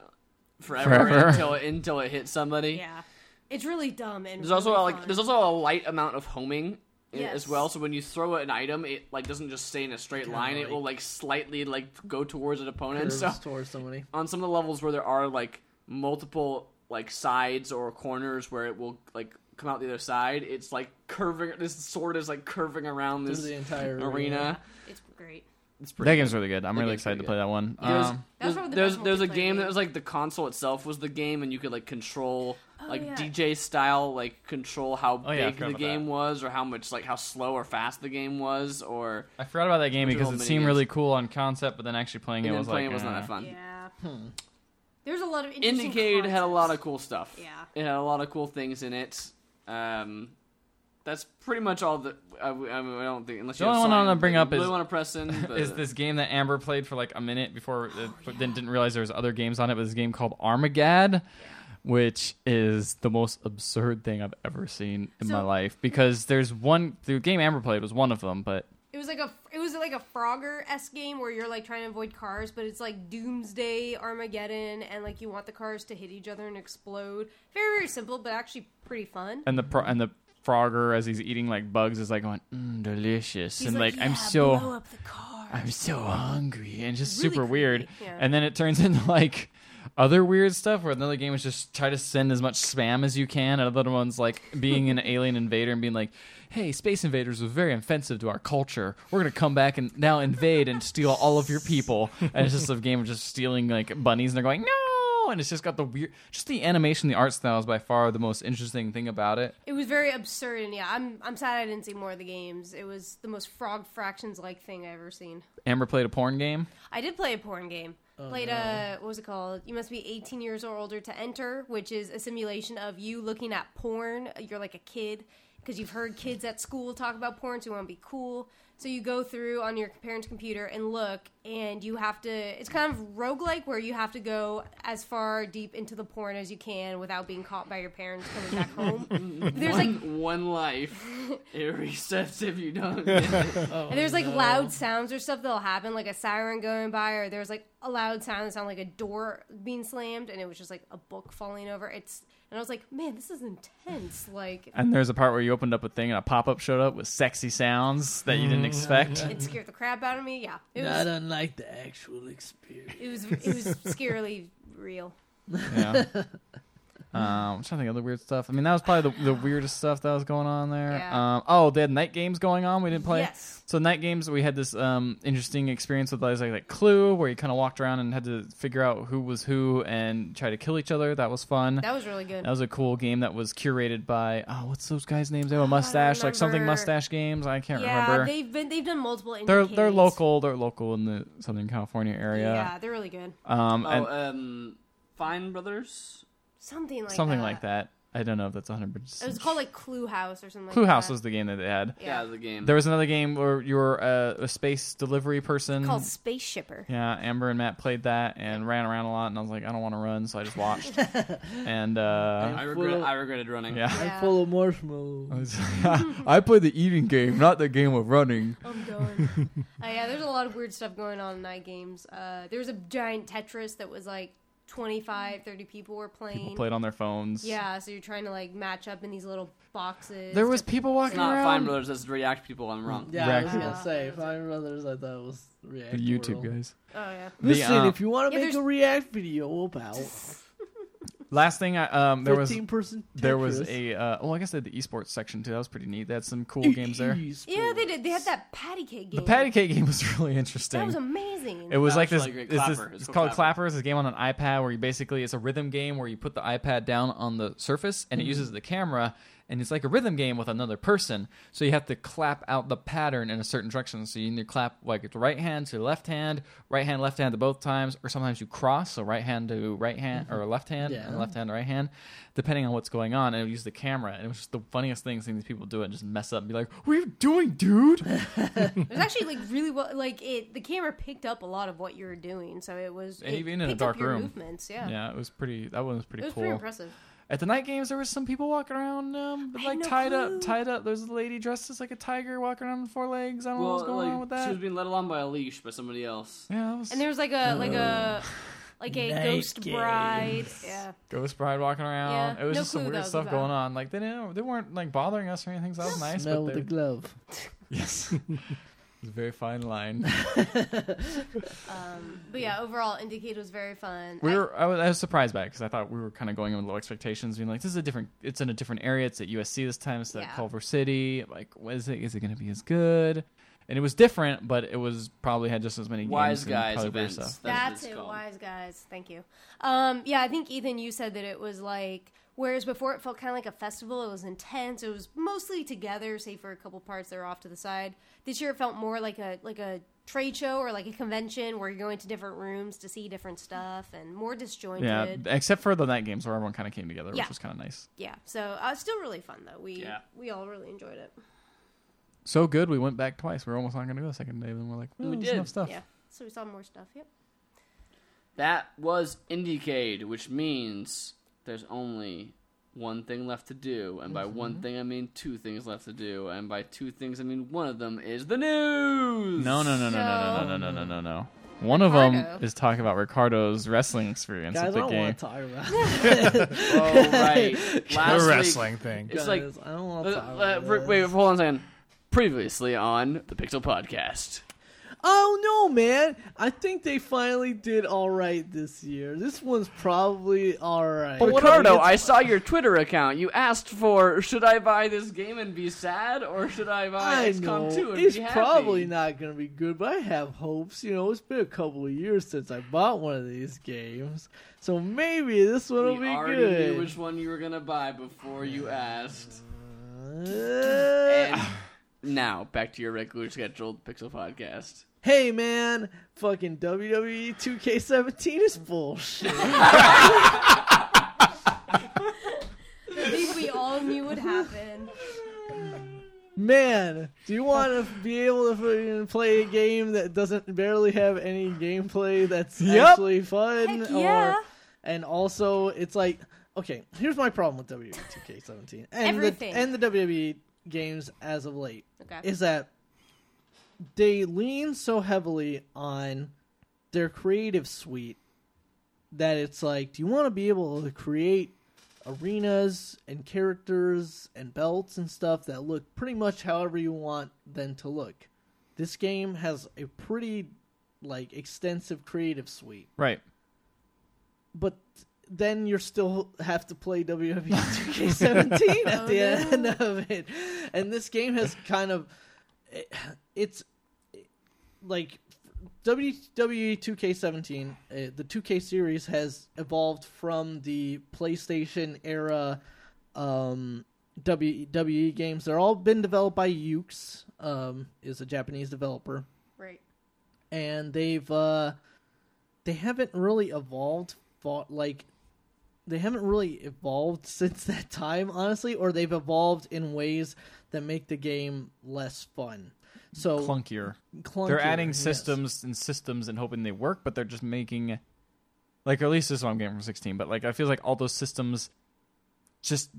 [SPEAKER 1] forever,
[SPEAKER 2] Forever.
[SPEAKER 1] until it, until it hits somebody.
[SPEAKER 5] Yeah, it's really dumb and
[SPEAKER 1] There's also
[SPEAKER 5] really
[SPEAKER 1] a, like
[SPEAKER 5] fun.
[SPEAKER 1] there's also a light amount of homing in-
[SPEAKER 5] Yes.
[SPEAKER 1] as well. So when you throw an item, it like doesn't just stay in a straight line. It will like slightly like go towards an opponent. So
[SPEAKER 3] towards somebody.
[SPEAKER 1] on some of the levels where there are like multiple like sides or corners where it will like come out the other side, it's like curving. This sword is like curving around
[SPEAKER 3] Through
[SPEAKER 1] this
[SPEAKER 3] the entire
[SPEAKER 1] arena.
[SPEAKER 5] it's great.
[SPEAKER 1] It's
[SPEAKER 2] That game's really good. I'm
[SPEAKER 1] That
[SPEAKER 2] really
[SPEAKER 1] game's
[SPEAKER 2] excited to
[SPEAKER 1] pretty
[SPEAKER 2] play that one.
[SPEAKER 1] There's,
[SPEAKER 2] Um,
[SPEAKER 5] That's
[SPEAKER 1] there's,
[SPEAKER 5] probably the
[SPEAKER 1] there's,
[SPEAKER 5] best
[SPEAKER 1] there's a
[SPEAKER 5] multiplayer
[SPEAKER 1] game that
[SPEAKER 5] game.
[SPEAKER 1] was like the console itself was the game, and you could like control like
[SPEAKER 5] Oh, yeah.
[SPEAKER 1] DJ style, like control how
[SPEAKER 2] Oh, yeah, I
[SPEAKER 1] big
[SPEAKER 2] forgot
[SPEAKER 1] the
[SPEAKER 2] about
[SPEAKER 1] game
[SPEAKER 2] that.
[SPEAKER 1] was, or how much like how slow or fast the game was, or
[SPEAKER 2] I forgot about that game
[SPEAKER 1] Those are
[SPEAKER 2] because
[SPEAKER 1] all
[SPEAKER 2] it
[SPEAKER 1] mini
[SPEAKER 2] seemed
[SPEAKER 1] games.
[SPEAKER 2] really cool on concept, but then actually playing
[SPEAKER 1] and
[SPEAKER 2] it
[SPEAKER 1] then
[SPEAKER 2] was
[SPEAKER 1] playing
[SPEAKER 2] like
[SPEAKER 1] it was not
[SPEAKER 2] eh.
[SPEAKER 1] that fun.
[SPEAKER 5] Yeah, there's a lot of interesting
[SPEAKER 1] Indiecade had a lot of
[SPEAKER 5] concepts.
[SPEAKER 1] cool stuff.
[SPEAKER 5] Yeah.
[SPEAKER 1] it had a lot of cool things in it. Um, that's pretty much all the I, I, mean, I don't think unless
[SPEAKER 2] The
[SPEAKER 1] you have
[SPEAKER 2] only one I
[SPEAKER 1] something
[SPEAKER 2] wanna bring
[SPEAKER 1] that you
[SPEAKER 2] up
[SPEAKER 1] really
[SPEAKER 2] is-
[SPEAKER 1] want to press in but,
[SPEAKER 2] Is this game that Amber played for like a minute before, uh, but then didn't realize there was other games on it. But this game called Armageddon, which is the most absurd thing I've ever seen in my
[SPEAKER 5] So-
[SPEAKER 2] life. Because there's one the game Amber played was one of them, but
[SPEAKER 5] It was like a it was like a Frogger s game where you're like trying to avoid cars, but it's like Doomsday Armageddon, and like you want the cars to hit each other and explode. Very very simple, but actually pretty fun.
[SPEAKER 2] and the pro- and the Frogger as he's eating like bugs is like going mm, delicious, and like, I'm
[SPEAKER 5] blow
[SPEAKER 2] so
[SPEAKER 5] up the car.
[SPEAKER 2] I'm so hungry, and just
[SPEAKER 5] Really
[SPEAKER 2] super weird.
[SPEAKER 5] creepy, yeah.
[SPEAKER 2] And then it turns into like other weird stuff where another game is just try to send as much spam as you can. and Another one's like being an alien invader and being like, "Hey, space invaders was very offensive to our culture. We're gonna come back and now invade and steal all of your people." And it's just a game of just stealing like bunnies, and they're going, "No!" And it's just got the weird, just the animation, the art style is by far the most interesting thing about it.
[SPEAKER 5] It was very absurd, and yeah, I'm I'm sad I didn't see more of the games. It was the most frog fractions like thing I've ever seen.
[SPEAKER 2] Amber played a porn game.
[SPEAKER 5] I did play a porn game. Played a what was it called? You must be 18 years or older to enter, which is a simulation of you looking at porn. You're like a kid because you've heard kids at school talk about porn, so you want to be cool. So you go through on your parents' computer and look, and you have to. It's kind of roguelike where you have to go as far deep into the porn as you can without being caught by your parents coming back home. There's like
[SPEAKER 1] one, one life. It resets if you don't. get it.
[SPEAKER 3] Oh,
[SPEAKER 5] And there's like
[SPEAKER 3] no.
[SPEAKER 5] loud sounds or stuff that'll happen, like a siren going by, or there's like a loud sound that sounded like a door being slammed, and it was just like a book falling over. It's and I was like, man, this is intense. Like
[SPEAKER 2] And there's a part where you opened up a thing and a pop up showed up with sexy sounds that you didn't expect.
[SPEAKER 5] it scared the crap out of me. Yeah, it
[SPEAKER 3] Not
[SPEAKER 5] was
[SPEAKER 3] unlike the actual experience.
[SPEAKER 5] it was it was scarily real.
[SPEAKER 2] Yeah. Um, I'm trying to think of other weird stuff. I mean, that was probably the, the weirdest stuff that was going on there.
[SPEAKER 5] Yeah.
[SPEAKER 2] Um, oh, they had night games going on. We didn't play.
[SPEAKER 5] Yes.
[SPEAKER 2] So night games, we had this um, interesting experience with like, like Clue, where you kind of walked around and had to figure out who was who and try to kill each other. That was fun.
[SPEAKER 5] That was really good.
[SPEAKER 2] That was a cool game that was curated by oh, what's those guys' names? They have a mustache, like something
[SPEAKER 5] remember.
[SPEAKER 2] mustache games. I can't
[SPEAKER 5] yeah,
[SPEAKER 2] remember.
[SPEAKER 5] they've been they've done multiple.
[SPEAKER 2] are
[SPEAKER 5] indie
[SPEAKER 2] they're
[SPEAKER 5] games.
[SPEAKER 2] local. They're local in the Southern California area.
[SPEAKER 5] Yeah, they're really good.
[SPEAKER 2] Um, and-
[SPEAKER 1] Oh, um, Fine Brothers.
[SPEAKER 5] Something like
[SPEAKER 2] something
[SPEAKER 5] that.
[SPEAKER 2] like that. I don't know if that's 100.
[SPEAKER 5] It
[SPEAKER 2] percent
[SPEAKER 5] was called like Clue House or something.
[SPEAKER 2] Clue
[SPEAKER 5] like
[SPEAKER 2] House
[SPEAKER 5] that.
[SPEAKER 2] was the game that they had.
[SPEAKER 1] Yeah,
[SPEAKER 5] yeah,
[SPEAKER 1] the game.
[SPEAKER 2] There was another game where you were uh, a space delivery person.
[SPEAKER 5] called Space Shipper.
[SPEAKER 2] yeah, Amber and Matt played that and ran around a lot, and I was like, I don't want to run, so I just watched. and uh,
[SPEAKER 1] I regret.
[SPEAKER 3] Full-
[SPEAKER 1] I regretted running.
[SPEAKER 2] yeah,
[SPEAKER 5] Yeah.
[SPEAKER 3] I'm full of marshmallows.
[SPEAKER 2] Oh, I played the eating game, not the game of running.
[SPEAKER 5] I'm done. uh, yeah, there's a lot of weird stuff going on in night games. Uh, there was a giant Tetris that was like 25, 30 people were playing.
[SPEAKER 2] People played on their phones.
[SPEAKER 5] yeah, so you're trying to like match up in these little boxes.
[SPEAKER 2] there was
[SPEAKER 5] to-
[SPEAKER 2] people
[SPEAKER 1] It's
[SPEAKER 2] walking
[SPEAKER 1] not
[SPEAKER 2] around.
[SPEAKER 1] Fine Brothers. That's React people. I'm wrong.
[SPEAKER 3] Yeah, I was
[SPEAKER 2] React-
[SPEAKER 3] gonna say Five Brothers. I thought was React.
[SPEAKER 2] The YouTube
[SPEAKER 3] World.
[SPEAKER 2] guys.
[SPEAKER 5] Oh yeah.
[SPEAKER 2] The,
[SPEAKER 3] Listen,
[SPEAKER 2] um,
[SPEAKER 3] if you want to
[SPEAKER 5] Yeah,
[SPEAKER 3] make a
[SPEAKER 5] there's-
[SPEAKER 3] React video about
[SPEAKER 2] Last thing, I, um, there was
[SPEAKER 3] fifteen person,
[SPEAKER 2] there was a uh, well, I guess they had the esports section too. That was pretty neat. They had some cool games there.
[SPEAKER 5] Yeah, they did. They had that patty cake game.
[SPEAKER 2] The patty cake game was really interesting.
[SPEAKER 5] That was amazing.
[SPEAKER 2] It was
[SPEAKER 1] That
[SPEAKER 2] like
[SPEAKER 1] was
[SPEAKER 2] this.
[SPEAKER 1] really great.
[SPEAKER 2] it's, this-
[SPEAKER 1] Clapper.
[SPEAKER 2] it's called Clapper. It's a game on an iPad where you basically it's a rhythm game where you put the iPad down on the surface and it
[SPEAKER 1] Mm-hmm.
[SPEAKER 2] uses the camera and it's like a rhythm game with another person. So you have to clap out the pattern in a certain direction. So you need to clap like with the right hand to the left hand, right hand left hand to both times, or sometimes you cross so right hand to right hand
[SPEAKER 1] Mm-hmm.
[SPEAKER 2] or left hand
[SPEAKER 3] Yeah.
[SPEAKER 2] and left hand to right hand, depending on what's going on. And it would use the camera and it was just the funniest thing seeing these people do it and just mess up and be like, "What are you doing, dude?"
[SPEAKER 5] It was actually like really well. Like it, the camera picked up a lot of what you were doing, so it was
[SPEAKER 2] And
[SPEAKER 5] it
[SPEAKER 2] even in a
[SPEAKER 5] picked
[SPEAKER 2] dark
[SPEAKER 5] up your
[SPEAKER 2] room.
[SPEAKER 5] Movements, yeah.
[SPEAKER 2] yeah, it was pretty. That one was pretty
[SPEAKER 5] It was
[SPEAKER 2] cool.
[SPEAKER 5] pretty impressive.
[SPEAKER 2] At the night games, there was some people walking around, um,
[SPEAKER 5] I had
[SPEAKER 2] like
[SPEAKER 5] no
[SPEAKER 2] tied
[SPEAKER 5] clue.
[SPEAKER 2] up, tied up. There's a lady dressed as like a tiger walking around on four legs. I don't know
[SPEAKER 1] Well,
[SPEAKER 2] what's going
[SPEAKER 1] like,
[SPEAKER 2] on with
[SPEAKER 1] she
[SPEAKER 2] that.
[SPEAKER 1] was being led along by a leash by somebody else.
[SPEAKER 2] yeah, that was
[SPEAKER 5] And there was like a like a like a
[SPEAKER 3] Night
[SPEAKER 5] ghost
[SPEAKER 3] games.
[SPEAKER 5] bride. Yeah.
[SPEAKER 2] Ghost Bride walking around.
[SPEAKER 5] Yeah,
[SPEAKER 2] it was
[SPEAKER 5] no
[SPEAKER 2] just some
[SPEAKER 5] clue that
[SPEAKER 2] weird
[SPEAKER 5] was
[SPEAKER 2] stuff
[SPEAKER 5] about.
[SPEAKER 2] going on. Like they didn't, they weren't like bothering us or anything. So that was nice.
[SPEAKER 3] Smell
[SPEAKER 2] but
[SPEAKER 3] the
[SPEAKER 2] they,
[SPEAKER 3] glove.
[SPEAKER 2] yes, it's a very fine line.
[SPEAKER 5] Um, but yeah, overall, Indicate was very fun.
[SPEAKER 2] We
[SPEAKER 5] I-
[SPEAKER 2] were. I was, I was surprised by it because I thought we were kind of going in with low expectations, being like, "This is a different. It's in a different area. It's at USC this time. It's at
[SPEAKER 5] Yeah.
[SPEAKER 2] Culver City. Like, what is it? Is it going to be as good?" And it was different, but it was probably had just as many
[SPEAKER 1] Wise
[SPEAKER 2] games and
[SPEAKER 1] guys
[SPEAKER 2] probably weird
[SPEAKER 1] events.
[SPEAKER 2] stuff.
[SPEAKER 5] That's
[SPEAKER 1] what
[SPEAKER 5] it,
[SPEAKER 1] it's called.
[SPEAKER 5] wise guys. Thank you. Um, yeah, I think Ethan, you said that it was like whereas before it felt kind of like a festival. It was intense. It was mostly together, save for a couple parts that were off to the side. This year, it felt more like a like a trade show or like a convention where you're going to different rooms to see different stuff and more
[SPEAKER 2] Yeah,
[SPEAKER 5] disjointed.
[SPEAKER 2] except for the night games where everyone kind of came together,
[SPEAKER 5] Yeah.
[SPEAKER 2] which was kind of nice.
[SPEAKER 5] Yeah. So uh, still really fun though. We
[SPEAKER 1] Yeah.
[SPEAKER 5] we all really enjoyed it.
[SPEAKER 2] So good, we went back twice. We were almost not going to go the second day, but then we're like, well,
[SPEAKER 1] We
[SPEAKER 2] there's
[SPEAKER 1] did.
[SPEAKER 2] enough stuff.
[SPEAKER 5] Yeah. So we saw more stuff. Yep.
[SPEAKER 1] That was Indiecade, which means there's only one thing left to do, and by
[SPEAKER 2] mm-hmm.
[SPEAKER 1] one thing I mean two things left to do, and by two things I mean one of them is the news.
[SPEAKER 2] No, no, no, no, no, no,
[SPEAKER 5] So-
[SPEAKER 2] no, no, no, no, no. One of them
[SPEAKER 5] Ricardo.
[SPEAKER 2] is talking about Ricardo's wrestling experience
[SPEAKER 3] Guys, I
[SPEAKER 2] at the
[SPEAKER 3] don't
[SPEAKER 2] game.
[SPEAKER 3] want to talk about it.
[SPEAKER 1] Oh right, last
[SPEAKER 4] the
[SPEAKER 1] week-
[SPEAKER 4] wrestling thing.
[SPEAKER 1] It's like
[SPEAKER 3] Guys, I don't want
[SPEAKER 1] uh,
[SPEAKER 3] to talk
[SPEAKER 1] uh,
[SPEAKER 3] about
[SPEAKER 1] r-
[SPEAKER 3] this.
[SPEAKER 1] wait, hold on a second. Previously on the Pixel Podcast.
[SPEAKER 3] Oh no, man! I think they finally did all right this year. This one's probably all right.
[SPEAKER 1] But
[SPEAKER 3] But
[SPEAKER 1] Ricardo, I saw your Twitter account. You asked for should I buy this game and be sad, or should I buy
[SPEAKER 3] I
[SPEAKER 1] XCOM 2
[SPEAKER 3] know
[SPEAKER 1] and
[SPEAKER 3] it's
[SPEAKER 1] be happy?
[SPEAKER 3] probably not going to be good, but I have hopes. You know, it's been a couple of years since I bought one of these games, so maybe this one
[SPEAKER 1] We
[SPEAKER 3] will be
[SPEAKER 1] already
[SPEAKER 3] good.
[SPEAKER 1] knew which one you were gonna buy before you asked.
[SPEAKER 3] Uh,
[SPEAKER 1] And now back to your regularly scheduled Pixel Podcast.
[SPEAKER 3] hey, man! Fucking E WWE 2K17 is bullshit.
[SPEAKER 5] I think we all knew would happen.
[SPEAKER 3] Man, do you want to be able to fucking play a game that doesn't barely have any gameplay that's
[SPEAKER 2] Yep.
[SPEAKER 3] actually fun?
[SPEAKER 5] Heck yeah.
[SPEAKER 3] Or, and also, it's like, okay, here's my problem with E WWE 2K17 and
[SPEAKER 5] Everything.
[SPEAKER 3] the and the WWE games as of late
[SPEAKER 5] Okay.
[SPEAKER 3] is that they lean so heavily on their creative suite that it's like, do you want to be able to create arenas and characters and belts and stuff that look pretty much however you want them to look? This game has a pretty like extensive creative suite,
[SPEAKER 2] Right.
[SPEAKER 3] but then you are still have to play E WWE 2K17 at the end of it. And this game has kind of it- it's like E WWE 2K17, uh, the 2K series has evolved from the PlayStation era um, WWE games. They're all been developed by Yuke's, um, is a Japanese developer,
[SPEAKER 5] Right.
[SPEAKER 3] and they've uh, they haven't really evolved. Fought, like they haven't really evolved since that time, honestly, or they've evolved in ways that make the game less fun. So
[SPEAKER 2] Clunkier.
[SPEAKER 3] clunkier,
[SPEAKER 2] they're adding
[SPEAKER 3] yes.
[SPEAKER 2] systems and systems and hoping they work, but they're just making like or at least this is what I'm getting from 16. But like I feel like all those systems just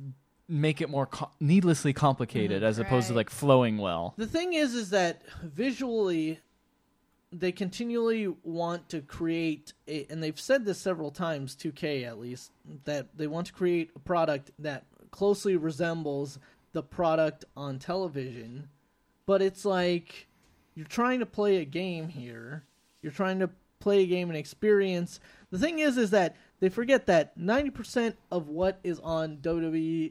[SPEAKER 2] make it more co- needlessly complicated as opposed to
[SPEAKER 5] Mm-hmm. Right.
[SPEAKER 2] like flowing well.
[SPEAKER 3] The thing is, is that visually, they continually want to create, a, and they've said this several times, 2K at least, that they want to create a product that closely resembles the product on television. But it's like you're trying to play a game here. You're trying to play a game and experience. The thing is, is that they forget that 90% of what is on WWE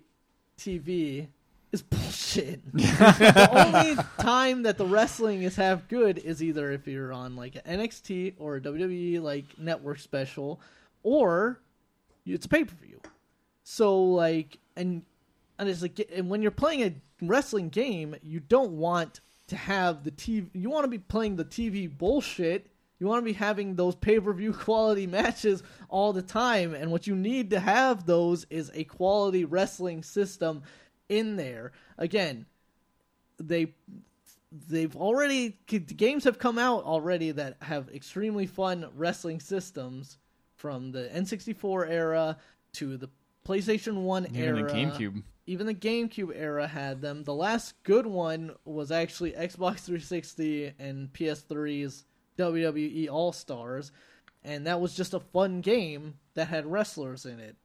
[SPEAKER 3] TV is bullshit. the only time that the wrestling is half good is either if you're on like a NXT or a WWE like network special, or it's pay per view. So like, and and it's like, and when you're playing a wrestling game, you don't want to have the TV. You want to be playing the TV bullshit. You want to be having those pay per view quality matches all the time. And what you need to have those is a quality wrestling system in there. Again, they they've already the games have come out already that have extremely fun wrestling systems from the N64 era to the PlayStation 1
[SPEAKER 2] Even the
[SPEAKER 3] era
[SPEAKER 2] GameCube.
[SPEAKER 3] even the GameCube era had them. The last good one was actually Xbox 360 and PS3's WWE All Stars, E and that was just a fun game that had wrestlers in it.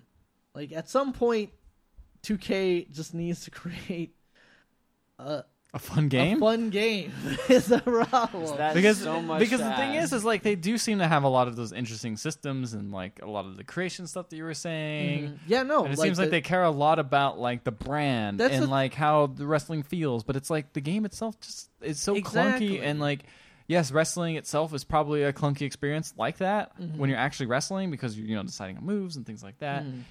[SPEAKER 3] Like at some point, 2K just needs to create
[SPEAKER 2] A fun game?
[SPEAKER 3] a fun game. is the problem.
[SPEAKER 1] That's
[SPEAKER 2] because
[SPEAKER 1] so much
[SPEAKER 2] because the
[SPEAKER 1] to
[SPEAKER 2] thing
[SPEAKER 1] ask.
[SPEAKER 2] is is like they do seem to have a lot of those interesting systems and like a lot of the creation stuff that you were saying.
[SPEAKER 3] yeah, no.
[SPEAKER 2] And it seems like
[SPEAKER 3] Mm-hmm. Oh, the-
[SPEAKER 2] they care a lot about like the brand
[SPEAKER 3] That's
[SPEAKER 2] and
[SPEAKER 3] the-
[SPEAKER 2] like how the wrestling feels, but it's like the game itself just is so
[SPEAKER 3] Exactly.
[SPEAKER 2] clunky and like yes, wrestling itself is probably a clunky experience like that
[SPEAKER 3] Mm-hmm.
[SPEAKER 2] when you're actually wrestling because you're you know deciding on moves and things like that.
[SPEAKER 3] Mm.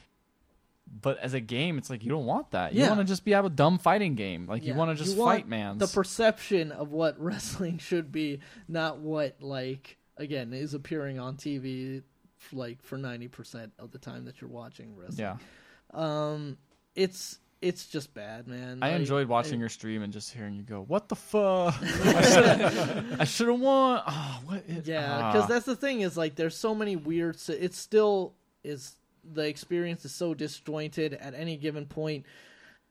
[SPEAKER 2] But as a game, it's like you don't want that. You
[SPEAKER 3] Yeah.
[SPEAKER 2] want to just be have a dumb fighting game. Like you
[SPEAKER 3] Yeah.
[SPEAKER 2] want to just
[SPEAKER 3] You want
[SPEAKER 2] fight man.
[SPEAKER 3] The perception of what wrestling should be, not what like again is appearing on TV like for 90% of the time that you're watching wrestling.
[SPEAKER 2] yeah,
[SPEAKER 3] Um it's it's just bad,
[SPEAKER 2] I
[SPEAKER 3] man. Mm-hmm. Like,
[SPEAKER 2] enjoyed watching your stream and just hearing you go, "What the fuck? I should have won." Ah, what? Is,
[SPEAKER 3] Yeah, because
[SPEAKER 2] ah."
[SPEAKER 3] that's the thing is like there's so many weird. s- It still is the experience is so disjointed at any given point.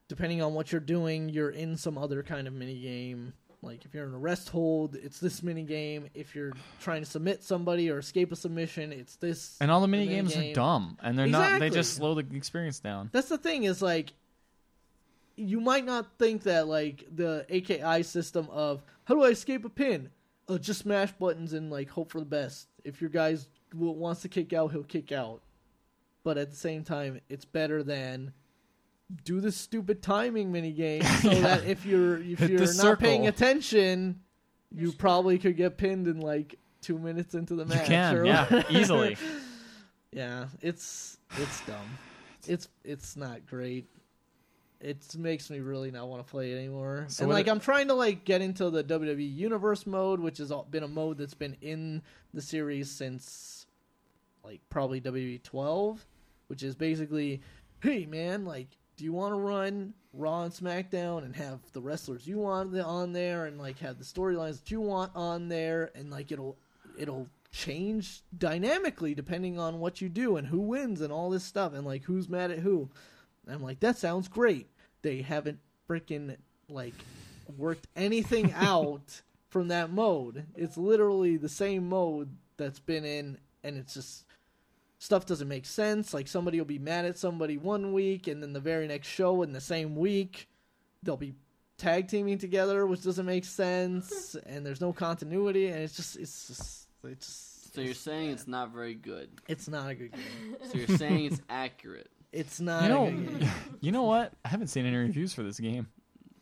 [SPEAKER 3] Depending on what you're doing, you're in some other kind of mini game. Like if you're in a rest hold, it's this mini game. If you're trying to submit somebody or escape a submission, it's this.
[SPEAKER 2] And all the mini games are
[SPEAKER 3] minigame.
[SPEAKER 2] dumb, and they're not. They just
[SPEAKER 3] Exactly.
[SPEAKER 2] slow the experience down.
[SPEAKER 3] That's the thing is like you might not think that like the AKI system of how do I escape a pin? Oh, just smash buttons and like hope for the best. If your guy's w- wants to kick out, he'll kick out. But at the same time, it's better than do this stupid timing mini game so that if you're if
[SPEAKER 2] Hit the
[SPEAKER 3] you're not paying
[SPEAKER 2] circle.
[SPEAKER 3] attention, you probably could get pinned in like two minutes into the
[SPEAKER 2] You
[SPEAKER 3] match.
[SPEAKER 2] can,
[SPEAKER 3] or
[SPEAKER 2] yeah,
[SPEAKER 3] whatever.
[SPEAKER 2] easily.
[SPEAKER 3] Yeah, it's it's dumb. It's it's not great. It makes me really not want to play it anymore.
[SPEAKER 2] So
[SPEAKER 3] and
[SPEAKER 2] what
[SPEAKER 3] like
[SPEAKER 2] it-
[SPEAKER 3] I'm trying to like get into the WWE Universe mode, which has all- been a mode that's been in the series since like probably WWE 12, which is basically, hey man, like do you want to run Raw and SmackDown and have the wrestlers you want the- on there and like have the storylines that you want on there and like it'll it'll change dynamically depending on what you do and who wins and all this stuff and like who's mad at who. And I'm like that sounds great. They haven't freaking like worked anything out from that mode. It's literally the same mode that's been in, and it's just stuff doesn't make sense. Like somebody will be mad at somebody one week, and then the very next show in the same week, they'll be tag teaming together, which doesn't make sense, and there's no continuity, and it's just, it's just, it's just.
[SPEAKER 1] So you're saying it's not very good.
[SPEAKER 3] it's not a good game.
[SPEAKER 1] So you're saying it's accurate.
[SPEAKER 3] It's not
[SPEAKER 2] You
[SPEAKER 3] a
[SPEAKER 2] know,
[SPEAKER 3] good game.
[SPEAKER 2] you know what? I haven't seen any reviews for this game.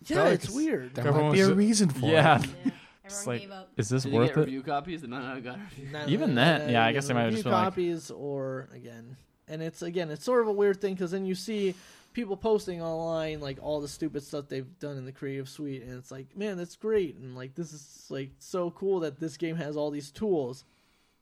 [SPEAKER 3] Yeah,
[SPEAKER 4] like
[SPEAKER 3] it's
[SPEAKER 4] it's-
[SPEAKER 3] weird.
[SPEAKER 4] There
[SPEAKER 2] Everyone
[SPEAKER 4] might be
[SPEAKER 2] was
[SPEAKER 4] a
[SPEAKER 2] ju-
[SPEAKER 4] reason for
[SPEAKER 2] yeah,
[SPEAKER 4] it.
[SPEAKER 5] Yeah. Everyone
[SPEAKER 2] It's like-
[SPEAKER 5] gave up.
[SPEAKER 2] is this
[SPEAKER 1] Did they
[SPEAKER 2] worth
[SPEAKER 1] get
[SPEAKER 2] it?
[SPEAKER 1] review copies? They might not have got review.
[SPEAKER 3] No,
[SPEAKER 2] Even
[SPEAKER 3] no,
[SPEAKER 2] that,
[SPEAKER 3] no,
[SPEAKER 2] yeah, I
[SPEAKER 3] you
[SPEAKER 2] guess
[SPEAKER 3] know,
[SPEAKER 2] they might have
[SPEAKER 3] review
[SPEAKER 2] just been like-
[SPEAKER 3] copies or again, and it's again, it's sort of a weird thing because then you see people posting online like all the stupid stuff they've done in the creative suite, and it's like, man, that's great, and like this is like so cool that this game has all these tools,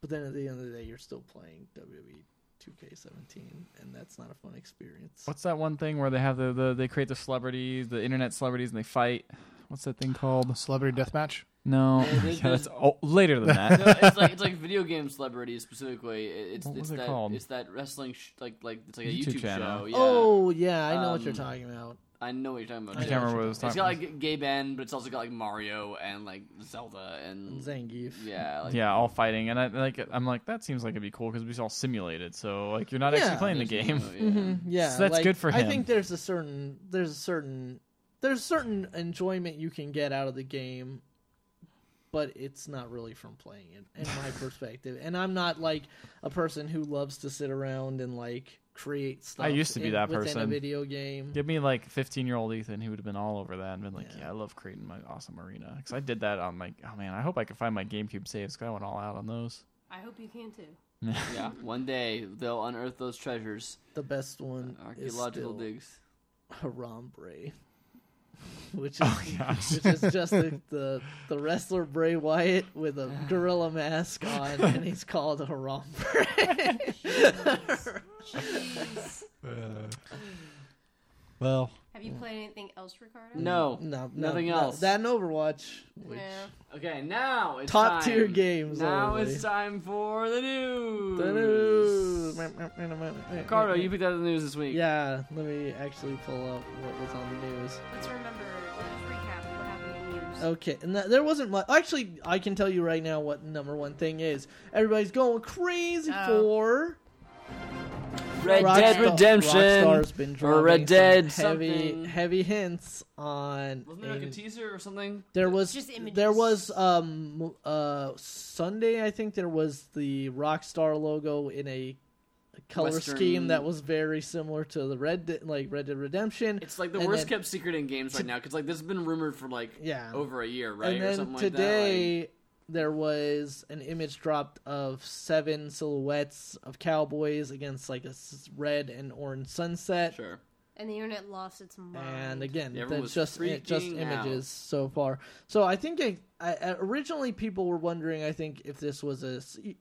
[SPEAKER 3] but then at the end of the day, you're still playing E WWE 2K17, and that's not a fun experience.
[SPEAKER 2] What's that one thing where they have the, the they create the celebrities, the internet celebrities, and they fight? What's that thing called?
[SPEAKER 4] Celebrity deathmatch.
[SPEAKER 2] No,
[SPEAKER 1] Oh, there's-
[SPEAKER 2] Yeah, that's oh, later than that.
[SPEAKER 1] no, it's like it's like video game celebrities specifically. It- It's
[SPEAKER 2] What
[SPEAKER 1] it's
[SPEAKER 2] was it
[SPEAKER 1] that
[SPEAKER 2] called?
[SPEAKER 1] it's that wrestling sh- like like it's like a
[SPEAKER 2] YouTube
[SPEAKER 1] YouTube,
[SPEAKER 2] channel.
[SPEAKER 1] show. Yeah,
[SPEAKER 3] Oh yeah, I know what you're
[SPEAKER 1] Um,
[SPEAKER 3] talking about.
[SPEAKER 1] I know what you're talking about.
[SPEAKER 2] I
[SPEAKER 1] too.
[SPEAKER 2] can't remember what it was
[SPEAKER 1] It's
[SPEAKER 2] talking.
[SPEAKER 1] got like Gay Ben, but it's also got like Mario and like Zelda and
[SPEAKER 3] Zangief.
[SPEAKER 1] yeah, like,
[SPEAKER 2] yeah, all fighting, and I like I'm like that seems like it'd be cool because we all simulated, so like you're not actually
[SPEAKER 3] Yeah.
[SPEAKER 2] playing the
[SPEAKER 1] there's
[SPEAKER 2] game.
[SPEAKER 1] no- yeah.
[SPEAKER 3] Mm-hmm. Yeah,
[SPEAKER 2] So that's
[SPEAKER 3] like,
[SPEAKER 2] good for
[SPEAKER 3] I
[SPEAKER 2] him.
[SPEAKER 3] think there's a certain there's a certain there's certain enjoyment you can get out of the game, but it's not really from playing it, in my perspective. And I'm not like a person who loves to sit around and like create stuff.
[SPEAKER 2] used to be
[SPEAKER 3] in-
[SPEAKER 2] that
[SPEAKER 3] within a
[SPEAKER 2] person.
[SPEAKER 3] video game.
[SPEAKER 2] Give me like 15 year old Ethan, he would have been all over that and been like,
[SPEAKER 3] Yeah.
[SPEAKER 2] "Yeah, I love creating my awesome arena." Because I did that on like, oh man, I hope I can find my GameCube saves. Cause I went all out on those.
[SPEAKER 5] I hope you can too.
[SPEAKER 3] Mm-hmm.
[SPEAKER 1] Yeah, one day they'll unearth those treasures.
[SPEAKER 3] The best one is
[SPEAKER 1] Uh, Archaeological
[SPEAKER 3] still
[SPEAKER 1] digs.
[SPEAKER 3] Harambe, which is
[SPEAKER 2] Oh yeah,
[SPEAKER 3] which is just the, the the wrestler Bray Wyatt with a gorilla mask on, and he's called Harambe.
[SPEAKER 2] well,
[SPEAKER 5] Have you played anything else, Ricardo?
[SPEAKER 1] No,
[SPEAKER 3] no,
[SPEAKER 1] Nothing
[SPEAKER 3] no,
[SPEAKER 1] else.
[SPEAKER 3] That and Overwatch, which
[SPEAKER 5] No.
[SPEAKER 1] Okay, now it's time.
[SPEAKER 3] Top tier games
[SPEAKER 1] Now
[SPEAKER 3] only.
[SPEAKER 1] it's time for the news.
[SPEAKER 3] the news.
[SPEAKER 1] Ricardo, you picked out the news this week.
[SPEAKER 3] Yeah, let me actually pull up what was on the news.
[SPEAKER 5] Let's remember. Let's recap what happened in news.
[SPEAKER 3] Okay, and that, there wasn't much. Actually, I can tell you right now what number one thing is. Everybody's going crazy
[SPEAKER 5] Oh.
[SPEAKER 3] for.
[SPEAKER 1] Red
[SPEAKER 3] Rockstar-
[SPEAKER 1] Dead Redemption.
[SPEAKER 3] Rockstar's been dropping
[SPEAKER 1] Red
[SPEAKER 3] some
[SPEAKER 1] Dead
[SPEAKER 3] heavy
[SPEAKER 1] something.
[SPEAKER 3] heavy hints on.
[SPEAKER 1] Wasn't there like a
[SPEAKER 3] in-
[SPEAKER 1] teaser or something?
[SPEAKER 3] there was
[SPEAKER 5] Just images.
[SPEAKER 3] there was um uh Sunday I think there was the Rockstar logo in a color
[SPEAKER 1] Western-
[SPEAKER 3] scheme that was very similar to the Red De- like Red Dead Redemption.
[SPEAKER 1] It's like the
[SPEAKER 3] And
[SPEAKER 1] worst
[SPEAKER 3] then-
[SPEAKER 1] kept secret in games right now because like this has been rumored for like
[SPEAKER 3] Yeah.
[SPEAKER 1] over a year, right,
[SPEAKER 3] and
[SPEAKER 1] or
[SPEAKER 3] then
[SPEAKER 1] something like that.
[SPEAKER 3] today there was an image dropped of seven silhouettes of cowboys against like a s- red and orange sunset.
[SPEAKER 1] Like, sure.
[SPEAKER 5] And the internet lost its mind.
[SPEAKER 3] and again
[SPEAKER 1] Everyone
[SPEAKER 3] that's
[SPEAKER 1] was
[SPEAKER 3] just it, just
[SPEAKER 1] freaking
[SPEAKER 3] images so far so i think I, I originally people were wondering i think if this was a se-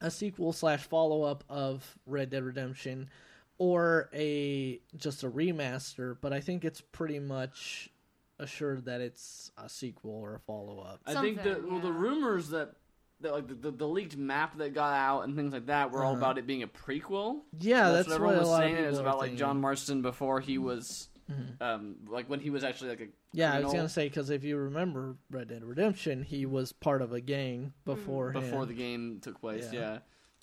[SPEAKER 3] a sequel slash follow-up of red dead redemption or a just a remaster but i think it's pretty much assured that it's a sequel or a follow-up
[SPEAKER 1] I think the
[SPEAKER 5] Something,
[SPEAKER 1] well the
[SPEAKER 5] yeah.
[SPEAKER 1] rumors that. That, like the, the, the leaked map that got out and things like that were all about it being a prequel.
[SPEAKER 3] Uh-huh. yeah that's,
[SPEAKER 1] what everyone
[SPEAKER 3] what a
[SPEAKER 1] was
[SPEAKER 3] lot
[SPEAKER 1] saying.
[SPEAKER 3] of people
[SPEAKER 1] It was
[SPEAKER 3] are
[SPEAKER 1] about like
[SPEAKER 3] thinking. Mm-hmm.
[SPEAKER 1] John Marston before he was um, like when he was actually like a
[SPEAKER 3] Yeah, I was
[SPEAKER 1] criminal
[SPEAKER 3] gonna say because if you remember Red Dead Redemption, he was part of a gang before
[SPEAKER 1] Hmm. before the game took place.
[SPEAKER 3] Yeah.
[SPEAKER 1] Yeah.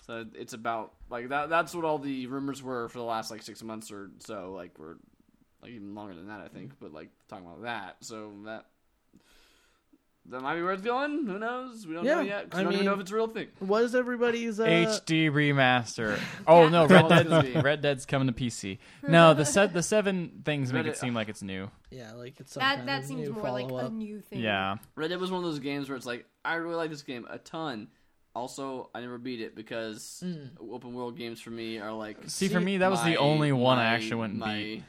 [SPEAKER 1] So it's about like that. That's what all the rumors were for the last like six months or so. Like we're like even longer than that, I think.
[SPEAKER 2] Mm-hmm.
[SPEAKER 1] But like talking about that, so that that might be where it's going. Who knows? We don't know
[SPEAKER 3] Yeah,
[SPEAKER 1] yet. 'cause
[SPEAKER 3] I
[SPEAKER 1] we don't even know
[SPEAKER 3] mean-
[SPEAKER 1] if it's a real thing.
[SPEAKER 3] What is everybody's uh,
[SPEAKER 2] HD remaster. Oh no, Red
[SPEAKER 1] That's all it's
[SPEAKER 2] Dead's
[SPEAKER 1] gonna be.
[SPEAKER 2] Red Dead's coming to PC. No, the se- the seven things make
[SPEAKER 1] Reddit-
[SPEAKER 2] it seem like it's new.
[SPEAKER 3] Yeah, like it's some
[SPEAKER 5] That
[SPEAKER 3] kind
[SPEAKER 5] that
[SPEAKER 3] of
[SPEAKER 5] seems
[SPEAKER 3] new
[SPEAKER 5] more like
[SPEAKER 3] follow-up.
[SPEAKER 5] a new thing.
[SPEAKER 2] Yeah,
[SPEAKER 1] Red Dead was one of those games where it's like I really like this game a ton. Also, I never beat it because open world games for me are like.
[SPEAKER 2] Mm. See, for me, that was the
[SPEAKER 1] my-
[SPEAKER 2] only one I
[SPEAKER 1] my-
[SPEAKER 2] actually went and
[SPEAKER 1] my-
[SPEAKER 2] beat.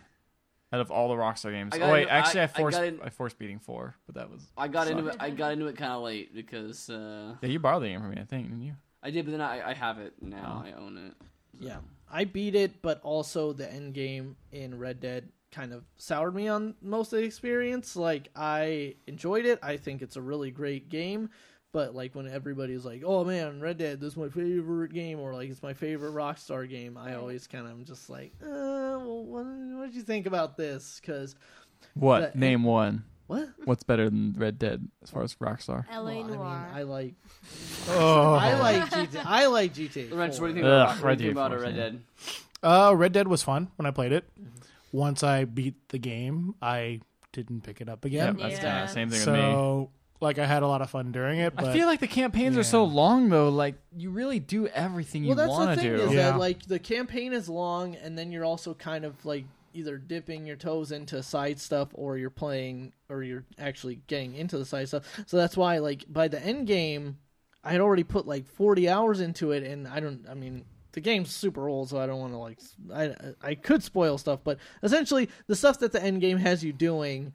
[SPEAKER 2] out of all the Rockstar games.
[SPEAKER 1] I got
[SPEAKER 2] Oh wait,
[SPEAKER 1] into-
[SPEAKER 2] actually, I,
[SPEAKER 1] I- I
[SPEAKER 2] forced
[SPEAKER 1] got
[SPEAKER 2] I,
[SPEAKER 1] in-
[SPEAKER 2] forced beating four, but that was
[SPEAKER 1] I got into it.
[SPEAKER 2] sucked.
[SPEAKER 1] I got into it kind of late because uh,
[SPEAKER 2] Yeah, you borrowed the game from me, I think, didn't you?
[SPEAKER 1] I did, but then I, I have it now.
[SPEAKER 2] Oh.
[SPEAKER 1] I own it.
[SPEAKER 3] Yeah, I beat it, but also the end game in Red Dead kind of soured me on most of the experience. Like I enjoyed it. I think it's a really great game. But like when everybody's like, "Oh man, Red Dead, this is my favorite game," or like it's my favorite Rockstar game, I always kind of am just like, uh, "Well, what, what did you think about this?" Because
[SPEAKER 2] What
[SPEAKER 3] The-
[SPEAKER 2] name one?
[SPEAKER 3] what?
[SPEAKER 2] What's better than Red Dead as far as Rockstar?
[SPEAKER 5] La
[SPEAKER 3] Well, I mean,
[SPEAKER 5] Noir.
[SPEAKER 3] I like
[SPEAKER 4] Oh.
[SPEAKER 3] I like GTA. I like GTA.
[SPEAKER 1] Wrench, what do you think
[SPEAKER 2] Ugh,
[SPEAKER 1] about, what
[SPEAKER 2] Red
[SPEAKER 1] do you think
[SPEAKER 2] Dead
[SPEAKER 1] about it,
[SPEAKER 2] Force,
[SPEAKER 1] Red
[SPEAKER 2] yeah.
[SPEAKER 1] Dead?
[SPEAKER 4] Uh, Red Dead was fun when I played it. Once I beat the game, I didn't pick it up
[SPEAKER 2] Yeah,
[SPEAKER 4] again.
[SPEAKER 2] that's
[SPEAKER 5] Yeah.
[SPEAKER 2] kind of the same thing with me.
[SPEAKER 4] so, like, I had a lot of fun during it, but
[SPEAKER 2] I feel like the campaigns
[SPEAKER 4] Yeah.
[SPEAKER 2] are so long though. Like you really do everything
[SPEAKER 3] Well,
[SPEAKER 2] you
[SPEAKER 3] that's
[SPEAKER 2] want
[SPEAKER 3] the
[SPEAKER 2] to
[SPEAKER 3] thing
[SPEAKER 2] do.
[SPEAKER 3] is
[SPEAKER 4] Yeah.
[SPEAKER 3] that like the campaign is long, and then you're also kind of like either dipping your toes into side stuff, or you're playing, or you're actually getting into the side stuff. So that's why, like by the end game, I had already put like 40 hours into it, and I don't. I mean, the game's super old, so I don't want to like. s- I I could spoil stuff, but essentially, the stuff that the end game has you doing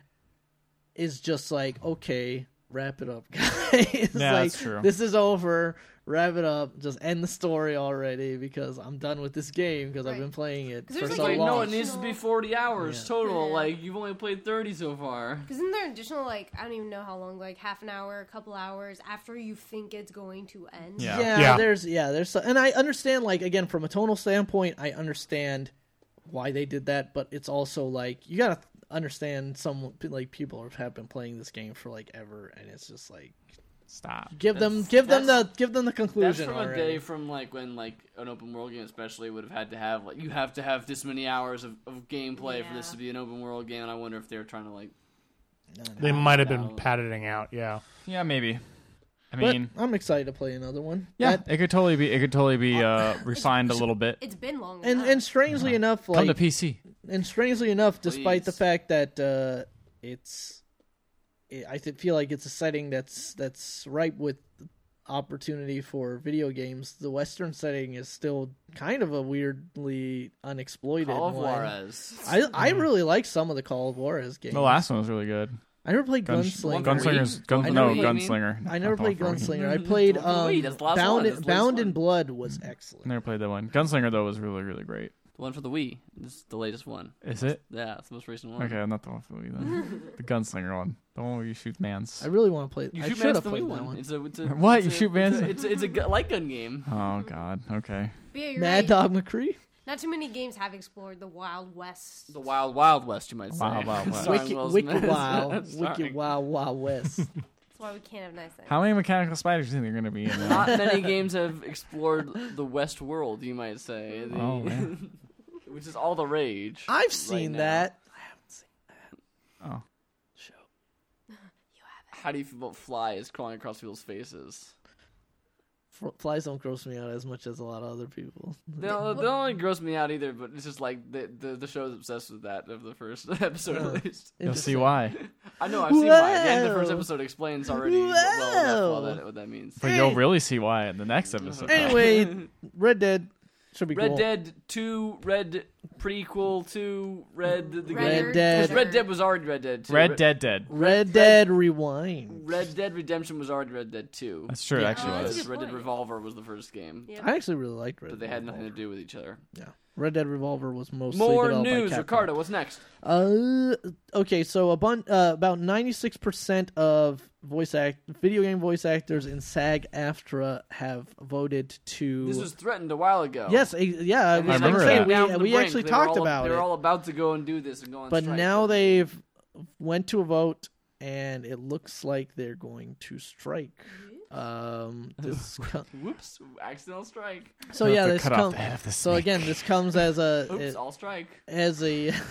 [SPEAKER 3] is just like okay. Wrap it up, guys.
[SPEAKER 2] Yeah,
[SPEAKER 3] like,
[SPEAKER 2] that's true.
[SPEAKER 3] This is over. Wrap it up. Just end the story already because I'm done with this game because I've
[SPEAKER 5] Right.
[SPEAKER 3] been playing it
[SPEAKER 5] 'Cause
[SPEAKER 3] for
[SPEAKER 5] there's,
[SPEAKER 3] so
[SPEAKER 5] like,
[SPEAKER 1] like,
[SPEAKER 3] long.
[SPEAKER 1] no, it needs to be 40 hours
[SPEAKER 3] Yeah.
[SPEAKER 1] total.
[SPEAKER 5] Yeah.
[SPEAKER 1] Like, you've only played 30 so far.
[SPEAKER 5] Because isn't there an additional like I don't even know how long, like half an hour, a couple hours after you think it's going to end?
[SPEAKER 2] Yeah.
[SPEAKER 3] yeah.
[SPEAKER 4] Yeah.
[SPEAKER 3] there's yeah, there's so- and I understand like again from a tonal standpoint, I understand why they did that, but it's also like you gotta understand some like people have been playing this game for like ever, and it's just like
[SPEAKER 2] Stop.
[SPEAKER 3] give them
[SPEAKER 1] That's-
[SPEAKER 3] give them
[SPEAKER 1] that's-
[SPEAKER 3] the give them the conclusion.
[SPEAKER 1] That's from a
[SPEAKER 3] already.
[SPEAKER 1] day from, like, when, like, an open world game especially would have had to have, like, you have to have this many hours of, of gameplay for this
[SPEAKER 5] Yeah.
[SPEAKER 1] to be an open world game. And I wonder if they were trying to, like,
[SPEAKER 4] they might have been
[SPEAKER 1] No.
[SPEAKER 4] padding out. Yeah.
[SPEAKER 2] Yeah, maybe. I
[SPEAKER 3] But
[SPEAKER 2] mean,
[SPEAKER 3] I'm excited to play another one.
[SPEAKER 2] yeah,
[SPEAKER 3] That-
[SPEAKER 2] it could totally be. It could totally be uh, refined a little bit.
[SPEAKER 5] It's been long
[SPEAKER 3] and
[SPEAKER 5] enough.
[SPEAKER 3] and strangely enough, like
[SPEAKER 2] Come to PC.
[SPEAKER 3] and strangely enough, despite the
[SPEAKER 1] Please.
[SPEAKER 3] fact that uh, it's, it, I th- feel like it's a setting that's that's ripe with opportunity for video games. The Western setting is still kind of a weirdly unexploited
[SPEAKER 1] Call of
[SPEAKER 3] one.
[SPEAKER 1] Juarez.
[SPEAKER 3] I I
[SPEAKER 2] Mm-hmm.
[SPEAKER 3] really like some of the Call of Juarez games.
[SPEAKER 2] The last one was really good.
[SPEAKER 3] I never played
[SPEAKER 2] Gun-
[SPEAKER 3] Gunslinger.
[SPEAKER 2] Gunslingers. Gun,
[SPEAKER 1] Wait.
[SPEAKER 2] no,
[SPEAKER 1] I never-
[SPEAKER 2] Gunslinger.
[SPEAKER 3] I never
[SPEAKER 2] Not the one
[SPEAKER 3] played
[SPEAKER 2] from-
[SPEAKER 3] Gunslinger. I played
[SPEAKER 1] Don't worry,
[SPEAKER 3] um,
[SPEAKER 1] that's the last
[SPEAKER 3] Bound
[SPEAKER 1] one, that's the latest
[SPEAKER 3] Bound in
[SPEAKER 1] one.
[SPEAKER 3] Blood was excellent.
[SPEAKER 2] Never played that one. Gunslinger though was really really great.
[SPEAKER 1] The one for the Wii. This is the latest one.
[SPEAKER 2] Is it?
[SPEAKER 1] Yeah, it's the most recent one.
[SPEAKER 2] Okay, not the one for the Wii then. the gunslinger one. The one where you shoot mans.
[SPEAKER 3] I really want to play.
[SPEAKER 1] You
[SPEAKER 3] I
[SPEAKER 1] shoot
[SPEAKER 3] should
[SPEAKER 1] man's
[SPEAKER 3] have
[SPEAKER 1] the Wii
[SPEAKER 3] played
[SPEAKER 1] one.
[SPEAKER 3] that one.
[SPEAKER 1] It's a, it's a,
[SPEAKER 2] What?
[SPEAKER 1] it's
[SPEAKER 2] You
[SPEAKER 1] a-
[SPEAKER 2] shoot man's-
[SPEAKER 1] It's a, it's a, it's a gu- light gun game.
[SPEAKER 2] Oh god. Okay.
[SPEAKER 5] But yeah, you're
[SPEAKER 3] Mad
[SPEAKER 5] right.
[SPEAKER 3] Dog McCree.
[SPEAKER 5] Not too many games have explored the Wild West.
[SPEAKER 1] The Wild Wild West, you might say.
[SPEAKER 2] Wild Wild West.
[SPEAKER 1] Starring
[SPEAKER 3] Wicked,
[SPEAKER 1] Will
[SPEAKER 3] wicked
[SPEAKER 1] Smith.
[SPEAKER 3] Wow,
[SPEAKER 1] Sorry.
[SPEAKER 3] Wicked Wow Wow West.
[SPEAKER 5] That's why we can't have nice things.
[SPEAKER 2] How many mechanical spiders do you think are gonna be in there?
[SPEAKER 1] Not many games have explored the West world, you might say, the-
[SPEAKER 2] oh man.
[SPEAKER 1] which is all the rage.
[SPEAKER 3] I've seen
[SPEAKER 1] now.
[SPEAKER 3] that.
[SPEAKER 2] Oh.
[SPEAKER 3] Show.
[SPEAKER 1] How do you feel about flies crawling across people's faces?
[SPEAKER 3] F- Flies don't gross me out as much as a lot of other people.
[SPEAKER 1] They don't, they don't really gross me out either, but it's just like the the, the show's obsessed with that of the first episode at least.
[SPEAKER 2] You'll see
[SPEAKER 3] Interesting.
[SPEAKER 2] why.
[SPEAKER 1] I know I've seen why. The end of the first
[SPEAKER 3] Whoa.
[SPEAKER 1] episode explains already well enough
[SPEAKER 3] Whoa.
[SPEAKER 1] what that, what that means.
[SPEAKER 2] But you'll really see why in the next episode.
[SPEAKER 3] Anyway, Red Dead should be
[SPEAKER 1] Red
[SPEAKER 3] cool.
[SPEAKER 1] Dead Two, Red prequel to Red the, the
[SPEAKER 5] Red
[SPEAKER 1] game.
[SPEAKER 3] Dead.
[SPEAKER 1] 'Cause Red Dead was already Red Dead 2.
[SPEAKER 2] Red Dead Dead.
[SPEAKER 3] Red Dead Rewind.
[SPEAKER 1] Red Dead Redemption was already Red Dead Two.
[SPEAKER 2] That's true. It actually
[SPEAKER 5] Oh,
[SPEAKER 1] Because
[SPEAKER 5] that's
[SPEAKER 2] was.
[SPEAKER 5] good
[SPEAKER 1] Red Dead
[SPEAKER 5] point.
[SPEAKER 1] Revolver was the first game,
[SPEAKER 5] Yeah.
[SPEAKER 3] I actually really liked Red.
[SPEAKER 1] but they
[SPEAKER 3] Dead
[SPEAKER 1] had nothing to
[SPEAKER 3] Revolver.
[SPEAKER 1] do with each other.
[SPEAKER 3] Yeah, Red Dead Revolver was mostly
[SPEAKER 1] More
[SPEAKER 3] developed by
[SPEAKER 1] news,
[SPEAKER 3] Capcom.
[SPEAKER 1] Ricardo. What's next?
[SPEAKER 3] Uh, okay, so a bun- uh, about ninety six percent of voice act video game voice actors in SAG-AFTRA have voted to.
[SPEAKER 1] This was threatened a while ago.
[SPEAKER 3] Yes, eh, yeah. I
[SPEAKER 1] I
[SPEAKER 3] was gonna
[SPEAKER 2] remember
[SPEAKER 3] say
[SPEAKER 2] that.
[SPEAKER 1] Down
[SPEAKER 3] we,
[SPEAKER 1] to the
[SPEAKER 3] we
[SPEAKER 1] brink.
[SPEAKER 3] actually
[SPEAKER 1] They were
[SPEAKER 3] talked
[SPEAKER 1] all-
[SPEAKER 3] about
[SPEAKER 1] They were
[SPEAKER 3] it.
[SPEAKER 1] all about to go and do this and go on
[SPEAKER 3] but
[SPEAKER 1] strike.
[SPEAKER 3] now they've went to a vote and it looks like they're going to strike um this com-
[SPEAKER 1] whoops, accidental strike.
[SPEAKER 3] so
[SPEAKER 2] We'll
[SPEAKER 3] yeah
[SPEAKER 2] have to
[SPEAKER 3] this
[SPEAKER 2] cut off
[SPEAKER 3] comes
[SPEAKER 2] the head of the
[SPEAKER 3] so again this comes as a
[SPEAKER 1] Oops,
[SPEAKER 3] it-
[SPEAKER 1] all strike.
[SPEAKER 3] as a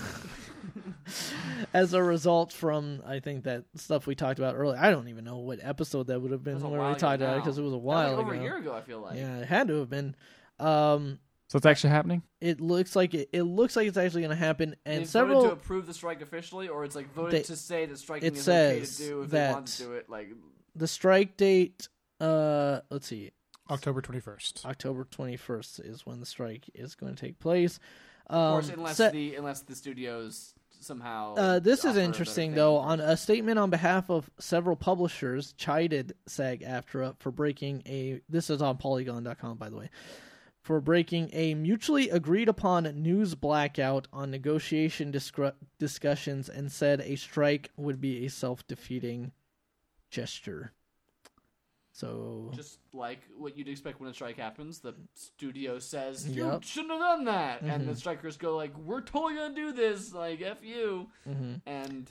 [SPEAKER 3] as a result from I think that stuff we talked about earlier. I don't even know what episode that would have been
[SPEAKER 1] That's a
[SPEAKER 3] when
[SPEAKER 1] while
[SPEAKER 3] we
[SPEAKER 1] ago
[SPEAKER 3] talked about it
[SPEAKER 1] now.
[SPEAKER 3] because it was a
[SPEAKER 1] That was
[SPEAKER 3] while
[SPEAKER 1] like over
[SPEAKER 3] ago.
[SPEAKER 1] a year ago, I feel like.
[SPEAKER 3] Yeah, it had to have been. Um,
[SPEAKER 2] So it's actually happening.
[SPEAKER 3] it looks like it, it looks like it's actually going to happen, and
[SPEAKER 1] They've
[SPEAKER 3] several
[SPEAKER 1] voted to approve the strike officially, or it's like voted
[SPEAKER 3] They-
[SPEAKER 1] to say that striking
[SPEAKER 3] it
[SPEAKER 1] is okay to
[SPEAKER 3] says
[SPEAKER 1] do if they
[SPEAKER 3] that-
[SPEAKER 1] want to do it. Like
[SPEAKER 3] the strike date. Uh, let's see,
[SPEAKER 4] October 21st.
[SPEAKER 3] October twenty first is when the strike is going to take place. Um,
[SPEAKER 1] Of course, unless
[SPEAKER 3] se-
[SPEAKER 1] the unless the studios somehow.
[SPEAKER 3] Uh, this
[SPEAKER 1] offer a
[SPEAKER 3] is
[SPEAKER 1] better
[SPEAKER 3] interesting,
[SPEAKER 1] thing.
[SPEAKER 3] though. On a statement on behalf of several publishers, chided SAG-AFTRA for breaking a. This is on Polygon.com, by the way, for breaking a mutually agreed upon news blackout on negotiation discru- discussions, and said a strike would be a self-defeating gesture. So
[SPEAKER 1] just like what you'd expect when a strike happens, the studio says you
[SPEAKER 3] Yep. Mm-hmm.
[SPEAKER 1] shouldn't have done that, and the strikers go like, "We're totally gonna do this." Like f you,
[SPEAKER 3] mm-hmm.
[SPEAKER 1] and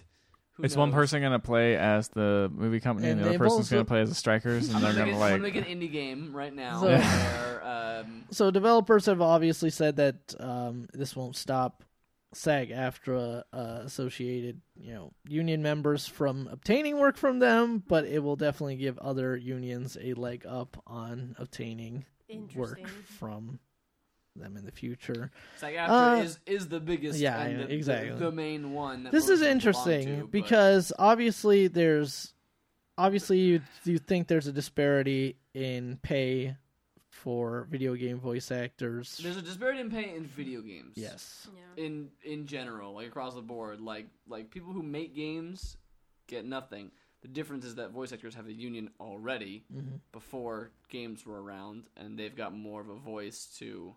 [SPEAKER 1] who
[SPEAKER 2] It's one
[SPEAKER 1] knows?
[SPEAKER 2] person gonna play as the movie company, and,
[SPEAKER 3] And
[SPEAKER 2] the other
[SPEAKER 3] they've
[SPEAKER 2] person's
[SPEAKER 3] also-
[SPEAKER 2] gonna play as the strikers, and
[SPEAKER 1] I'm
[SPEAKER 2] they're
[SPEAKER 1] gonna, make,
[SPEAKER 2] gonna
[SPEAKER 1] an- I'm
[SPEAKER 2] like.
[SPEAKER 1] gonna make an indie game right now.
[SPEAKER 3] So-
[SPEAKER 1] where, um,
[SPEAKER 3] so developers have obviously said that um, this won't stop SAG AFTRA uh, associated you know union members from obtaining work from them, but it will definitely give other unions a leg up on obtaining work
[SPEAKER 5] Interesting.
[SPEAKER 3] from them in the future.
[SPEAKER 1] SAG AFTRA
[SPEAKER 3] Uh,
[SPEAKER 1] is is the biggest,
[SPEAKER 3] yeah,
[SPEAKER 1] and
[SPEAKER 3] yeah,
[SPEAKER 1] the,
[SPEAKER 3] exactly.
[SPEAKER 1] the, the main one. That
[SPEAKER 3] This
[SPEAKER 1] most people
[SPEAKER 3] is
[SPEAKER 1] belong
[SPEAKER 3] interesting
[SPEAKER 1] to, but-
[SPEAKER 3] because obviously there's obviously you you think there's a disparity in pay for video game voice actors.
[SPEAKER 1] there's a disparity in pay in video games.
[SPEAKER 3] Yes.
[SPEAKER 5] Yeah.
[SPEAKER 1] in in general, like across the board, like like people who make games get nothing. The difference is that voice actors have a union already
[SPEAKER 2] Mm-hmm.
[SPEAKER 1] before games were around, and they've got more of a voice to.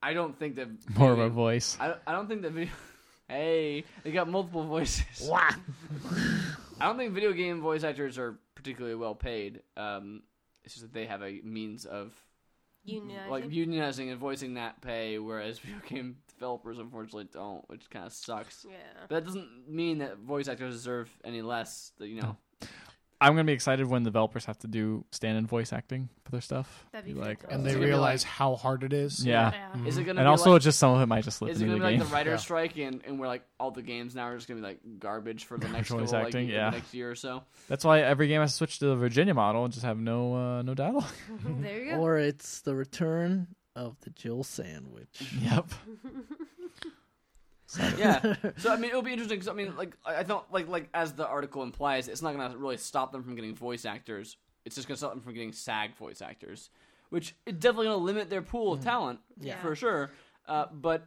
[SPEAKER 1] I don't think that
[SPEAKER 2] More of
[SPEAKER 1] video-
[SPEAKER 2] a voice.
[SPEAKER 1] I don't, I don't think that video. Hey, they got multiple voices. I don't think video game voice actors are particularly well paid. Um, it's just that they have a means of
[SPEAKER 5] Unionizing.
[SPEAKER 1] Mm-hmm. like unionizing and voicing that pay, whereas video game developers unfortunately don't, which kind of sucks.
[SPEAKER 5] yeah.
[SPEAKER 1] But that doesn't mean that voice actors deserve any less. that, You know,
[SPEAKER 2] I'm gonna be excited when developers have to do stand-in voice acting for their stuff.
[SPEAKER 5] That'd be
[SPEAKER 2] like,
[SPEAKER 5] fantastic.
[SPEAKER 4] And
[SPEAKER 1] It's
[SPEAKER 4] they
[SPEAKER 1] gonna be uh,
[SPEAKER 4] realize how hard it is.
[SPEAKER 2] yeah.
[SPEAKER 5] Yeah.
[SPEAKER 1] is it gonna
[SPEAKER 2] Mm-hmm. And
[SPEAKER 1] be
[SPEAKER 2] also,
[SPEAKER 1] like,
[SPEAKER 2] just some of it might just slip
[SPEAKER 1] is it
[SPEAKER 2] into
[SPEAKER 1] gonna
[SPEAKER 2] the
[SPEAKER 1] be
[SPEAKER 2] game.
[SPEAKER 1] like the writer's
[SPEAKER 4] Yeah.
[SPEAKER 1] strike and, and we're like all the games now are just gonna be like garbage for the next
[SPEAKER 2] Voice
[SPEAKER 1] couple, like,
[SPEAKER 2] acting,
[SPEAKER 1] the
[SPEAKER 2] yeah.
[SPEAKER 1] next year or so.
[SPEAKER 2] That's why every game has to switch to the Virginia model and just have no uh, no dialogue.
[SPEAKER 1] Mm-hmm.
[SPEAKER 5] There you go.
[SPEAKER 3] Or it's the return of the Jill
[SPEAKER 1] Mm-hmm.
[SPEAKER 3] sandwich.
[SPEAKER 2] yep.
[SPEAKER 1] yeah. So I mean, it'll be interesting because I mean, like I I thought, like like as the article implies, it's not going to really stop them from getting voice actors. It's just going to stop them from getting SAG voice actors, which is definitely going to limit their pool of talent
[SPEAKER 5] Yeah.
[SPEAKER 1] for sure. Uh, but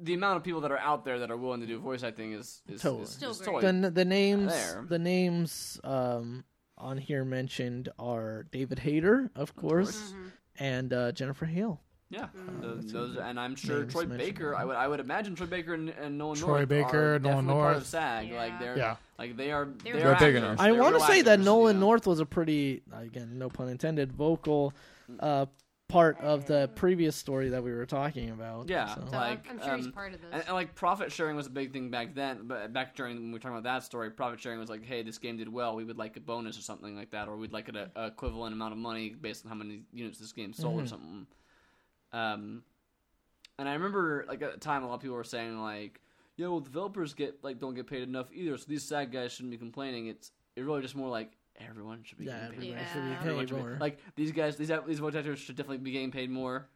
[SPEAKER 1] the amount of people that are out there that are willing to do voice acting is is,
[SPEAKER 3] Totally.
[SPEAKER 1] is,
[SPEAKER 5] Still
[SPEAKER 1] is
[SPEAKER 5] great.
[SPEAKER 1] totally
[SPEAKER 3] The n- the names
[SPEAKER 1] There.
[SPEAKER 3] the names um, on here mentioned are David Hayter, of course,
[SPEAKER 5] Mm-hmm.
[SPEAKER 3] and uh, Jennifer Hale.
[SPEAKER 1] yeah. Uh, those and I'm sure
[SPEAKER 3] names
[SPEAKER 1] Troy
[SPEAKER 3] mentioned.
[SPEAKER 1] Baker. I would I would imagine Troy Baker and, and Nolan
[SPEAKER 4] Troy
[SPEAKER 1] North
[SPEAKER 4] Baker,
[SPEAKER 1] are
[SPEAKER 4] Nolan
[SPEAKER 1] definitely part of
[SPEAKER 4] North.
[SPEAKER 1] SAG. Like
[SPEAKER 5] Yeah.
[SPEAKER 1] they're
[SPEAKER 4] Yeah.
[SPEAKER 1] like they are
[SPEAKER 5] They're
[SPEAKER 1] they're actors.
[SPEAKER 2] big enough.
[SPEAKER 3] I
[SPEAKER 1] They're
[SPEAKER 3] want to
[SPEAKER 1] real
[SPEAKER 3] say that
[SPEAKER 1] actors, you
[SPEAKER 3] Nolan
[SPEAKER 1] know.
[SPEAKER 3] North was a pretty again no pun intended vocal
[SPEAKER 1] Mm.
[SPEAKER 3] uh, part of the previous story that we were talking about.
[SPEAKER 1] Yeah,
[SPEAKER 3] so.
[SPEAKER 5] So I'm-
[SPEAKER 1] like,
[SPEAKER 5] I'm sure he's
[SPEAKER 1] um,
[SPEAKER 5] part of this.
[SPEAKER 1] And, and, like profit sharing was a big thing back then, but back during when we were talking about that story, profit sharing was like, hey, this game did well, we would like a bonus or something like that, or we'd like an a equivalent amount of money based on how many units this game sold or something. Um, and I remember like at the time, a lot of people were saying like, yeah, well, developers get like don't get paid enough either, so these sad guys shouldn't be complaining. It's it really just more like everyone should be
[SPEAKER 3] Yeah,
[SPEAKER 1] getting paid.
[SPEAKER 3] everyone
[SPEAKER 1] more.
[SPEAKER 5] should be
[SPEAKER 1] Everyone
[SPEAKER 3] paid
[SPEAKER 1] should be-
[SPEAKER 3] more.
[SPEAKER 1] Like these guys, these these voice actors should definitely be getting paid more.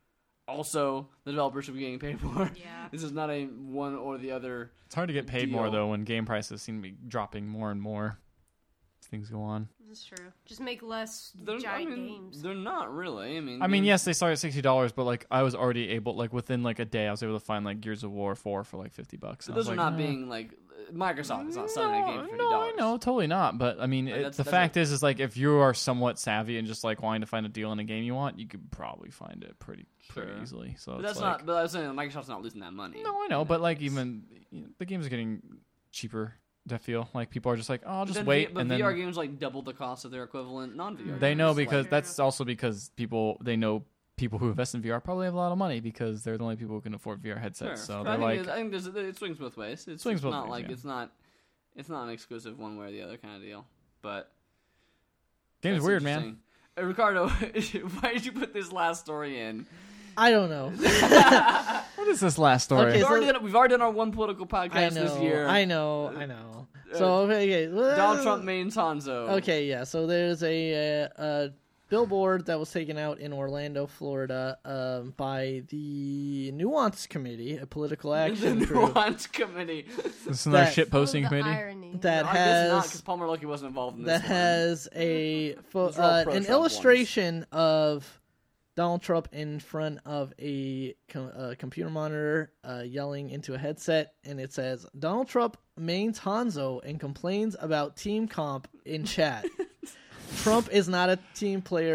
[SPEAKER 1] Also, the developers should be getting paid more.
[SPEAKER 5] Yeah.
[SPEAKER 1] This is not a one or the other.
[SPEAKER 2] It's hard to get paid more
[SPEAKER 1] Deal.
[SPEAKER 2] though when game prices seem to be dropping more and more as things go on.
[SPEAKER 5] That's true. Just make less
[SPEAKER 1] They're,
[SPEAKER 5] giant
[SPEAKER 1] I mean,
[SPEAKER 5] games.
[SPEAKER 1] They're not really. I mean,
[SPEAKER 2] I mean,
[SPEAKER 1] games-
[SPEAKER 2] yes, they started at sixty dollars, but like I was already able, like within like a day, I was able to find like Gears of War four for like fifty bucks.
[SPEAKER 1] But
[SPEAKER 2] And I was
[SPEAKER 1] those are
[SPEAKER 2] like,
[SPEAKER 1] not
[SPEAKER 2] "Nah."
[SPEAKER 1] being like Microsoft is not selling a game for fifty
[SPEAKER 2] No, I
[SPEAKER 1] dollars.
[SPEAKER 2] know, totally not. But I mean,
[SPEAKER 1] Like,
[SPEAKER 2] it-
[SPEAKER 1] that's-
[SPEAKER 2] the
[SPEAKER 1] that's
[SPEAKER 2] fact is, is like if you are somewhat savvy and just like wanting to find a deal in a game you want, you could probably find it pretty pretty
[SPEAKER 1] Sure.
[SPEAKER 2] easily. So
[SPEAKER 1] But
[SPEAKER 2] it's
[SPEAKER 1] that's
[SPEAKER 2] like,
[SPEAKER 1] not. But I was saying Microsoft's not losing that money.
[SPEAKER 2] No, I know, but like even you know, the games are getting cheaper. I feel like people are just like, oh, I'll
[SPEAKER 1] But
[SPEAKER 2] just
[SPEAKER 1] then
[SPEAKER 2] wait,
[SPEAKER 1] V- but
[SPEAKER 2] and
[SPEAKER 1] VR
[SPEAKER 2] then
[SPEAKER 1] games like double the cost of their equivalent non-VR.
[SPEAKER 2] they know
[SPEAKER 1] games. Like,
[SPEAKER 2] because
[SPEAKER 5] Yeah.
[SPEAKER 2] that's also because people they know people who invest in VR probably have a lot of money because they're the only people who can afford VR headsets.
[SPEAKER 1] Sure.
[SPEAKER 2] So
[SPEAKER 1] I
[SPEAKER 2] they're
[SPEAKER 1] think,
[SPEAKER 2] like,
[SPEAKER 1] it, I think there's, it swings both ways. It's,
[SPEAKER 2] Swings
[SPEAKER 1] it's
[SPEAKER 2] both
[SPEAKER 1] not
[SPEAKER 2] ways,
[SPEAKER 1] like
[SPEAKER 2] yeah.
[SPEAKER 1] it's not it's not an exclusive one way or the other kind of deal. But
[SPEAKER 2] game's
[SPEAKER 1] that's
[SPEAKER 2] weird, man.
[SPEAKER 1] interesting. Uh, Ricardo, why did you put this last story in?
[SPEAKER 3] I don't know.
[SPEAKER 2] What is this last story?
[SPEAKER 3] Okay,
[SPEAKER 1] We've
[SPEAKER 3] so-
[SPEAKER 1] already, done, we've already done our one political
[SPEAKER 3] I
[SPEAKER 1] podcast
[SPEAKER 3] know.
[SPEAKER 1] this year. Uh,
[SPEAKER 3] I know. I know. So okay, okay.
[SPEAKER 1] Donald Trump mains Hanzo.
[SPEAKER 3] Okay, yeah. So there's a, uh a billboard that was taken out in Orlando, Florida, um, by the Nuance Committee, a political
[SPEAKER 1] the
[SPEAKER 3] action group
[SPEAKER 1] nuance committee.
[SPEAKER 2] This is another
[SPEAKER 3] that-
[SPEAKER 2] shit posting committee.
[SPEAKER 5] Irony.
[SPEAKER 3] that
[SPEAKER 1] I guess not because
[SPEAKER 3] has
[SPEAKER 1] Palmer Lucky wasn't involved in this.
[SPEAKER 3] that
[SPEAKER 1] one.
[SPEAKER 3] has a fo-
[SPEAKER 1] These are all
[SPEAKER 3] uh,
[SPEAKER 1] pro-Trump
[SPEAKER 3] an
[SPEAKER 1] ones.
[SPEAKER 3] illustration of Donald Trump in front of a, com- a computer monitor, uh, yelling into a headset, and it says Donald Trump mains Hanzo and complains about team comp in chat. Trump is not a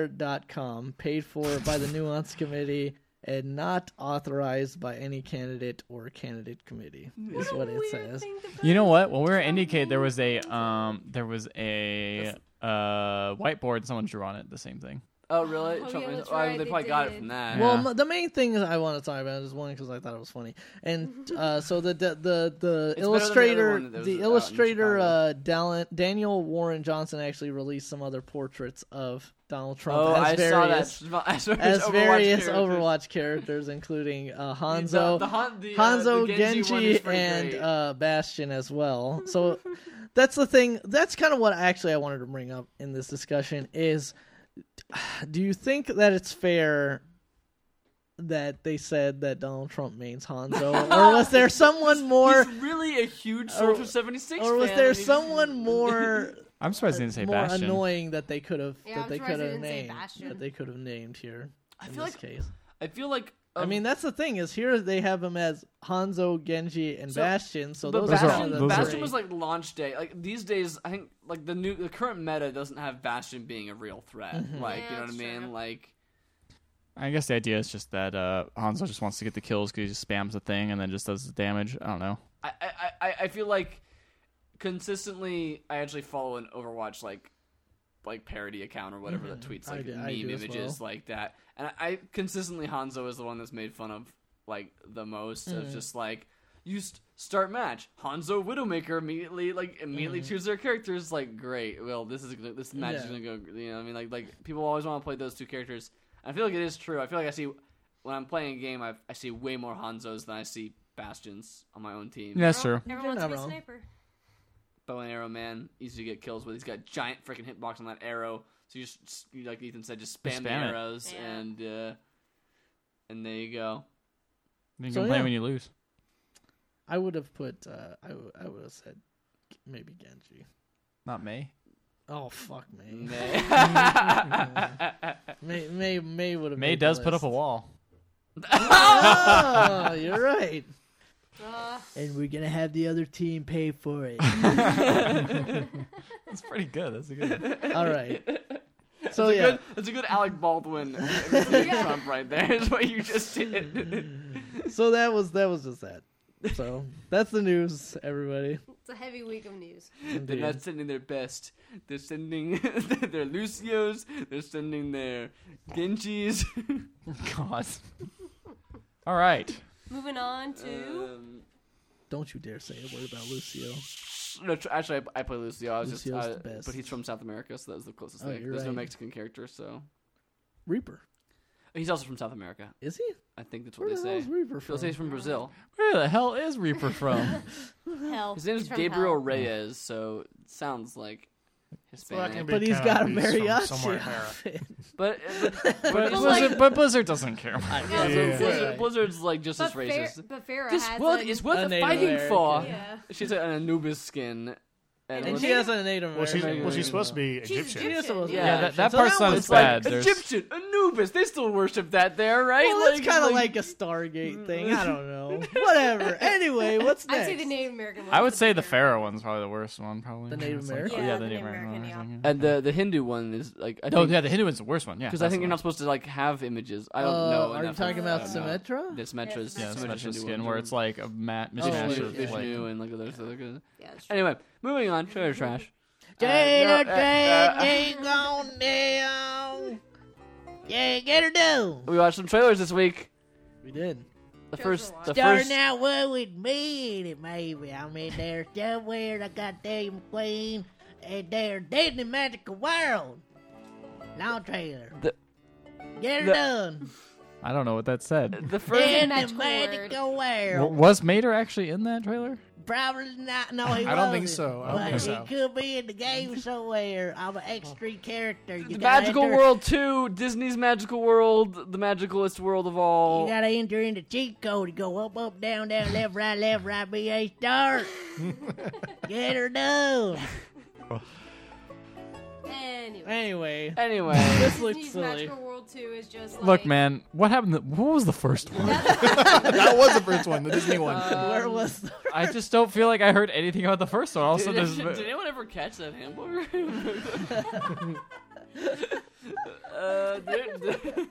[SPEAKER 3] teamplayer.com, paid for by the Nuance Committee and not authorized by any candidate or candidate committee, is what it says.
[SPEAKER 2] You know what? When we were at Indiecade, there was a um, there was a uh whiteboard. Someone drew on it the same thing.
[SPEAKER 1] Oh really?
[SPEAKER 5] Oh,
[SPEAKER 1] Trump
[SPEAKER 5] yeah,
[SPEAKER 1] mains-
[SPEAKER 5] that's
[SPEAKER 1] oh,
[SPEAKER 5] right,
[SPEAKER 1] They
[SPEAKER 5] they
[SPEAKER 1] probably got it
[SPEAKER 5] did.
[SPEAKER 1] from that.
[SPEAKER 2] Yeah.
[SPEAKER 3] Well, m- the main thing is I want to talk about is one because I thought it was funny, and uh, so the the the, the
[SPEAKER 1] It's better than the other
[SPEAKER 3] illustrator,
[SPEAKER 1] one that
[SPEAKER 3] the,
[SPEAKER 1] was out in
[SPEAKER 3] illustrator
[SPEAKER 1] Chicago.
[SPEAKER 3] uh, Dal- Daniel Warren Johnson actually released some other portraits of Donald Trump
[SPEAKER 1] oh,
[SPEAKER 3] as
[SPEAKER 1] I
[SPEAKER 3] various
[SPEAKER 1] saw that. I saw his
[SPEAKER 3] as
[SPEAKER 1] Overwatch
[SPEAKER 3] various
[SPEAKER 1] characters.
[SPEAKER 3] Overwatch characters, including uh,
[SPEAKER 1] The-
[SPEAKER 3] Hanzo,
[SPEAKER 1] the Han- the, uh,
[SPEAKER 3] Hanzo,
[SPEAKER 1] the one
[SPEAKER 3] Genji,
[SPEAKER 1] is pretty
[SPEAKER 3] and
[SPEAKER 1] great.
[SPEAKER 3] uh, Bastion as well. So that's the thing. That's kind of what actually I wanted to bring up in this discussion is, do you think that it's fair that they said that Donald Trump mains Hanzo, or was there someone more,
[SPEAKER 1] He's really a huge Soldier 76
[SPEAKER 3] or was
[SPEAKER 1] fan,
[SPEAKER 3] there
[SPEAKER 1] and he's-
[SPEAKER 3] someone more?
[SPEAKER 2] I'm surprised they didn't say
[SPEAKER 3] more
[SPEAKER 2] Bastion.
[SPEAKER 3] annoying that they could have
[SPEAKER 5] Yeah,
[SPEAKER 3] that
[SPEAKER 5] I'm
[SPEAKER 3] they
[SPEAKER 5] surprised
[SPEAKER 3] could have
[SPEAKER 5] they didn't say
[SPEAKER 3] named
[SPEAKER 5] Bastion.
[SPEAKER 3] that they could have named here in
[SPEAKER 1] feel
[SPEAKER 3] this
[SPEAKER 1] like-
[SPEAKER 3] case.
[SPEAKER 1] I feel like.
[SPEAKER 3] I
[SPEAKER 1] um,
[SPEAKER 3] mean, that's the thing is here they have them as Hanzo, Genji, and
[SPEAKER 1] So-
[SPEAKER 3] Bastion. So
[SPEAKER 1] but
[SPEAKER 3] those
[SPEAKER 2] Those
[SPEAKER 3] are,
[SPEAKER 2] are-
[SPEAKER 1] Bastion,
[SPEAKER 3] the
[SPEAKER 2] those are-
[SPEAKER 1] Bastion was like launch day. Like these days, I think like the new the current meta doesn't have Bastion being a real threat.
[SPEAKER 3] Mm-hmm.
[SPEAKER 1] Like
[SPEAKER 5] Yeah,
[SPEAKER 1] you know what I
[SPEAKER 5] that's
[SPEAKER 1] mean?
[SPEAKER 5] true.
[SPEAKER 1] Like
[SPEAKER 2] I guess the idea is just that uh, Hanzo just wants to get the kills because he just spams the thing and then just does the damage. I don't know.
[SPEAKER 1] I I I, I feel like consistently I actually follow an Overwatch like like parody account or whatever that tweets
[SPEAKER 3] Mm-hmm. I
[SPEAKER 1] like
[SPEAKER 3] do- I
[SPEAKER 1] meme
[SPEAKER 3] do as
[SPEAKER 1] images like that, and I, I consistently Hanzo is the one that's made fun of like the most
[SPEAKER 3] Mm-hmm.
[SPEAKER 1] of just like you st- start match Hanzo Widowmaker immediately like immediately choose their characters like great well this is gonna, this match is
[SPEAKER 3] Mm-hmm. Yeah.
[SPEAKER 1] gonna go you know what I mean like like people always want to play those two characters I feel like it is true I feel like I see when I'm playing a game I, I see way more Hanzos than I see Bastions on my own team.
[SPEAKER 2] Yeah, that's true.
[SPEAKER 5] Everyone
[SPEAKER 3] You're
[SPEAKER 5] wants
[SPEAKER 3] not
[SPEAKER 5] to be a
[SPEAKER 3] wrong.
[SPEAKER 5] sniper.
[SPEAKER 1] bow and arrow man easy to get kills with. He's got giant freaking hitbox on that arrow, so you just you- like Ethan said, just spam,
[SPEAKER 2] Just
[SPEAKER 1] the
[SPEAKER 2] spam it.
[SPEAKER 1] arrows
[SPEAKER 5] Yeah.
[SPEAKER 1] and uh, and there you go.
[SPEAKER 2] You can
[SPEAKER 3] So,
[SPEAKER 2] complain
[SPEAKER 3] yeah.
[SPEAKER 2] when you lose.
[SPEAKER 3] I would have put. Uh, I w- I would have said maybe Genji.
[SPEAKER 2] Not me.
[SPEAKER 3] Oh fuck, May.
[SPEAKER 1] Nay.
[SPEAKER 3] May May, May would have.
[SPEAKER 2] Mm. May
[SPEAKER 3] made
[SPEAKER 2] does
[SPEAKER 3] the
[SPEAKER 2] put up a
[SPEAKER 3] list.
[SPEAKER 2] wall.
[SPEAKER 3] Oh, you're right.
[SPEAKER 5] Uh,
[SPEAKER 3] And we're gonna have the other team pay for it.
[SPEAKER 2] That's pretty good. That's a good.
[SPEAKER 3] All right. So
[SPEAKER 1] That's a
[SPEAKER 3] Oh, yeah,
[SPEAKER 1] good- that's a good Alec Baldwin Trump right there. Is what you just did.
[SPEAKER 3] so that was that was just that. So that's the news, everybody.
[SPEAKER 5] it's a heavy week of news.
[SPEAKER 1] They're
[SPEAKER 3] Indeed.
[SPEAKER 1] not sending their best. They're sending their Lucios. They're sending their Genjis.
[SPEAKER 2] God. All right.
[SPEAKER 5] Moving on to
[SPEAKER 1] Um,
[SPEAKER 3] Don't you dare say a word about Lucio.
[SPEAKER 1] No, tr- actually, I, I play Lucio. I was just,
[SPEAKER 3] Lucio's
[SPEAKER 1] uh,
[SPEAKER 3] the best.
[SPEAKER 1] but he's from South America, so that was the closest
[SPEAKER 3] Oh,
[SPEAKER 1] thing.
[SPEAKER 3] you're
[SPEAKER 1] There's no
[SPEAKER 3] right.
[SPEAKER 1] Mexican character, so
[SPEAKER 3] Reaper
[SPEAKER 1] he's also from South America.
[SPEAKER 3] is he?
[SPEAKER 1] I think that's what
[SPEAKER 3] Where the hell
[SPEAKER 1] they
[SPEAKER 3] is
[SPEAKER 1] say.
[SPEAKER 3] Reaper
[SPEAKER 1] They
[SPEAKER 3] from?
[SPEAKER 1] say he's from Brazil.
[SPEAKER 2] Where the hell is Reaper from?
[SPEAKER 5] hell.
[SPEAKER 1] Uh, His name is
[SPEAKER 5] He's from
[SPEAKER 1] Gabriel
[SPEAKER 5] hell.
[SPEAKER 1] Reyes, so it sounds like
[SPEAKER 4] that can
[SPEAKER 1] Hispanic.
[SPEAKER 4] be
[SPEAKER 3] But he's
[SPEAKER 4] kinda
[SPEAKER 3] got a
[SPEAKER 4] be some-
[SPEAKER 3] mariachi
[SPEAKER 4] somewhere there.
[SPEAKER 3] outfit.
[SPEAKER 1] but but, but,
[SPEAKER 2] but,
[SPEAKER 1] he's
[SPEAKER 5] Well,
[SPEAKER 1] like,
[SPEAKER 2] Blizzard, but Blizzard doesn't care.
[SPEAKER 5] Yeah,
[SPEAKER 1] Blizzard-
[SPEAKER 5] yeah, yeah.
[SPEAKER 1] Blizzard- Blizzard's like just
[SPEAKER 5] But,
[SPEAKER 1] as
[SPEAKER 5] Fer-
[SPEAKER 1] racist.
[SPEAKER 5] but Farrah
[SPEAKER 1] This
[SPEAKER 5] has
[SPEAKER 1] world
[SPEAKER 5] an-
[SPEAKER 1] is worth
[SPEAKER 3] A
[SPEAKER 1] the
[SPEAKER 3] Native
[SPEAKER 1] fighting for.
[SPEAKER 3] American.
[SPEAKER 5] Yeah.
[SPEAKER 1] She's an Anubis skin. And,
[SPEAKER 5] And
[SPEAKER 1] it's-
[SPEAKER 3] she has a Native American.
[SPEAKER 4] Well, she's,
[SPEAKER 1] American
[SPEAKER 4] well, she's
[SPEAKER 1] Indian.
[SPEAKER 4] supposed to be
[SPEAKER 5] She's
[SPEAKER 4] Egyptian.
[SPEAKER 5] Egyptian.
[SPEAKER 3] supposed to-
[SPEAKER 1] Yeah,
[SPEAKER 2] Yeah,
[SPEAKER 3] that-
[SPEAKER 2] that, that
[SPEAKER 3] so
[SPEAKER 2] part's
[SPEAKER 3] that
[SPEAKER 2] not
[SPEAKER 3] was
[SPEAKER 2] as
[SPEAKER 1] it's like
[SPEAKER 2] bad. There's-
[SPEAKER 1] Egyptian Anubis. They still worship that there, right?
[SPEAKER 3] Well, that's kind of like, a Stargate thing. I don't know. Whatever. Anyway, what's
[SPEAKER 5] I'd
[SPEAKER 3] next?
[SPEAKER 5] say the Native American one.
[SPEAKER 2] I would say the Pharaoh one's probably the worst one, probably.
[SPEAKER 3] The Native
[SPEAKER 2] It's like-
[SPEAKER 3] American?
[SPEAKER 2] yeah, the Native American. one,
[SPEAKER 5] yeah.
[SPEAKER 2] I think, yeah.
[SPEAKER 1] And the the Hindu one is like I
[SPEAKER 2] No,
[SPEAKER 1] think-
[SPEAKER 2] yeah, the Hindu one's the worst one. Yeah,
[SPEAKER 1] Because I
[SPEAKER 2] that's
[SPEAKER 1] think
[SPEAKER 2] the
[SPEAKER 1] you're
[SPEAKER 2] one.
[SPEAKER 1] not supposed to like have images. I don't
[SPEAKER 3] Uh,
[SPEAKER 1] know.
[SPEAKER 3] Are you
[SPEAKER 1] enough
[SPEAKER 3] talking
[SPEAKER 1] about
[SPEAKER 3] about Symmetra?
[SPEAKER 1] This Metra's
[SPEAKER 5] Yeah,
[SPEAKER 2] Yeah, it's
[SPEAKER 5] it's
[SPEAKER 1] Symmetra's
[SPEAKER 2] Mexican
[SPEAKER 1] Hindu
[SPEAKER 2] skin
[SPEAKER 1] one.
[SPEAKER 2] where it's like a mat
[SPEAKER 3] Oh,
[SPEAKER 2] mismatch
[SPEAKER 3] yeah.
[SPEAKER 2] of
[SPEAKER 3] Vishnu
[SPEAKER 2] like.
[SPEAKER 1] Vishnu and like those other. guys.
[SPEAKER 5] Yeah, that's true.
[SPEAKER 1] Anyway, moving on. Trailer trash.
[SPEAKER 3] Jada
[SPEAKER 1] uh, uh,
[SPEAKER 3] Jade, they gone down. Yeah, get her down.
[SPEAKER 1] We watched some trailers this week.
[SPEAKER 3] We did.
[SPEAKER 1] The
[SPEAKER 5] Trailers
[SPEAKER 1] first, the
[SPEAKER 5] were
[SPEAKER 6] Starting
[SPEAKER 1] first,
[SPEAKER 6] out well with me, and maybe I'm in there somewhere. I got Dave McQueen, and they're dead in the magical world. Long trailer.
[SPEAKER 1] The-
[SPEAKER 6] Get it
[SPEAKER 1] the-
[SPEAKER 6] done.
[SPEAKER 2] I don't know what that said.
[SPEAKER 1] the first.
[SPEAKER 6] In the
[SPEAKER 5] magical word.
[SPEAKER 6] magical
[SPEAKER 2] W-
[SPEAKER 6] world.
[SPEAKER 2] was Mater actually in that trailer?
[SPEAKER 6] Probably not. No, he
[SPEAKER 4] I don't think
[SPEAKER 6] wasn't,
[SPEAKER 4] so. I don't
[SPEAKER 6] but
[SPEAKER 4] think so.
[SPEAKER 6] he could be in the game somewhere. I'm an extra character. You
[SPEAKER 1] The
[SPEAKER 6] gotta
[SPEAKER 1] Magical
[SPEAKER 6] enter-
[SPEAKER 1] World 2, Disney's Magical World, the magicalest world of
[SPEAKER 6] You
[SPEAKER 1] all.
[SPEAKER 6] gotta enter in the cheat code to go up, up, down, down, left, right, left, right, B, A, start. Get her done.
[SPEAKER 5] Anyway,
[SPEAKER 3] Anyway,
[SPEAKER 1] Anyway,
[SPEAKER 3] this looks
[SPEAKER 5] Disney's
[SPEAKER 3] silly.
[SPEAKER 5] Magical World Two is just like,
[SPEAKER 2] Look, man, what happened? To, what was the first one?
[SPEAKER 4] that was the first one, the Disney one.
[SPEAKER 1] Um,
[SPEAKER 3] Where was the
[SPEAKER 2] I just don't feel like I heard anything about the first one. Also,
[SPEAKER 1] did,
[SPEAKER 2] there's
[SPEAKER 1] did anyone ever catch that hamburger? uh, did- did-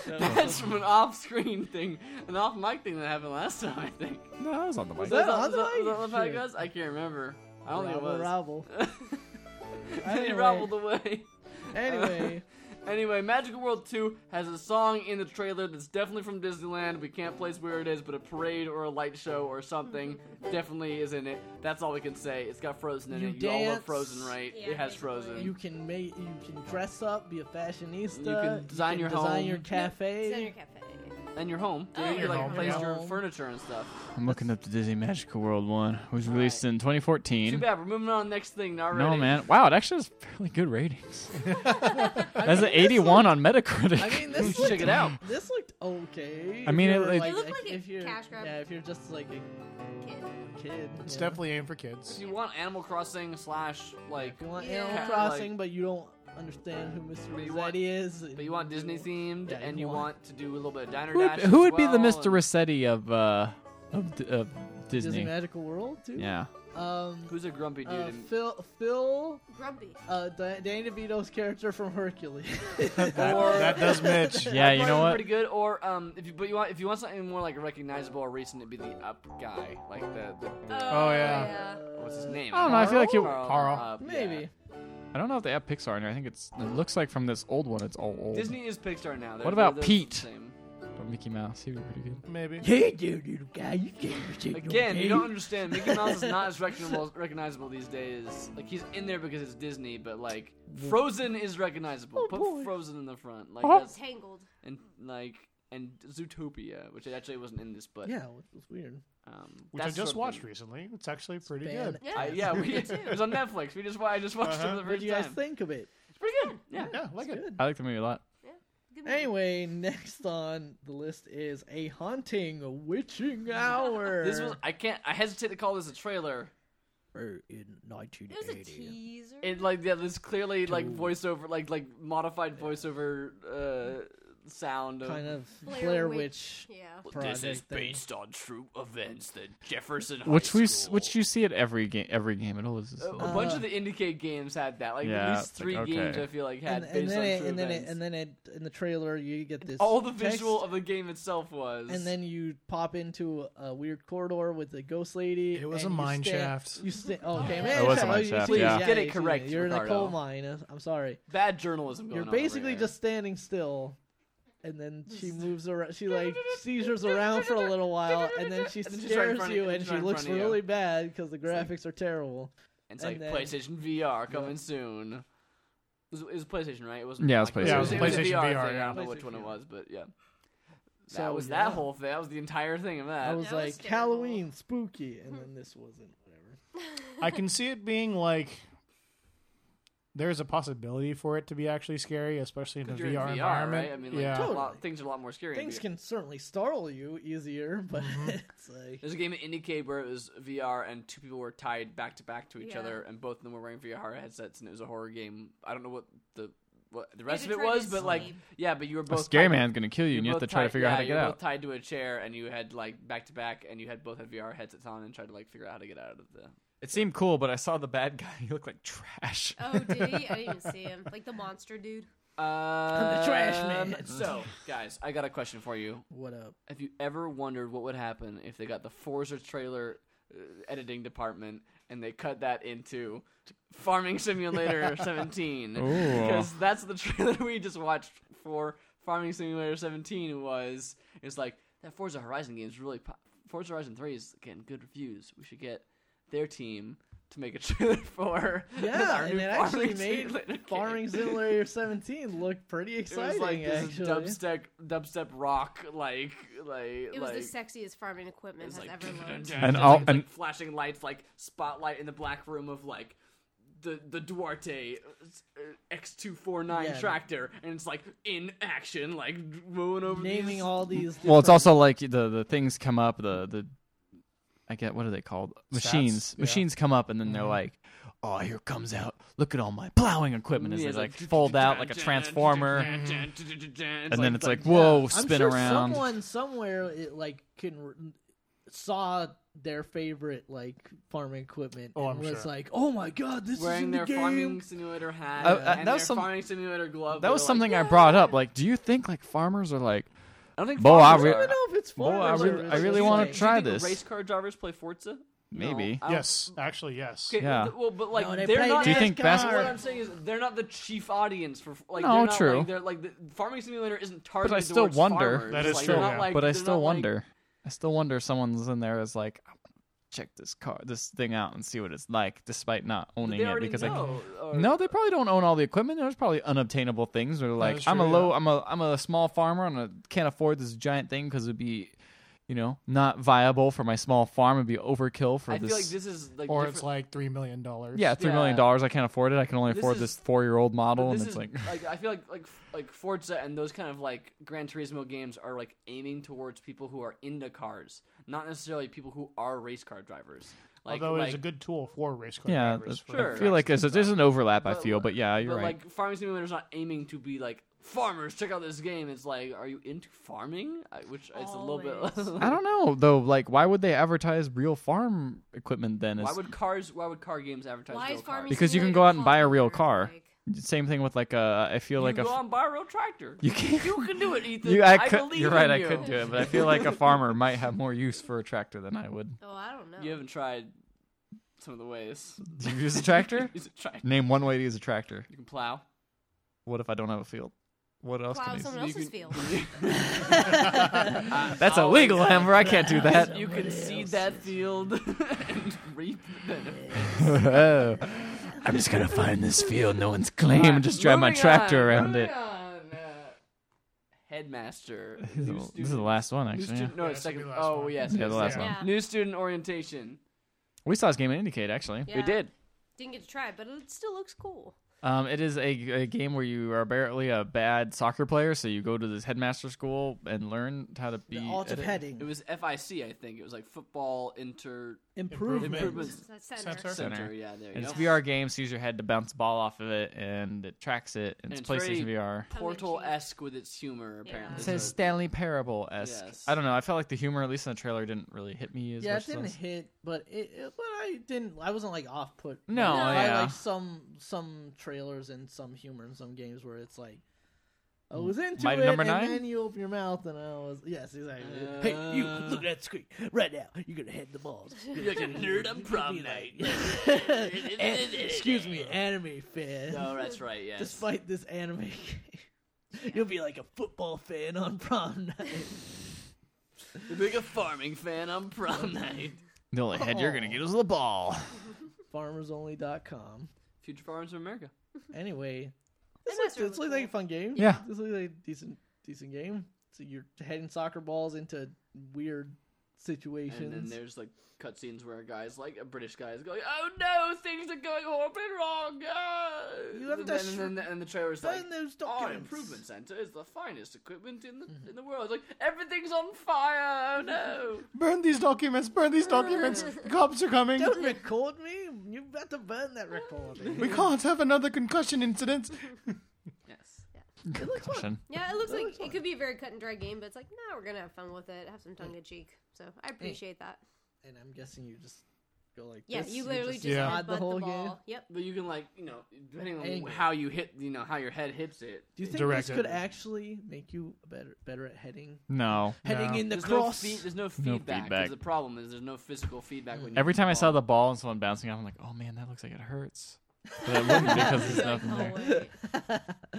[SPEAKER 1] that's from an off-screen thing, an off-mic thing that happened last time, I think.
[SPEAKER 2] no, I was on the mic.
[SPEAKER 3] that on
[SPEAKER 1] was
[SPEAKER 3] the
[SPEAKER 1] that, was
[SPEAKER 3] mic?
[SPEAKER 1] that, was that how it
[SPEAKER 3] Shit.
[SPEAKER 1] goes? I can't remember. I don't think it was.
[SPEAKER 3] Robble, Robble.
[SPEAKER 1] he
[SPEAKER 3] Anyway.
[SPEAKER 1] robbled away.
[SPEAKER 3] Anyway,
[SPEAKER 1] Anyway, Magical World 2 has a song in the trailer that's definitely from Disneyland. We can't place where it is, but a parade or a light show or something definitely is in it. That's all we can say. It's got Frozen in
[SPEAKER 3] You
[SPEAKER 1] it. You all love
[SPEAKER 3] dance.
[SPEAKER 1] Frozen, right?
[SPEAKER 5] Yeah,
[SPEAKER 1] it has
[SPEAKER 5] basically.
[SPEAKER 1] Frozen.
[SPEAKER 3] you can make, you can dress up, be a fashionista.
[SPEAKER 1] You can design your
[SPEAKER 3] design
[SPEAKER 1] home.
[SPEAKER 3] your
[SPEAKER 5] it's in
[SPEAKER 3] cafe.
[SPEAKER 5] your cafe.
[SPEAKER 1] and your home.
[SPEAKER 5] Oh,
[SPEAKER 1] you
[SPEAKER 5] your
[SPEAKER 1] like
[SPEAKER 4] home,
[SPEAKER 1] place
[SPEAKER 3] yeah.
[SPEAKER 1] your
[SPEAKER 3] Home.
[SPEAKER 1] furniture and stuff.
[SPEAKER 2] I'm looking up the Disney Magical World one. It was released in 2014.
[SPEAKER 1] Too bad. We're moving on to the next thing already.
[SPEAKER 2] No, man. Wow, it actually has fairly good ratings. That's an 81 on Metacritic.
[SPEAKER 3] I mean,
[SPEAKER 1] You
[SPEAKER 3] this
[SPEAKER 1] should
[SPEAKER 3] looked,
[SPEAKER 1] check it out.
[SPEAKER 3] This looked okay.
[SPEAKER 2] I mean,
[SPEAKER 3] If
[SPEAKER 2] it-
[SPEAKER 3] you're,
[SPEAKER 2] it-
[SPEAKER 5] It looked like a
[SPEAKER 3] if you're,
[SPEAKER 5] cash grab.
[SPEAKER 3] Yeah, if you're just like a
[SPEAKER 5] Kid.
[SPEAKER 3] kid.
[SPEAKER 4] It's
[SPEAKER 3] yeah.
[SPEAKER 4] definitely aimed for kids.
[SPEAKER 1] If you want Animal Crossing slash like,
[SPEAKER 3] If you want
[SPEAKER 5] Yeah.
[SPEAKER 3] Animal
[SPEAKER 5] Kinda
[SPEAKER 3] Crossing,
[SPEAKER 1] like-
[SPEAKER 3] but you don't understand who Mr.
[SPEAKER 1] But you
[SPEAKER 3] Rossetti
[SPEAKER 1] want-
[SPEAKER 3] is.
[SPEAKER 1] but you want Disney themed
[SPEAKER 3] Yeah,
[SPEAKER 1] and
[SPEAKER 3] you
[SPEAKER 1] you
[SPEAKER 3] want-
[SPEAKER 1] want to do a little bit of diner
[SPEAKER 2] who would,
[SPEAKER 1] dash.
[SPEAKER 2] who
[SPEAKER 1] as
[SPEAKER 2] would be the
[SPEAKER 1] well,
[SPEAKER 2] Mr.
[SPEAKER 1] and-
[SPEAKER 2] Rossetti of uh of, D- of
[SPEAKER 3] Disney.
[SPEAKER 2] Disney?
[SPEAKER 3] Magical World too.
[SPEAKER 2] yeah.
[SPEAKER 3] Um.
[SPEAKER 1] Who's a grumpy dude?
[SPEAKER 3] Uh,
[SPEAKER 1] in-
[SPEAKER 3] Phil. Phil.
[SPEAKER 5] Grumpy.
[SPEAKER 3] Uh, Da- Danny DeVito's character from Hercules.
[SPEAKER 1] Or-
[SPEAKER 4] That does Mitch.
[SPEAKER 2] Yeah, you
[SPEAKER 1] Probably
[SPEAKER 2] know what?
[SPEAKER 1] Pretty good. Or um, if you but you want if you want something more like recognizable or recent, it'd be the Up guy, like the, the, the
[SPEAKER 4] Oh, yeah.
[SPEAKER 1] what's his name?
[SPEAKER 2] I don't know, I feel like you-
[SPEAKER 4] Carl.
[SPEAKER 1] Up, yeah.
[SPEAKER 3] Maybe.
[SPEAKER 2] I don't know if they have Pixar in here. I think it's it looks like from this old one it's all old.
[SPEAKER 1] Disney is Pixar now. They're-
[SPEAKER 2] What about
[SPEAKER 1] they're the
[SPEAKER 2] Pete?
[SPEAKER 1] same.
[SPEAKER 2] But Mickey Mouse, he would be pretty good.
[SPEAKER 4] Maybe.
[SPEAKER 3] Hey, dude, little guy, you can't shake
[SPEAKER 1] Again, you don't understand. Mickey Mouse is not as recognizable, recognizable these days. Like he's in there because it's Disney, but like Frozen is recognizable.
[SPEAKER 2] Oh,
[SPEAKER 1] Put Frozen in the front, like that's,
[SPEAKER 5] Tangled.
[SPEAKER 1] and like and Zootopia, which actually wasn't in this, but
[SPEAKER 3] Yeah, which was weird.
[SPEAKER 1] um,
[SPEAKER 4] Which I
[SPEAKER 1] that's
[SPEAKER 4] just
[SPEAKER 1] something.
[SPEAKER 4] watched recently. It's actually pretty
[SPEAKER 3] Span-
[SPEAKER 4] good.
[SPEAKER 5] Yeah.
[SPEAKER 1] I, yeah, Uh-huh. we, it was on Netflix. We just wa- I just watched it for the first
[SPEAKER 3] What do you guys
[SPEAKER 1] time.
[SPEAKER 3] think of it?
[SPEAKER 1] It's pretty good. Yeah.
[SPEAKER 4] Yeah, I like it.
[SPEAKER 3] Good.
[SPEAKER 2] I like the movie a lot.
[SPEAKER 5] Good movie.
[SPEAKER 3] Anyway, next on the list is a haunting witching hour.
[SPEAKER 1] This was I can't I hesitate to call this a trailer.
[SPEAKER 3] Er, in 1980.
[SPEAKER 5] It was a teaser.
[SPEAKER 1] It like yeah, this clearly like voiceover like like modified voiceover uh sound of
[SPEAKER 3] kind of
[SPEAKER 5] Blair
[SPEAKER 3] Blair,
[SPEAKER 5] Witch.
[SPEAKER 3] Witch.
[SPEAKER 5] yeah.
[SPEAKER 3] project thing.
[SPEAKER 1] on true events that Jefferson
[SPEAKER 2] Which we s- which you see at every game every game at all is this.
[SPEAKER 1] a a bunch
[SPEAKER 3] Uh,
[SPEAKER 1] of the indicate games had that. Like
[SPEAKER 2] Yeah,
[SPEAKER 1] at least
[SPEAKER 2] it's
[SPEAKER 1] three
[SPEAKER 2] like,
[SPEAKER 1] games
[SPEAKER 2] okay.
[SPEAKER 1] I feel like had
[SPEAKER 3] And, and
[SPEAKER 1] based
[SPEAKER 3] then
[SPEAKER 1] on
[SPEAKER 3] it,
[SPEAKER 1] true
[SPEAKER 3] and then it,
[SPEAKER 1] events.
[SPEAKER 3] and then it, in the trailer you get this
[SPEAKER 1] all the
[SPEAKER 3] text,
[SPEAKER 1] visual of the game itself was
[SPEAKER 3] and then you pop into a weird corridor with a ghost lady.
[SPEAKER 4] It was
[SPEAKER 3] and
[SPEAKER 4] a
[SPEAKER 3] you
[SPEAKER 4] mine
[SPEAKER 3] stand-
[SPEAKER 4] shaft.
[SPEAKER 3] You stand, okay, man.
[SPEAKER 2] It was a
[SPEAKER 3] shaft.
[SPEAKER 2] mine
[SPEAKER 3] Oh, you
[SPEAKER 2] shaft,
[SPEAKER 3] see-
[SPEAKER 2] yeah.
[SPEAKER 1] Get it
[SPEAKER 3] you see
[SPEAKER 1] correct,
[SPEAKER 3] You're in a coal
[SPEAKER 1] Ricardo.
[SPEAKER 3] mine. I'm sorry.
[SPEAKER 1] bad journalism going
[SPEAKER 3] You're
[SPEAKER 1] on over
[SPEAKER 3] basically
[SPEAKER 1] there.
[SPEAKER 3] just standing still, and then she moves around. She like seizures around for a little while, and then she
[SPEAKER 1] And then she's right in
[SPEAKER 3] scares
[SPEAKER 1] front of-
[SPEAKER 3] you,
[SPEAKER 1] and
[SPEAKER 3] and
[SPEAKER 1] she's
[SPEAKER 3] she
[SPEAKER 1] right in
[SPEAKER 3] looks
[SPEAKER 1] front of you.
[SPEAKER 3] really bad because the graphics are terrible.
[SPEAKER 1] And it's
[SPEAKER 3] And
[SPEAKER 1] like
[SPEAKER 3] then-
[SPEAKER 1] PlayStation VR coming soon. It was, it was PlayStation, right? It wasn't.
[SPEAKER 2] Yeah, it was
[SPEAKER 1] Microsoft.
[SPEAKER 2] PlayStation.
[SPEAKER 4] Yeah, it was
[SPEAKER 1] a
[SPEAKER 4] PlayStation
[SPEAKER 1] VR.
[SPEAKER 4] VR,
[SPEAKER 1] thing. I don't know
[SPEAKER 3] yeah.
[SPEAKER 1] which one it
[SPEAKER 3] PlayStation.
[SPEAKER 1] was, but yeah. That
[SPEAKER 3] So,
[SPEAKER 1] was
[SPEAKER 3] yeah.
[SPEAKER 1] that whole thing. That was the entire thing of
[SPEAKER 3] I
[SPEAKER 1] that.
[SPEAKER 3] was
[SPEAKER 5] That was
[SPEAKER 3] like
[SPEAKER 5] terrible.
[SPEAKER 3] Halloween spooky, and then this wasn't. Whatever.
[SPEAKER 4] I can see it being like there's a possibility for it to be actually scary, especially in a
[SPEAKER 1] 'Cause
[SPEAKER 4] VR,
[SPEAKER 1] you're in
[SPEAKER 4] environment.
[SPEAKER 1] right? I mean, like,
[SPEAKER 4] yeah.
[SPEAKER 1] a
[SPEAKER 3] Totally.
[SPEAKER 1] lot, things are a lot more scary. in
[SPEAKER 3] Things
[SPEAKER 1] VR.
[SPEAKER 3] can certainly startle you easier, but
[SPEAKER 1] Mm-hmm.
[SPEAKER 3] it's like
[SPEAKER 1] There's a game at IndieCade where it was VR and two people were tied back to back to each
[SPEAKER 5] Yeah.
[SPEAKER 1] other, and both of them were wearing VR headsets, and it was a horror game. I don't know what the what the
[SPEAKER 5] They
[SPEAKER 1] rest of
[SPEAKER 5] had to
[SPEAKER 1] it
[SPEAKER 5] try to
[SPEAKER 1] was, but like,
[SPEAKER 5] escape.
[SPEAKER 1] yeah, but you were
[SPEAKER 2] a
[SPEAKER 1] both
[SPEAKER 2] scary
[SPEAKER 1] tied-
[SPEAKER 2] man's gonna kill you, and you have
[SPEAKER 1] both
[SPEAKER 2] to try to
[SPEAKER 1] tied-
[SPEAKER 2] figure out
[SPEAKER 1] yeah,
[SPEAKER 2] how to get
[SPEAKER 1] you were
[SPEAKER 2] out.
[SPEAKER 1] Both tied to a chair, and you had like back to back, and you had both had VR headsets on, and tried to like figure out how to get out of the.
[SPEAKER 2] It seemed cool, but I saw the bad guy. He looked like trash.
[SPEAKER 5] Oh, did he? I didn't even see him. Like the monster dude.
[SPEAKER 1] Uh,
[SPEAKER 3] trash man.
[SPEAKER 1] So, guys, I got a question for you.
[SPEAKER 3] what up?
[SPEAKER 1] Have you ever wondered what would happen if they got the Forza trailer uh, editing department and they cut that into Farming Simulator 17
[SPEAKER 2] Ooh.
[SPEAKER 1] because that's the trailer we just watched for Farming Simulator 17 was it's like that Forza Horizon game is really po- Forza Horizon 3 is getting good reviews. We should get their team to make a trailer for
[SPEAKER 3] Yeah,
[SPEAKER 1] our
[SPEAKER 3] and
[SPEAKER 1] new
[SPEAKER 3] it actually
[SPEAKER 1] Farming
[SPEAKER 3] made
[SPEAKER 1] Simulator game.
[SPEAKER 3] Farming Simulator 17 look pretty
[SPEAKER 1] It was
[SPEAKER 3] exciting.
[SPEAKER 1] like this is
[SPEAKER 3] actually,
[SPEAKER 1] dubstep dubstep rock like like
[SPEAKER 5] It was
[SPEAKER 1] like
[SPEAKER 5] the sexiest farming equipment has ever learned.
[SPEAKER 2] And
[SPEAKER 1] and
[SPEAKER 2] all-
[SPEAKER 1] all like,
[SPEAKER 2] and-
[SPEAKER 1] flashing lights like spotlight in the black room of like the the Duarte uh, X two four nine
[SPEAKER 3] Yeah.
[SPEAKER 1] tractor, and it's like in action, like moving over.
[SPEAKER 3] naming
[SPEAKER 1] these-
[SPEAKER 3] all these.
[SPEAKER 2] Well, it's
[SPEAKER 3] different-
[SPEAKER 2] also like the the things come up the the I get what are they called machines
[SPEAKER 4] yeah.
[SPEAKER 2] machines come up and then they're like oh here comes out look at all my plowing equipment as
[SPEAKER 1] Yeah,
[SPEAKER 2] they
[SPEAKER 1] it's
[SPEAKER 2] like fold out like a transformer
[SPEAKER 1] It's
[SPEAKER 2] and then it's like
[SPEAKER 1] yeah.
[SPEAKER 2] whoa
[SPEAKER 3] I'm
[SPEAKER 2] spin
[SPEAKER 3] sure
[SPEAKER 2] around
[SPEAKER 3] Someone somewhere it, like can r- saw their favorite like farming equipment
[SPEAKER 4] Oh,
[SPEAKER 3] and
[SPEAKER 4] I'm
[SPEAKER 3] was
[SPEAKER 4] sure.
[SPEAKER 3] like, "Oh my god, this is
[SPEAKER 1] Wearing
[SPEAKER 3] in
[SPEAKER 1] their
[SPEAKER 3] the game."
[SPEAKER 1] farming simulator hat
[SPEAKER 2] Uh, uh, that
[SPEAKER 1] and their
[SPEAKER 2] was some-
[SPEAKER 1] farming simulator glove.
[SPEAKER 2] that was
[SPEAKER 1] they're
[SPEAKER 2] something
[SPEAKER 1] Like,
[SPEAKER 2] I brought up like do you think like farmers are like
[SPEAKER 1] I don't think.
[SPEAKER 2] Bo, I
[SPEAKER 1] farmers
[SPEAKER 2] re-
[SPEAKER 1] are.
[SPEAKER 3] I don't know if it's
[SPEAKER 2] Boy,
[SPEAKER 3] farming.
[SPEAKER 2] I
[SPEAKER 3] or
[SPEAKER 2] really-
[SPEAKER 3] if
[SPEAKER 2] I
[SPEAKER 3] it's
[SPEAKER 2] really
[SPEAKER 3] just,
[SPEAKER 2] wanna
[SPEAKER 3] like-
[SPEAKER 2] try
[SPEAKER 1] Do you think
[SPEAKER 2] this.
[SPEAKER 1] Race car drivers play Forza.
[SPEAKER 2] Maybe.
[SPEAKER 1] No, I don't-
[SPEAKER 4] Yes, actually, yes.
[SPEAKER 1] Okay,
[SPEAKER 2] Yeah.
[SPEAKER 1] th- Well, but like
[SPEAKER 3] No, they
[SPEAKER 1] they're
[SPEAKER 3] play
[SPEAKER 1] not.
[SPEAKER 2] Do you think bas-
[SPEAKER 1] That's what I'm saying is they're not the chief audience for like.
[SPEAKER 2] No,
[SPEAKER 1] they're not,
[SPEAKER 2] true.
[SPEAKER 1] Like, they're like the farming simulator isn't targeted.
[SPEAKER 2] But I still
[SPEAKER 1] towards
[SPEAKER 2] wonder.
[SPEAKER 1] farmers.
[SPEAKER 4] That is
[SPEAKER 1] like,
[SPEAKER 4] true,
[SPEAKER 1] they're not,
[SPEAKER 4] yeah.
[SPEAKER 1] like-
[SPEAKER 2] but I
[SPEAKER 1] they're
[SPEAKER 2] still
[SPEAKER 1] not, like-
[SPEAKER 2] wonder I still wonder if someone's in there is like "I wanna check this car this thing out and see what it's like despite not owning
[SPEAKER 1] they
[SPEAKER 2] it
[SPEAKER 1] already
[SPEAKER 2] because I
[SPEAKER 1] know. or-
[SPEAKER 2] No, they probably don't own all the equipment. There's probably unobtainable things. Or like,
[SPEAKER 4] is
[SPEAKER 2] I'm a
[SPEAKER 4] true,
[SPEAKER 2] low, I'm a, I'm a small farmer, and I can't afford this giant thing because it'd be, you know, not viable for my small farm. It'd be overkill for
[SPEAKER 1] I
[SPEAKER 2] this.
[SPEAKER 1] feel like this is like.
[SPEAKER 4] Or
[SPEAKER 1] different-
[SPEAKER 4] it's like $3 million.
[SPEAKER 2] yeah, three million
[SPEAKER 1] yeah.
[SPEAKER 2] dollars. I can't afford it. I can only
[SPEAKER 1] This
[SPEAKER 2] afford
[SPEAKER 1] is-
[SPEAKER 2] this four year old model, and
[SPEAKER 1] this
[SPEAKER 2] it's
[SPEAKER 1] is
[SPEAKER 2] like,
[SPEAKER 1] I feel like like like Forza and those kind of like Gran Turismo games are like aiming towards people who are into cars, not necessarily people who are race car drivers. Like,
[SPEAKER 4] Although
[SPEAKER 1] like,
[SPEAKER 4] it's a good tool for race car
[SPEAKER 2] yeah. that's-
[SPEAKER 4] drivers. for
[SPEAKER 1] Sure.
[SPEAKER 2] I feel like there's, there's an overlap. I
[SPEAKER 1] But-
[SPEAKER 2] feel, but yeah, you're
[SPEAKER 1] but
[SPEAKER 2] right.
[SPEAKER 1] like farming simulator's not aiming to be like farmers check out this game it's like are you into farming I, which it's a little bit
[SPEAKER 5] Always.
[SPEAKER 2] I don't know though. Like, why would they advertise real farm equipment then?
[SPEAKER 1] why
[SPEAKER 2] As,
[SPEAKER 1] would cars why would car games advertise
[SPEAKER 5] Why
[SPEAKER 1] real
[SPEAKER 5] is farming
[SPEAKER 1] cars
[SPEAKER 2] Because you can
[SPEAKER 5] simulator
[SPEAKER 2] go out and buy a
[SPEAKER 5] called
[SPEAKER 2] real
[SPEAKER 5] Earth
[SPEAKER 2] car.
[SPEAKER 5] Like,
[SPEAKER 2] Same thing with like uh, I feel
[SPEAKER 1] you
[SPEAKER 2] like
[SPEAKER 1] can
[SPEAKER 2] a
[SPEAKER 1] go
[SPEAKER 2] f-
[SPEAKER 1] out and buy a real tractor
[SPEAKER 2] you can't.
[SPEAKER 1] you can do it ethan
[SPEAKER 2] You, I,
[SPEAKER 1] I,
[SPEAKER 2] could,
[SPEAKER 1] believe
[SPEAKER 2] you're right.
[SPEAKER 1] in
[SPEAKER 2] I
[SPEAKER 1] you.
[SPEAKER 2] could do it, but I feel like a farmer might have more use for a tractor than I would.
[SPEAKER 5] oh, I don't know.
[SPEAKER 1] you haven't tried some of the ways
[SPEAKER 2] Do you use a tractor?
[SPEAKER 1] use a tractor
[SPEAKER 2] Name one way to use a tractor.
[SPEAKER 1] you can plow
[SPEAKER 2] What if I don't have a field? What else
[SPEAKER 5] Plow
[SPEAKER 2] can I
[SPEAKER 5] someone
[SPEAKER 2] use?
[SPEAKER 1] You
[SPEAKER 5] else's
[SPEAKER 1] can-
[SPEAKER 5] field.
[SPEAKER 2] That's
[SPEAKER 1] Oh,
[SPEAKER 2] illegal, Amber. I can't do that.
[SPEAKER 1] you can seed that field and reap the benefits
[SPEAKER 2] Oh. I'm just gonna find this field no one's claimed and just drive my
[SPEAKER 1] Moving
[SPEAKER 2] tractor
[SPEAKER 1] on,
[SPEAKER 2] around
[SPEAKER 1] moving
[SPEAKER 2] it.
[SPEAKER 1] on, uh, headmaster new
[SPEAKER 2] This is the- this is the
[SPEAKER 1] student-
[SPEAKER 2] last one,
[SPEAKER 1] New
[SPEAKER 2] actually. yeah.
[SPEAKER 1] student, no,
[SPEAKER 4] Yeah,
[SPEAKER 1] it's
[SPEAKER 4] this will be
[SPEAKER 1] second.
[SPEAKER 4] the last
[SPEAKER 1] Oh,
[SPEAKER 4] one.
[SPEAKER 1] yes,
[SPEAKER 2] Yeah, the
[SPEAKER 1] yes,
[SPEAKER 2] last
[SPEAKER 1] yes.
[SPEAKER 5] one. Yeah.
[SPEAKER 1] New student orientation.
[SPEAKER 2] We saw this game in Indicate, actually.
[SPEAKER 5] Yeah.
[SPEAKER 1] did.
[SPEAKER 5] Didn't get to try, it, but it still looks cool.
[SPEAKER 2] Um, it is a, a game where you are barely a bad soccer player, so you go to this headmaster school and learn how to be.
[SPEAKER 3] The art of
[SPEAKER 2] a-
[SPEAKER 1] It
[SPEAKER 3] heading
[SPEAKER 1] was FIC, I think. It was like football inter
[SPEAKER 3] improvement.
[SPEAKER 1] improvement
[SPEAKER 5] Is that center?
[SPEAKER 4] Center.
[SPEAKER 1] center.
[SPEAKER 2] Center.
[SPEAKER 1] Yeah, there you
[SPEAKER 2] And it's
[SPEAKER 1] go.
[SPEAKER 2] VR game, so you use your head to bounce the ball off of it, and it tracks it. And,
[SPEAKER 1] And it's
[SPEAKER 2] it's PlayStation
[SPEAKER 1] very-
[SPEAKER 2] VR.
[SPEAKER 1] Portal esque with its humor, apparently.
[SPEAKER 2] It
[SPEAKER 5] It
[SPEAKER 2] says
[SPEAKER 1] So-
[SPEAKER 2] Stanley Parable esque.
[SPEAKER 1] Yes.
[SPEAKER 2] I don't know. I felt like the humor, at least in the trailer, didn't really hit me as
[SPEAKER 3] Yeah,
[SPEAKER 2] much.
[SPEAKER 3] it didn't
[SPEAKER 2] as I-
[SPEAKER 3] hit, but it, it- but I didn't. I wasn't like off put.
[SPEAKER 2] No,
[SPEAKER 3] like,
[SPEAKER 2] yeah.
[SPEAKER 3] I like some some trailers and some humor in some games where it's like. I was into
[SPEAKER 2] Mighty
[SPEAKER 3] it,
[SPEAKER 2] number
[SPEAKER 3] and
[SPEAKER 2] nine?
[SPEAKER 3] then you open your mouth, and I was yes, exactly. hey, you
[SPEAKER 1] Uh.
[SPEAKER 3] look at that screen right now. You're gonna head the balls.
[SPEAKER 1] You're like a nerd on prom night.
[SPEAKER 3] An- excuse me, anime fan.
[SPEAKER 1] No, Oh, that's right. Yes.
[SPEAKER 3] Despite this anime, game, you'll be like a football fan on prom night.
[SPEAKER 1] You're being a farming fan on prom night.
[SPEAKER 2] The only head you're gonna get is the ball.
[SPEAKER 3] FarmersOnly.com.
[SPEAKER 1] Future farmers of America.
[SPEAKER 3] Anyway, this
[SPEAKER 5] That
[SPEAKER 3] looks,
[SPEAKER 5] must really
[SPEAKER 3] this
[SPEAKER 5] look
[SPEAKER 3] looks like a fun game.
[SPEAKER 2] Yeah.
[SPEAKER 3] this looks like a decent decent game. So you're heading soccer balls into weird
[SPEAKER 1] And then
[SPEAKER 3] situations.
[SPEAKER 1] there's like cutscenes where a guy's like a British guy is going, "Oh no, things are going horribly wrong." ah."
[SPEAKER 3] You have
[SPEAKER 1] and,
[SPEAKER 3] to
[SPEAKER 1] then,
[SPEAKER 3] sh-
[SPEAKER 1] and then and the trailer's like, oh,
[SPEAKER 3] Then there's
[SPEAKER 1] Our
[SPEAKER 3] documents. Mm-hmm.
[SPEAKER 1] improvement center is the finest equipment in the in the world. Like everything's on fire. Oh no!
[SPEAKER 4] Burn these documents. Burn these documents. the cops are coming.
[SPEAKER 3] Don't record me. You better burn that recording.
[SPEAKER 4] We can't have another concussion incident.
[SPEAKER 1] yes.
[SPEAKER 3] it looks fun.
[SPEAKER 2] Concussion.
[SPEAKER 5] Yeah, it looks
[SPEAKER 3] That
[SPEAKER 5] like
[SPEAKER 3] looks fun.
[SPEAKER 5] it could be a very cut and dry game, but it's like, nah, we're gonna have fun with it, have some tongue in cheek. So I appreciate that.
[SPEAKER 3] And I'm guessing you just go like
[SPEAKER 5] Yeah,
[SPEAKER 3] this.
[SPEAKER 5] you literally just,
[SPEAKER 4] Yeah.
[SPEAKER 5] yeah.
[SPEAKER 3] nod
[SPEAKER 5] the whole ball.
[SPEAKER 3] game.
[SPEAKER 5] Yep.
[SPEAKER 1] But you can like you know depending on
[SPEAKER 3] Angle.
[SPEAKER 1] how you hit you know how your head hits it.
[SPEAKER 3] Do you think
[SPEAKER 4] Direct
[SPEAKER 3] this could
[SPEAKER 4] it.
[SPEAKER 3] actually make you better better at heading?
[SPEAKER 2] No.
[SPEAKER 3] Heading in the
[SPEAKER 1] there's
[SPEAKER 3] cross.
[SPEAKER 1] No feed, there's no
[SPEAKER 2] No
[SPEAKER 1] feedback. 'cause
[SPEAKER 2] feedback.
[SPEAKER 1] The problem is there's no physical feedback
[SPEAKER 3] Mm.
[SPEAKER 1] when you
[SPEAKER 2] Every
[SPEAKER 1] hit the
[SPEAKER 2] time I saw
[SPEAKER 1] ball.
[SPEAKER 2] the ball and someone bouncing off, I'm like, oh man, that looks like it hurts. But it wouldn't because there's nothing
[SPEAKER 5] No
[SPEAKER 2] there.
[SPEAKER 5] way.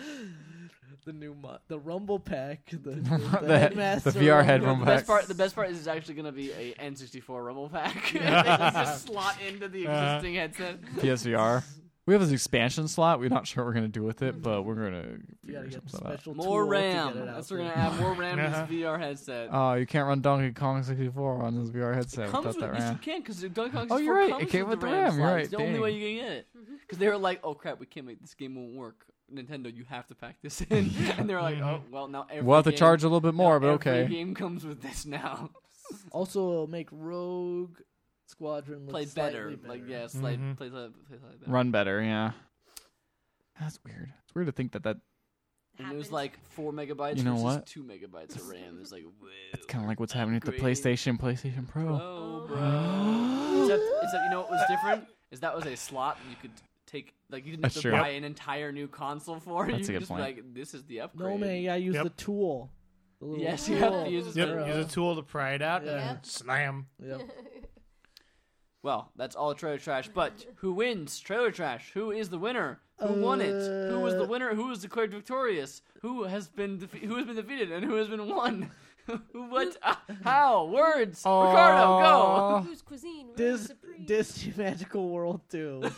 [SPEAKER 3] the new mo- the Rumble Pack, the, the,
[SPEAKER 2] the
[SPEAKER 3] headmaster
[SPEAKER 2] VR head
[SPEAKER 1] No,
[SPEAKER 2] rumble
[SPEAKER 1] the
[SPEAKER 2] pack.
[SPEAKER 1] best part, the best part is it's actually going to be a N64 rumble pack. They just slot into the
[SPEAKER 4] Uh-huh.
[SPEAKER 1] existing headset.
[SPEAKER 2] PSVR. We have this expansion slot. We're not sure what we're gonna do with it, but we're gonna
[SPEAKER 3] You
[SPEAKER 2] figure
[SPEAKER 3] gotta get
[SPEAKER 2] something out.
[SPEAKER 3] special
[SPEAKER 1] More
[SPEAKER 3] tool to get
[SPEAKER 1] RAM.
[SPEAKER 3] it out
[SPEAKER 1] That's we're
[SPEAKER 3] there.
[SPEAKER 1] going to add more RAM
[SPEAKER 4] Uh-huh.
[SPEAKER 1] to this VR headset.
[SPEAKER 2] Oh, you can't run Donkey Kong 64 on this VR headset
[SPEAKER 1] it comes
[SPEAKER 2] without
[SPEAKER 1] with
[SPEAKER 2] that
[SPEAKER 1] yes, you
[SPEAKER 2] RAM.
[SPEAKER 1] can because Donkey Kong 64
[SPEAKER 2] Oh, you're right.
[SPEAKER 1] comes
[SPEAKER 2] It came with
[SPEAKER 1] the
[SPEAKER 2] the RAM,
[SPEAKER 1] slot.
[SPEAKER 2] you're right,
[SPEAKER 1] It's the only way
[SPEAKER 2] dang.
[SPEAKER 1] you can get it.
[SPEAKER 3] Mm-hmm.
[SPEAKER 1] Because they were like, "Oh crap, we can't make this game won't work." Nintendo, you have to pack this in. and they were like, "Oh well, now every
[SPEAKER 2] We'll have to
[SPEAKER 1] game-
[SPEAKER 2] charge a little bit
[SPEAKER 1] now
[SPEAKER 2] more, but
[SPEAKER 1] every
[SPEAKER 2] okay.
[SPEAKER 1] game comes with this now.
[SPEAKER 3] Also, make Rogue Squadron look
[SPEAKER 1] play
[SPEAKER 3] slightly
[SPEAKER 1] better. like yeah,
[SPEAKER 3] better.
[SPEAKER 1] slight,
[SPEAKER 2] Mm-hmm.
[SPEAKER 4] Mhm.
[SPEAKER 1] play, slightly- play slightly better."
[SPEAKER 2] Run better, yeah. That's weird. It's weird to think that that
[SPEAKER 1] And it was
[SPEAKER 5] Happens.
[SPEAKER 1] like four megabytes
[SPEAKER 2] You know
[SPEAKER 1] versus
[SPEAKER 2] what?
[SPEAKER 1] two megabytes of RAM. It's like, whoa.
[SPEAKER 2] it's kind of like what's happening with the
[SPEAKER 1] Upgrade.
[SPEAKER 2] PlayStation, PlayStation Pro.
[SPEAKER 1] Oh, bro. except, except, you know what was different? Is that was a slot you could take, like, you didn't have
[SPEAKER 2] That's
[SPEAKER 1] to
[SPEAKER 2] true.
[SPEAKER 1] buy an entire new console for. you
[SPEAKER 2] That's a
[SPEAKER 1] could
[SPEAKER 2] good
[SPEAKER 1] just
[SPEAKER 2] point.
[SPEAKER 1] be like, this is the upgrade.
[SPEAKER 3] No man, you gotta use
[SPEAKER 4] Yep.
[SPEAKER 3] the tool. The little
[SPEAKER 1] Yes, you have to
[SPEAKER 3] tool.
[SPEAKER 1] use this.
[SPEAKER 4] Yep,
[SPEAKER 3] Sure.
[SPEAKER 4] use a tool to pry it out
[SPEAKER 3] Yeah.
[SPEAKER 4] and slam.
[SPEAKER 3] Yep.
[SPEAKER 1] Well, that's all trailer trash. But who wins trailer trash? Who is the winner? Who won it? Who was the
[SPEAKER 3] Uh,
[SPEAKER 1] winner? Who was declared victorious? Who has been defe- who has been defeated and who has been won? Who? what? Ah, how? Words. Ricardo, go.
[SPEAKER 5] Who's cuisine? rules
[SPEAKER 3] Dis-
[SPEAKER 5] supreme.
[SPEAKER 3] Disney Magical World 2.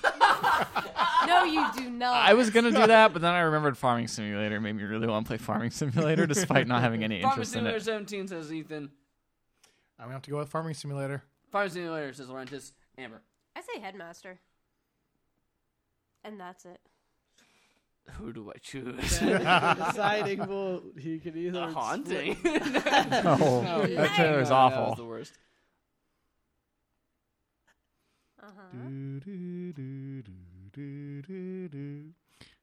[SPEAKER 5] no, you do not.
[SPEAKER 2] I was gonna do that, but then I remembered Farming Simulator made me really want to play Farming Simulator, despite not having any
[SPEAKER 1] Farming
[SPEAKER 2] interest in
[SPEAKER 1] Simulator
[SPEAKER 2] it.
[SPEAKER 1] 17 says Ethan.
[SPEAKER 4] I'm gonna have to go with Farming Simulator.
[SPEAKER 1] Farming Simulator says Laurentis. Amber.
[SPEAKER 5] I say headmaster. And that's it.
[SPEAKER 1] Who do I choose?
[SPEAKER 3] Deciding vote. He could either.
[SPEAKER 1] the haunting.
[SPEAKER 2] Oh, that trailer is
[SPEAKER 1] That was
[SPEAKER 2] awful.
[SPEAKER 1] the worst.
[SPEAKER 5] Uh huh.
[SPEAKER 4] Do, do, do, do, do, do, do.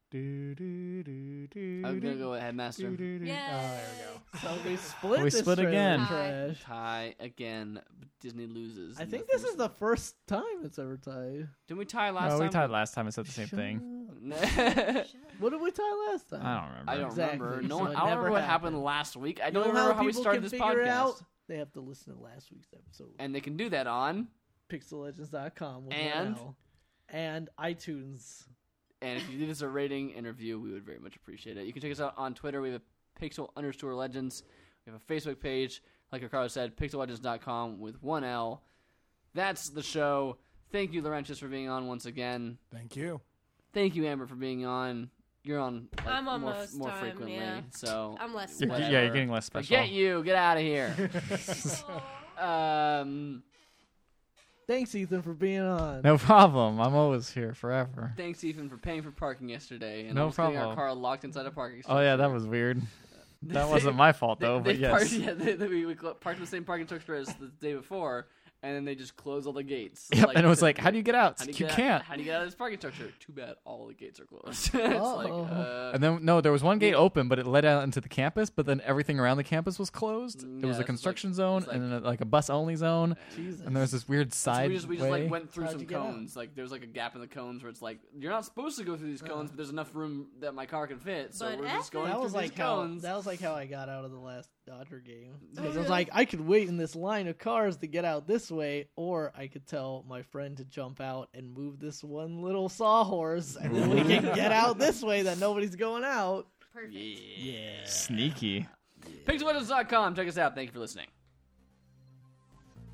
[SPEAKER 4] Do, do, do, do,
[SPEAKER 1] I'm gonna
[SPEAKER 4] do,
[SPEAKER 1] go with Headmaster.
[SPEAKER 4] do, do, do. Oh, there we go.
[SPEAKER 3] split- So we split.
[SPEAKER 2] We
[SPEAKER 3] this
[SPEAKER 2] split
[SPEAKER 3] trailer
[SPEAKER 2] again.
[SPEAKER 3] trash.
[SPEAKER 1] Tie again. But Disney loses.
[SPEAKER 3] I
[SPEAKER 1] in
[SPEAKER 3] think
[SPEAKER 1] the
[SPEAKER 3] this
[SPEAKER 1] first-
[SPEAKER 3] is the first time it's ever tied.
[SPEAKER 1] Didn't we tie last
[SPEAKER 2] No,
[SPEAKER 1] time?
[SPEAKER 2] we tied last time. I said the same
[SPEAKER 3] Shut
[SPEAKER 2] thing.
[SPEAKER 3] up.
[SPEAKER 1] No.
[SPEAKER 3] What did we tie last time?
[SPEAKER 2] I don't remember.
[SPEAKER 1] I don't
[SPEAKER 3] Exactly.
[SPEAKER 1] remember. No
[SPEAKER 3] So
[SPEAKER 1] one,
[SPEAKER 3] it
[SPEAKER 1] I don't
[SPEAKER 3] never
[SPEAKER 1] remember what happened.
[SPEAKER 3] happened.
[SPEAKER 1] last week. I
[SPEAKER 3] You
[SPEAKER 1] don't
[SPEAKER 3] know
[SPEAKER 1] remember how, we
[SPEAKER 3] people
[SPEAKER 1] started
[SPEAKER 3] can
[SPEAKER 1] this
[SPEAKER 3] figure it
[SPEAKER 1] podcast.
[SPEAKER 3] Out? They have to listen to last week's episode.
[SPEAKER 1] And they can do that on.
[SPEAKER 3] pixellegends.com with one
[SPEAKER 1] And?
[SPEAKER 3] L. and iTunes.
[SPEAKER 1] And if you leave us a rating and review, we would very much appreciate it. You can check us out on Twitter. We have a Pixel underscore Legends. We have a Facebook page. Like Ricardo said, pixellegends.com with one L. That's the show. Thank you, Laurentius, for being on once again.
[SPEAKER 4] Thank you.
[SPEAKER 1] Thank you, Amber, for being on. You're on like,
[SPEAKER 5] I'm on
[SPEAKER 1] more,
[SPEAKER 5] most
[SPEAKER 1] more
[SPEAKER 5] time,
[SPEAKER 1] frequently.
[SPEAKER 5] yeah.
[SPEAKER 1] So
[SPEAKER 5] I'm less.
[SPEAKER 2] You're-
[SPEAKER 1] Whatever.
[SPEAKER 2] yeah, you're getting less special.
[SPEAKER 1] Forget you. Get out of here. um,
[SPEAKER 3] Thanks, Ethan, for being on.
[SPEAKER 2] No problem. I'm always here forever.
[SPEAKER 1] Thanks, Ethan, for paying for parking yesterday. And
[SPEAKER 2] No
[SPEAKER 1] almost getting our
[SPEAKER 2] problem.
[SPEAKER 1] car locked inside a parking.
[SPEAKER 2] Oh yeah, that was weird. That wasn't my fault
[SPEAKER 1] They,
[SPEAKER 2] though,
[SPEAKER 1] they
[SPEAKER 2] Oh, but
[SPEAKER 1] parked,
[SPEAKER 2] yes.
[SPEAKER 1] yeah, they, they- we, we cl- parked in the same parking structure as the day before, and then they just closed all the gates.
[SPEAKER 2] Yep, and it was like, how do you get out?
[SPEAKER 1] how do
[SPEAKER 2] You,
[SPEAKER 1] you get out-
[SPEAKER 2] can't.
[SPEAKER 1] How do you get out of this parking structure? Too bad, all the gates are closed. it's like,
[SPEAKER 3] Uh-oh.
[SPEAKER 1] uh,
[SPEAKER 2] And then no, there was one gate open, but it led out into the campus. But then everything around the campus was closed.
[SPEAKER 1] Yeah,
[SPEAKER 2] It was
[SPEAKER 1] it's
[SPEAKER 2] a
[SPEAKER 1] like-
[SPEAKER 2] construction zone
[SPEAKER 1] it's like-
[SPEAKER 2] and then a, like a bus only zone.
[SPEAKER 3] Jesus.
[SPEAKER 2] And there was this weird
[SPEAKER 1] so
[SPEAKER 2] side
[SPEAKER 1] we just we just
[SPEAKER 2] way.
[SPEAKER 1] like went through
[SPEAKER 3] How'd
[SPEAKER 1] some
[SPEAKER 3] you get out?
[SPEAKER 1] cones. Like there's like a gap in the cones where it's like you're not supposed to go through these cones, but there's enough room that my car can fit. So
[SPEAKER 5] But
[SPEAKER 1] we're just going
[SPEAKER 3] Uh-huh. that
[SPEAKER 1] through
[SPEAKER 3] was like
[SPEAKER 1] these
[SPEAKER 3] how
[SPEAKER 1] cones.
[SPEAKER 3] that was like how I got out of the last Dodger game because I
[SPEAKER 5] really?
[SPEAKER 3] was like I could wait in this line of cars to get out this way, or I could tell my friend to jump out and move this one little sawhorse, and then we can get out this way that nobody's going out.
[SPEAKER 5] Perfect.
[SPEAKER 3] Yeah.
[SPEAKER 2] sneaky.
[SPEAKER 1] Pixelwindows.com. Check us out. Thank you for listening.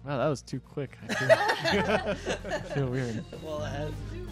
[SPEAKER 2] Wow, that was too quick. I feel, I feel weird.
[SPEAKER 3] Well, as.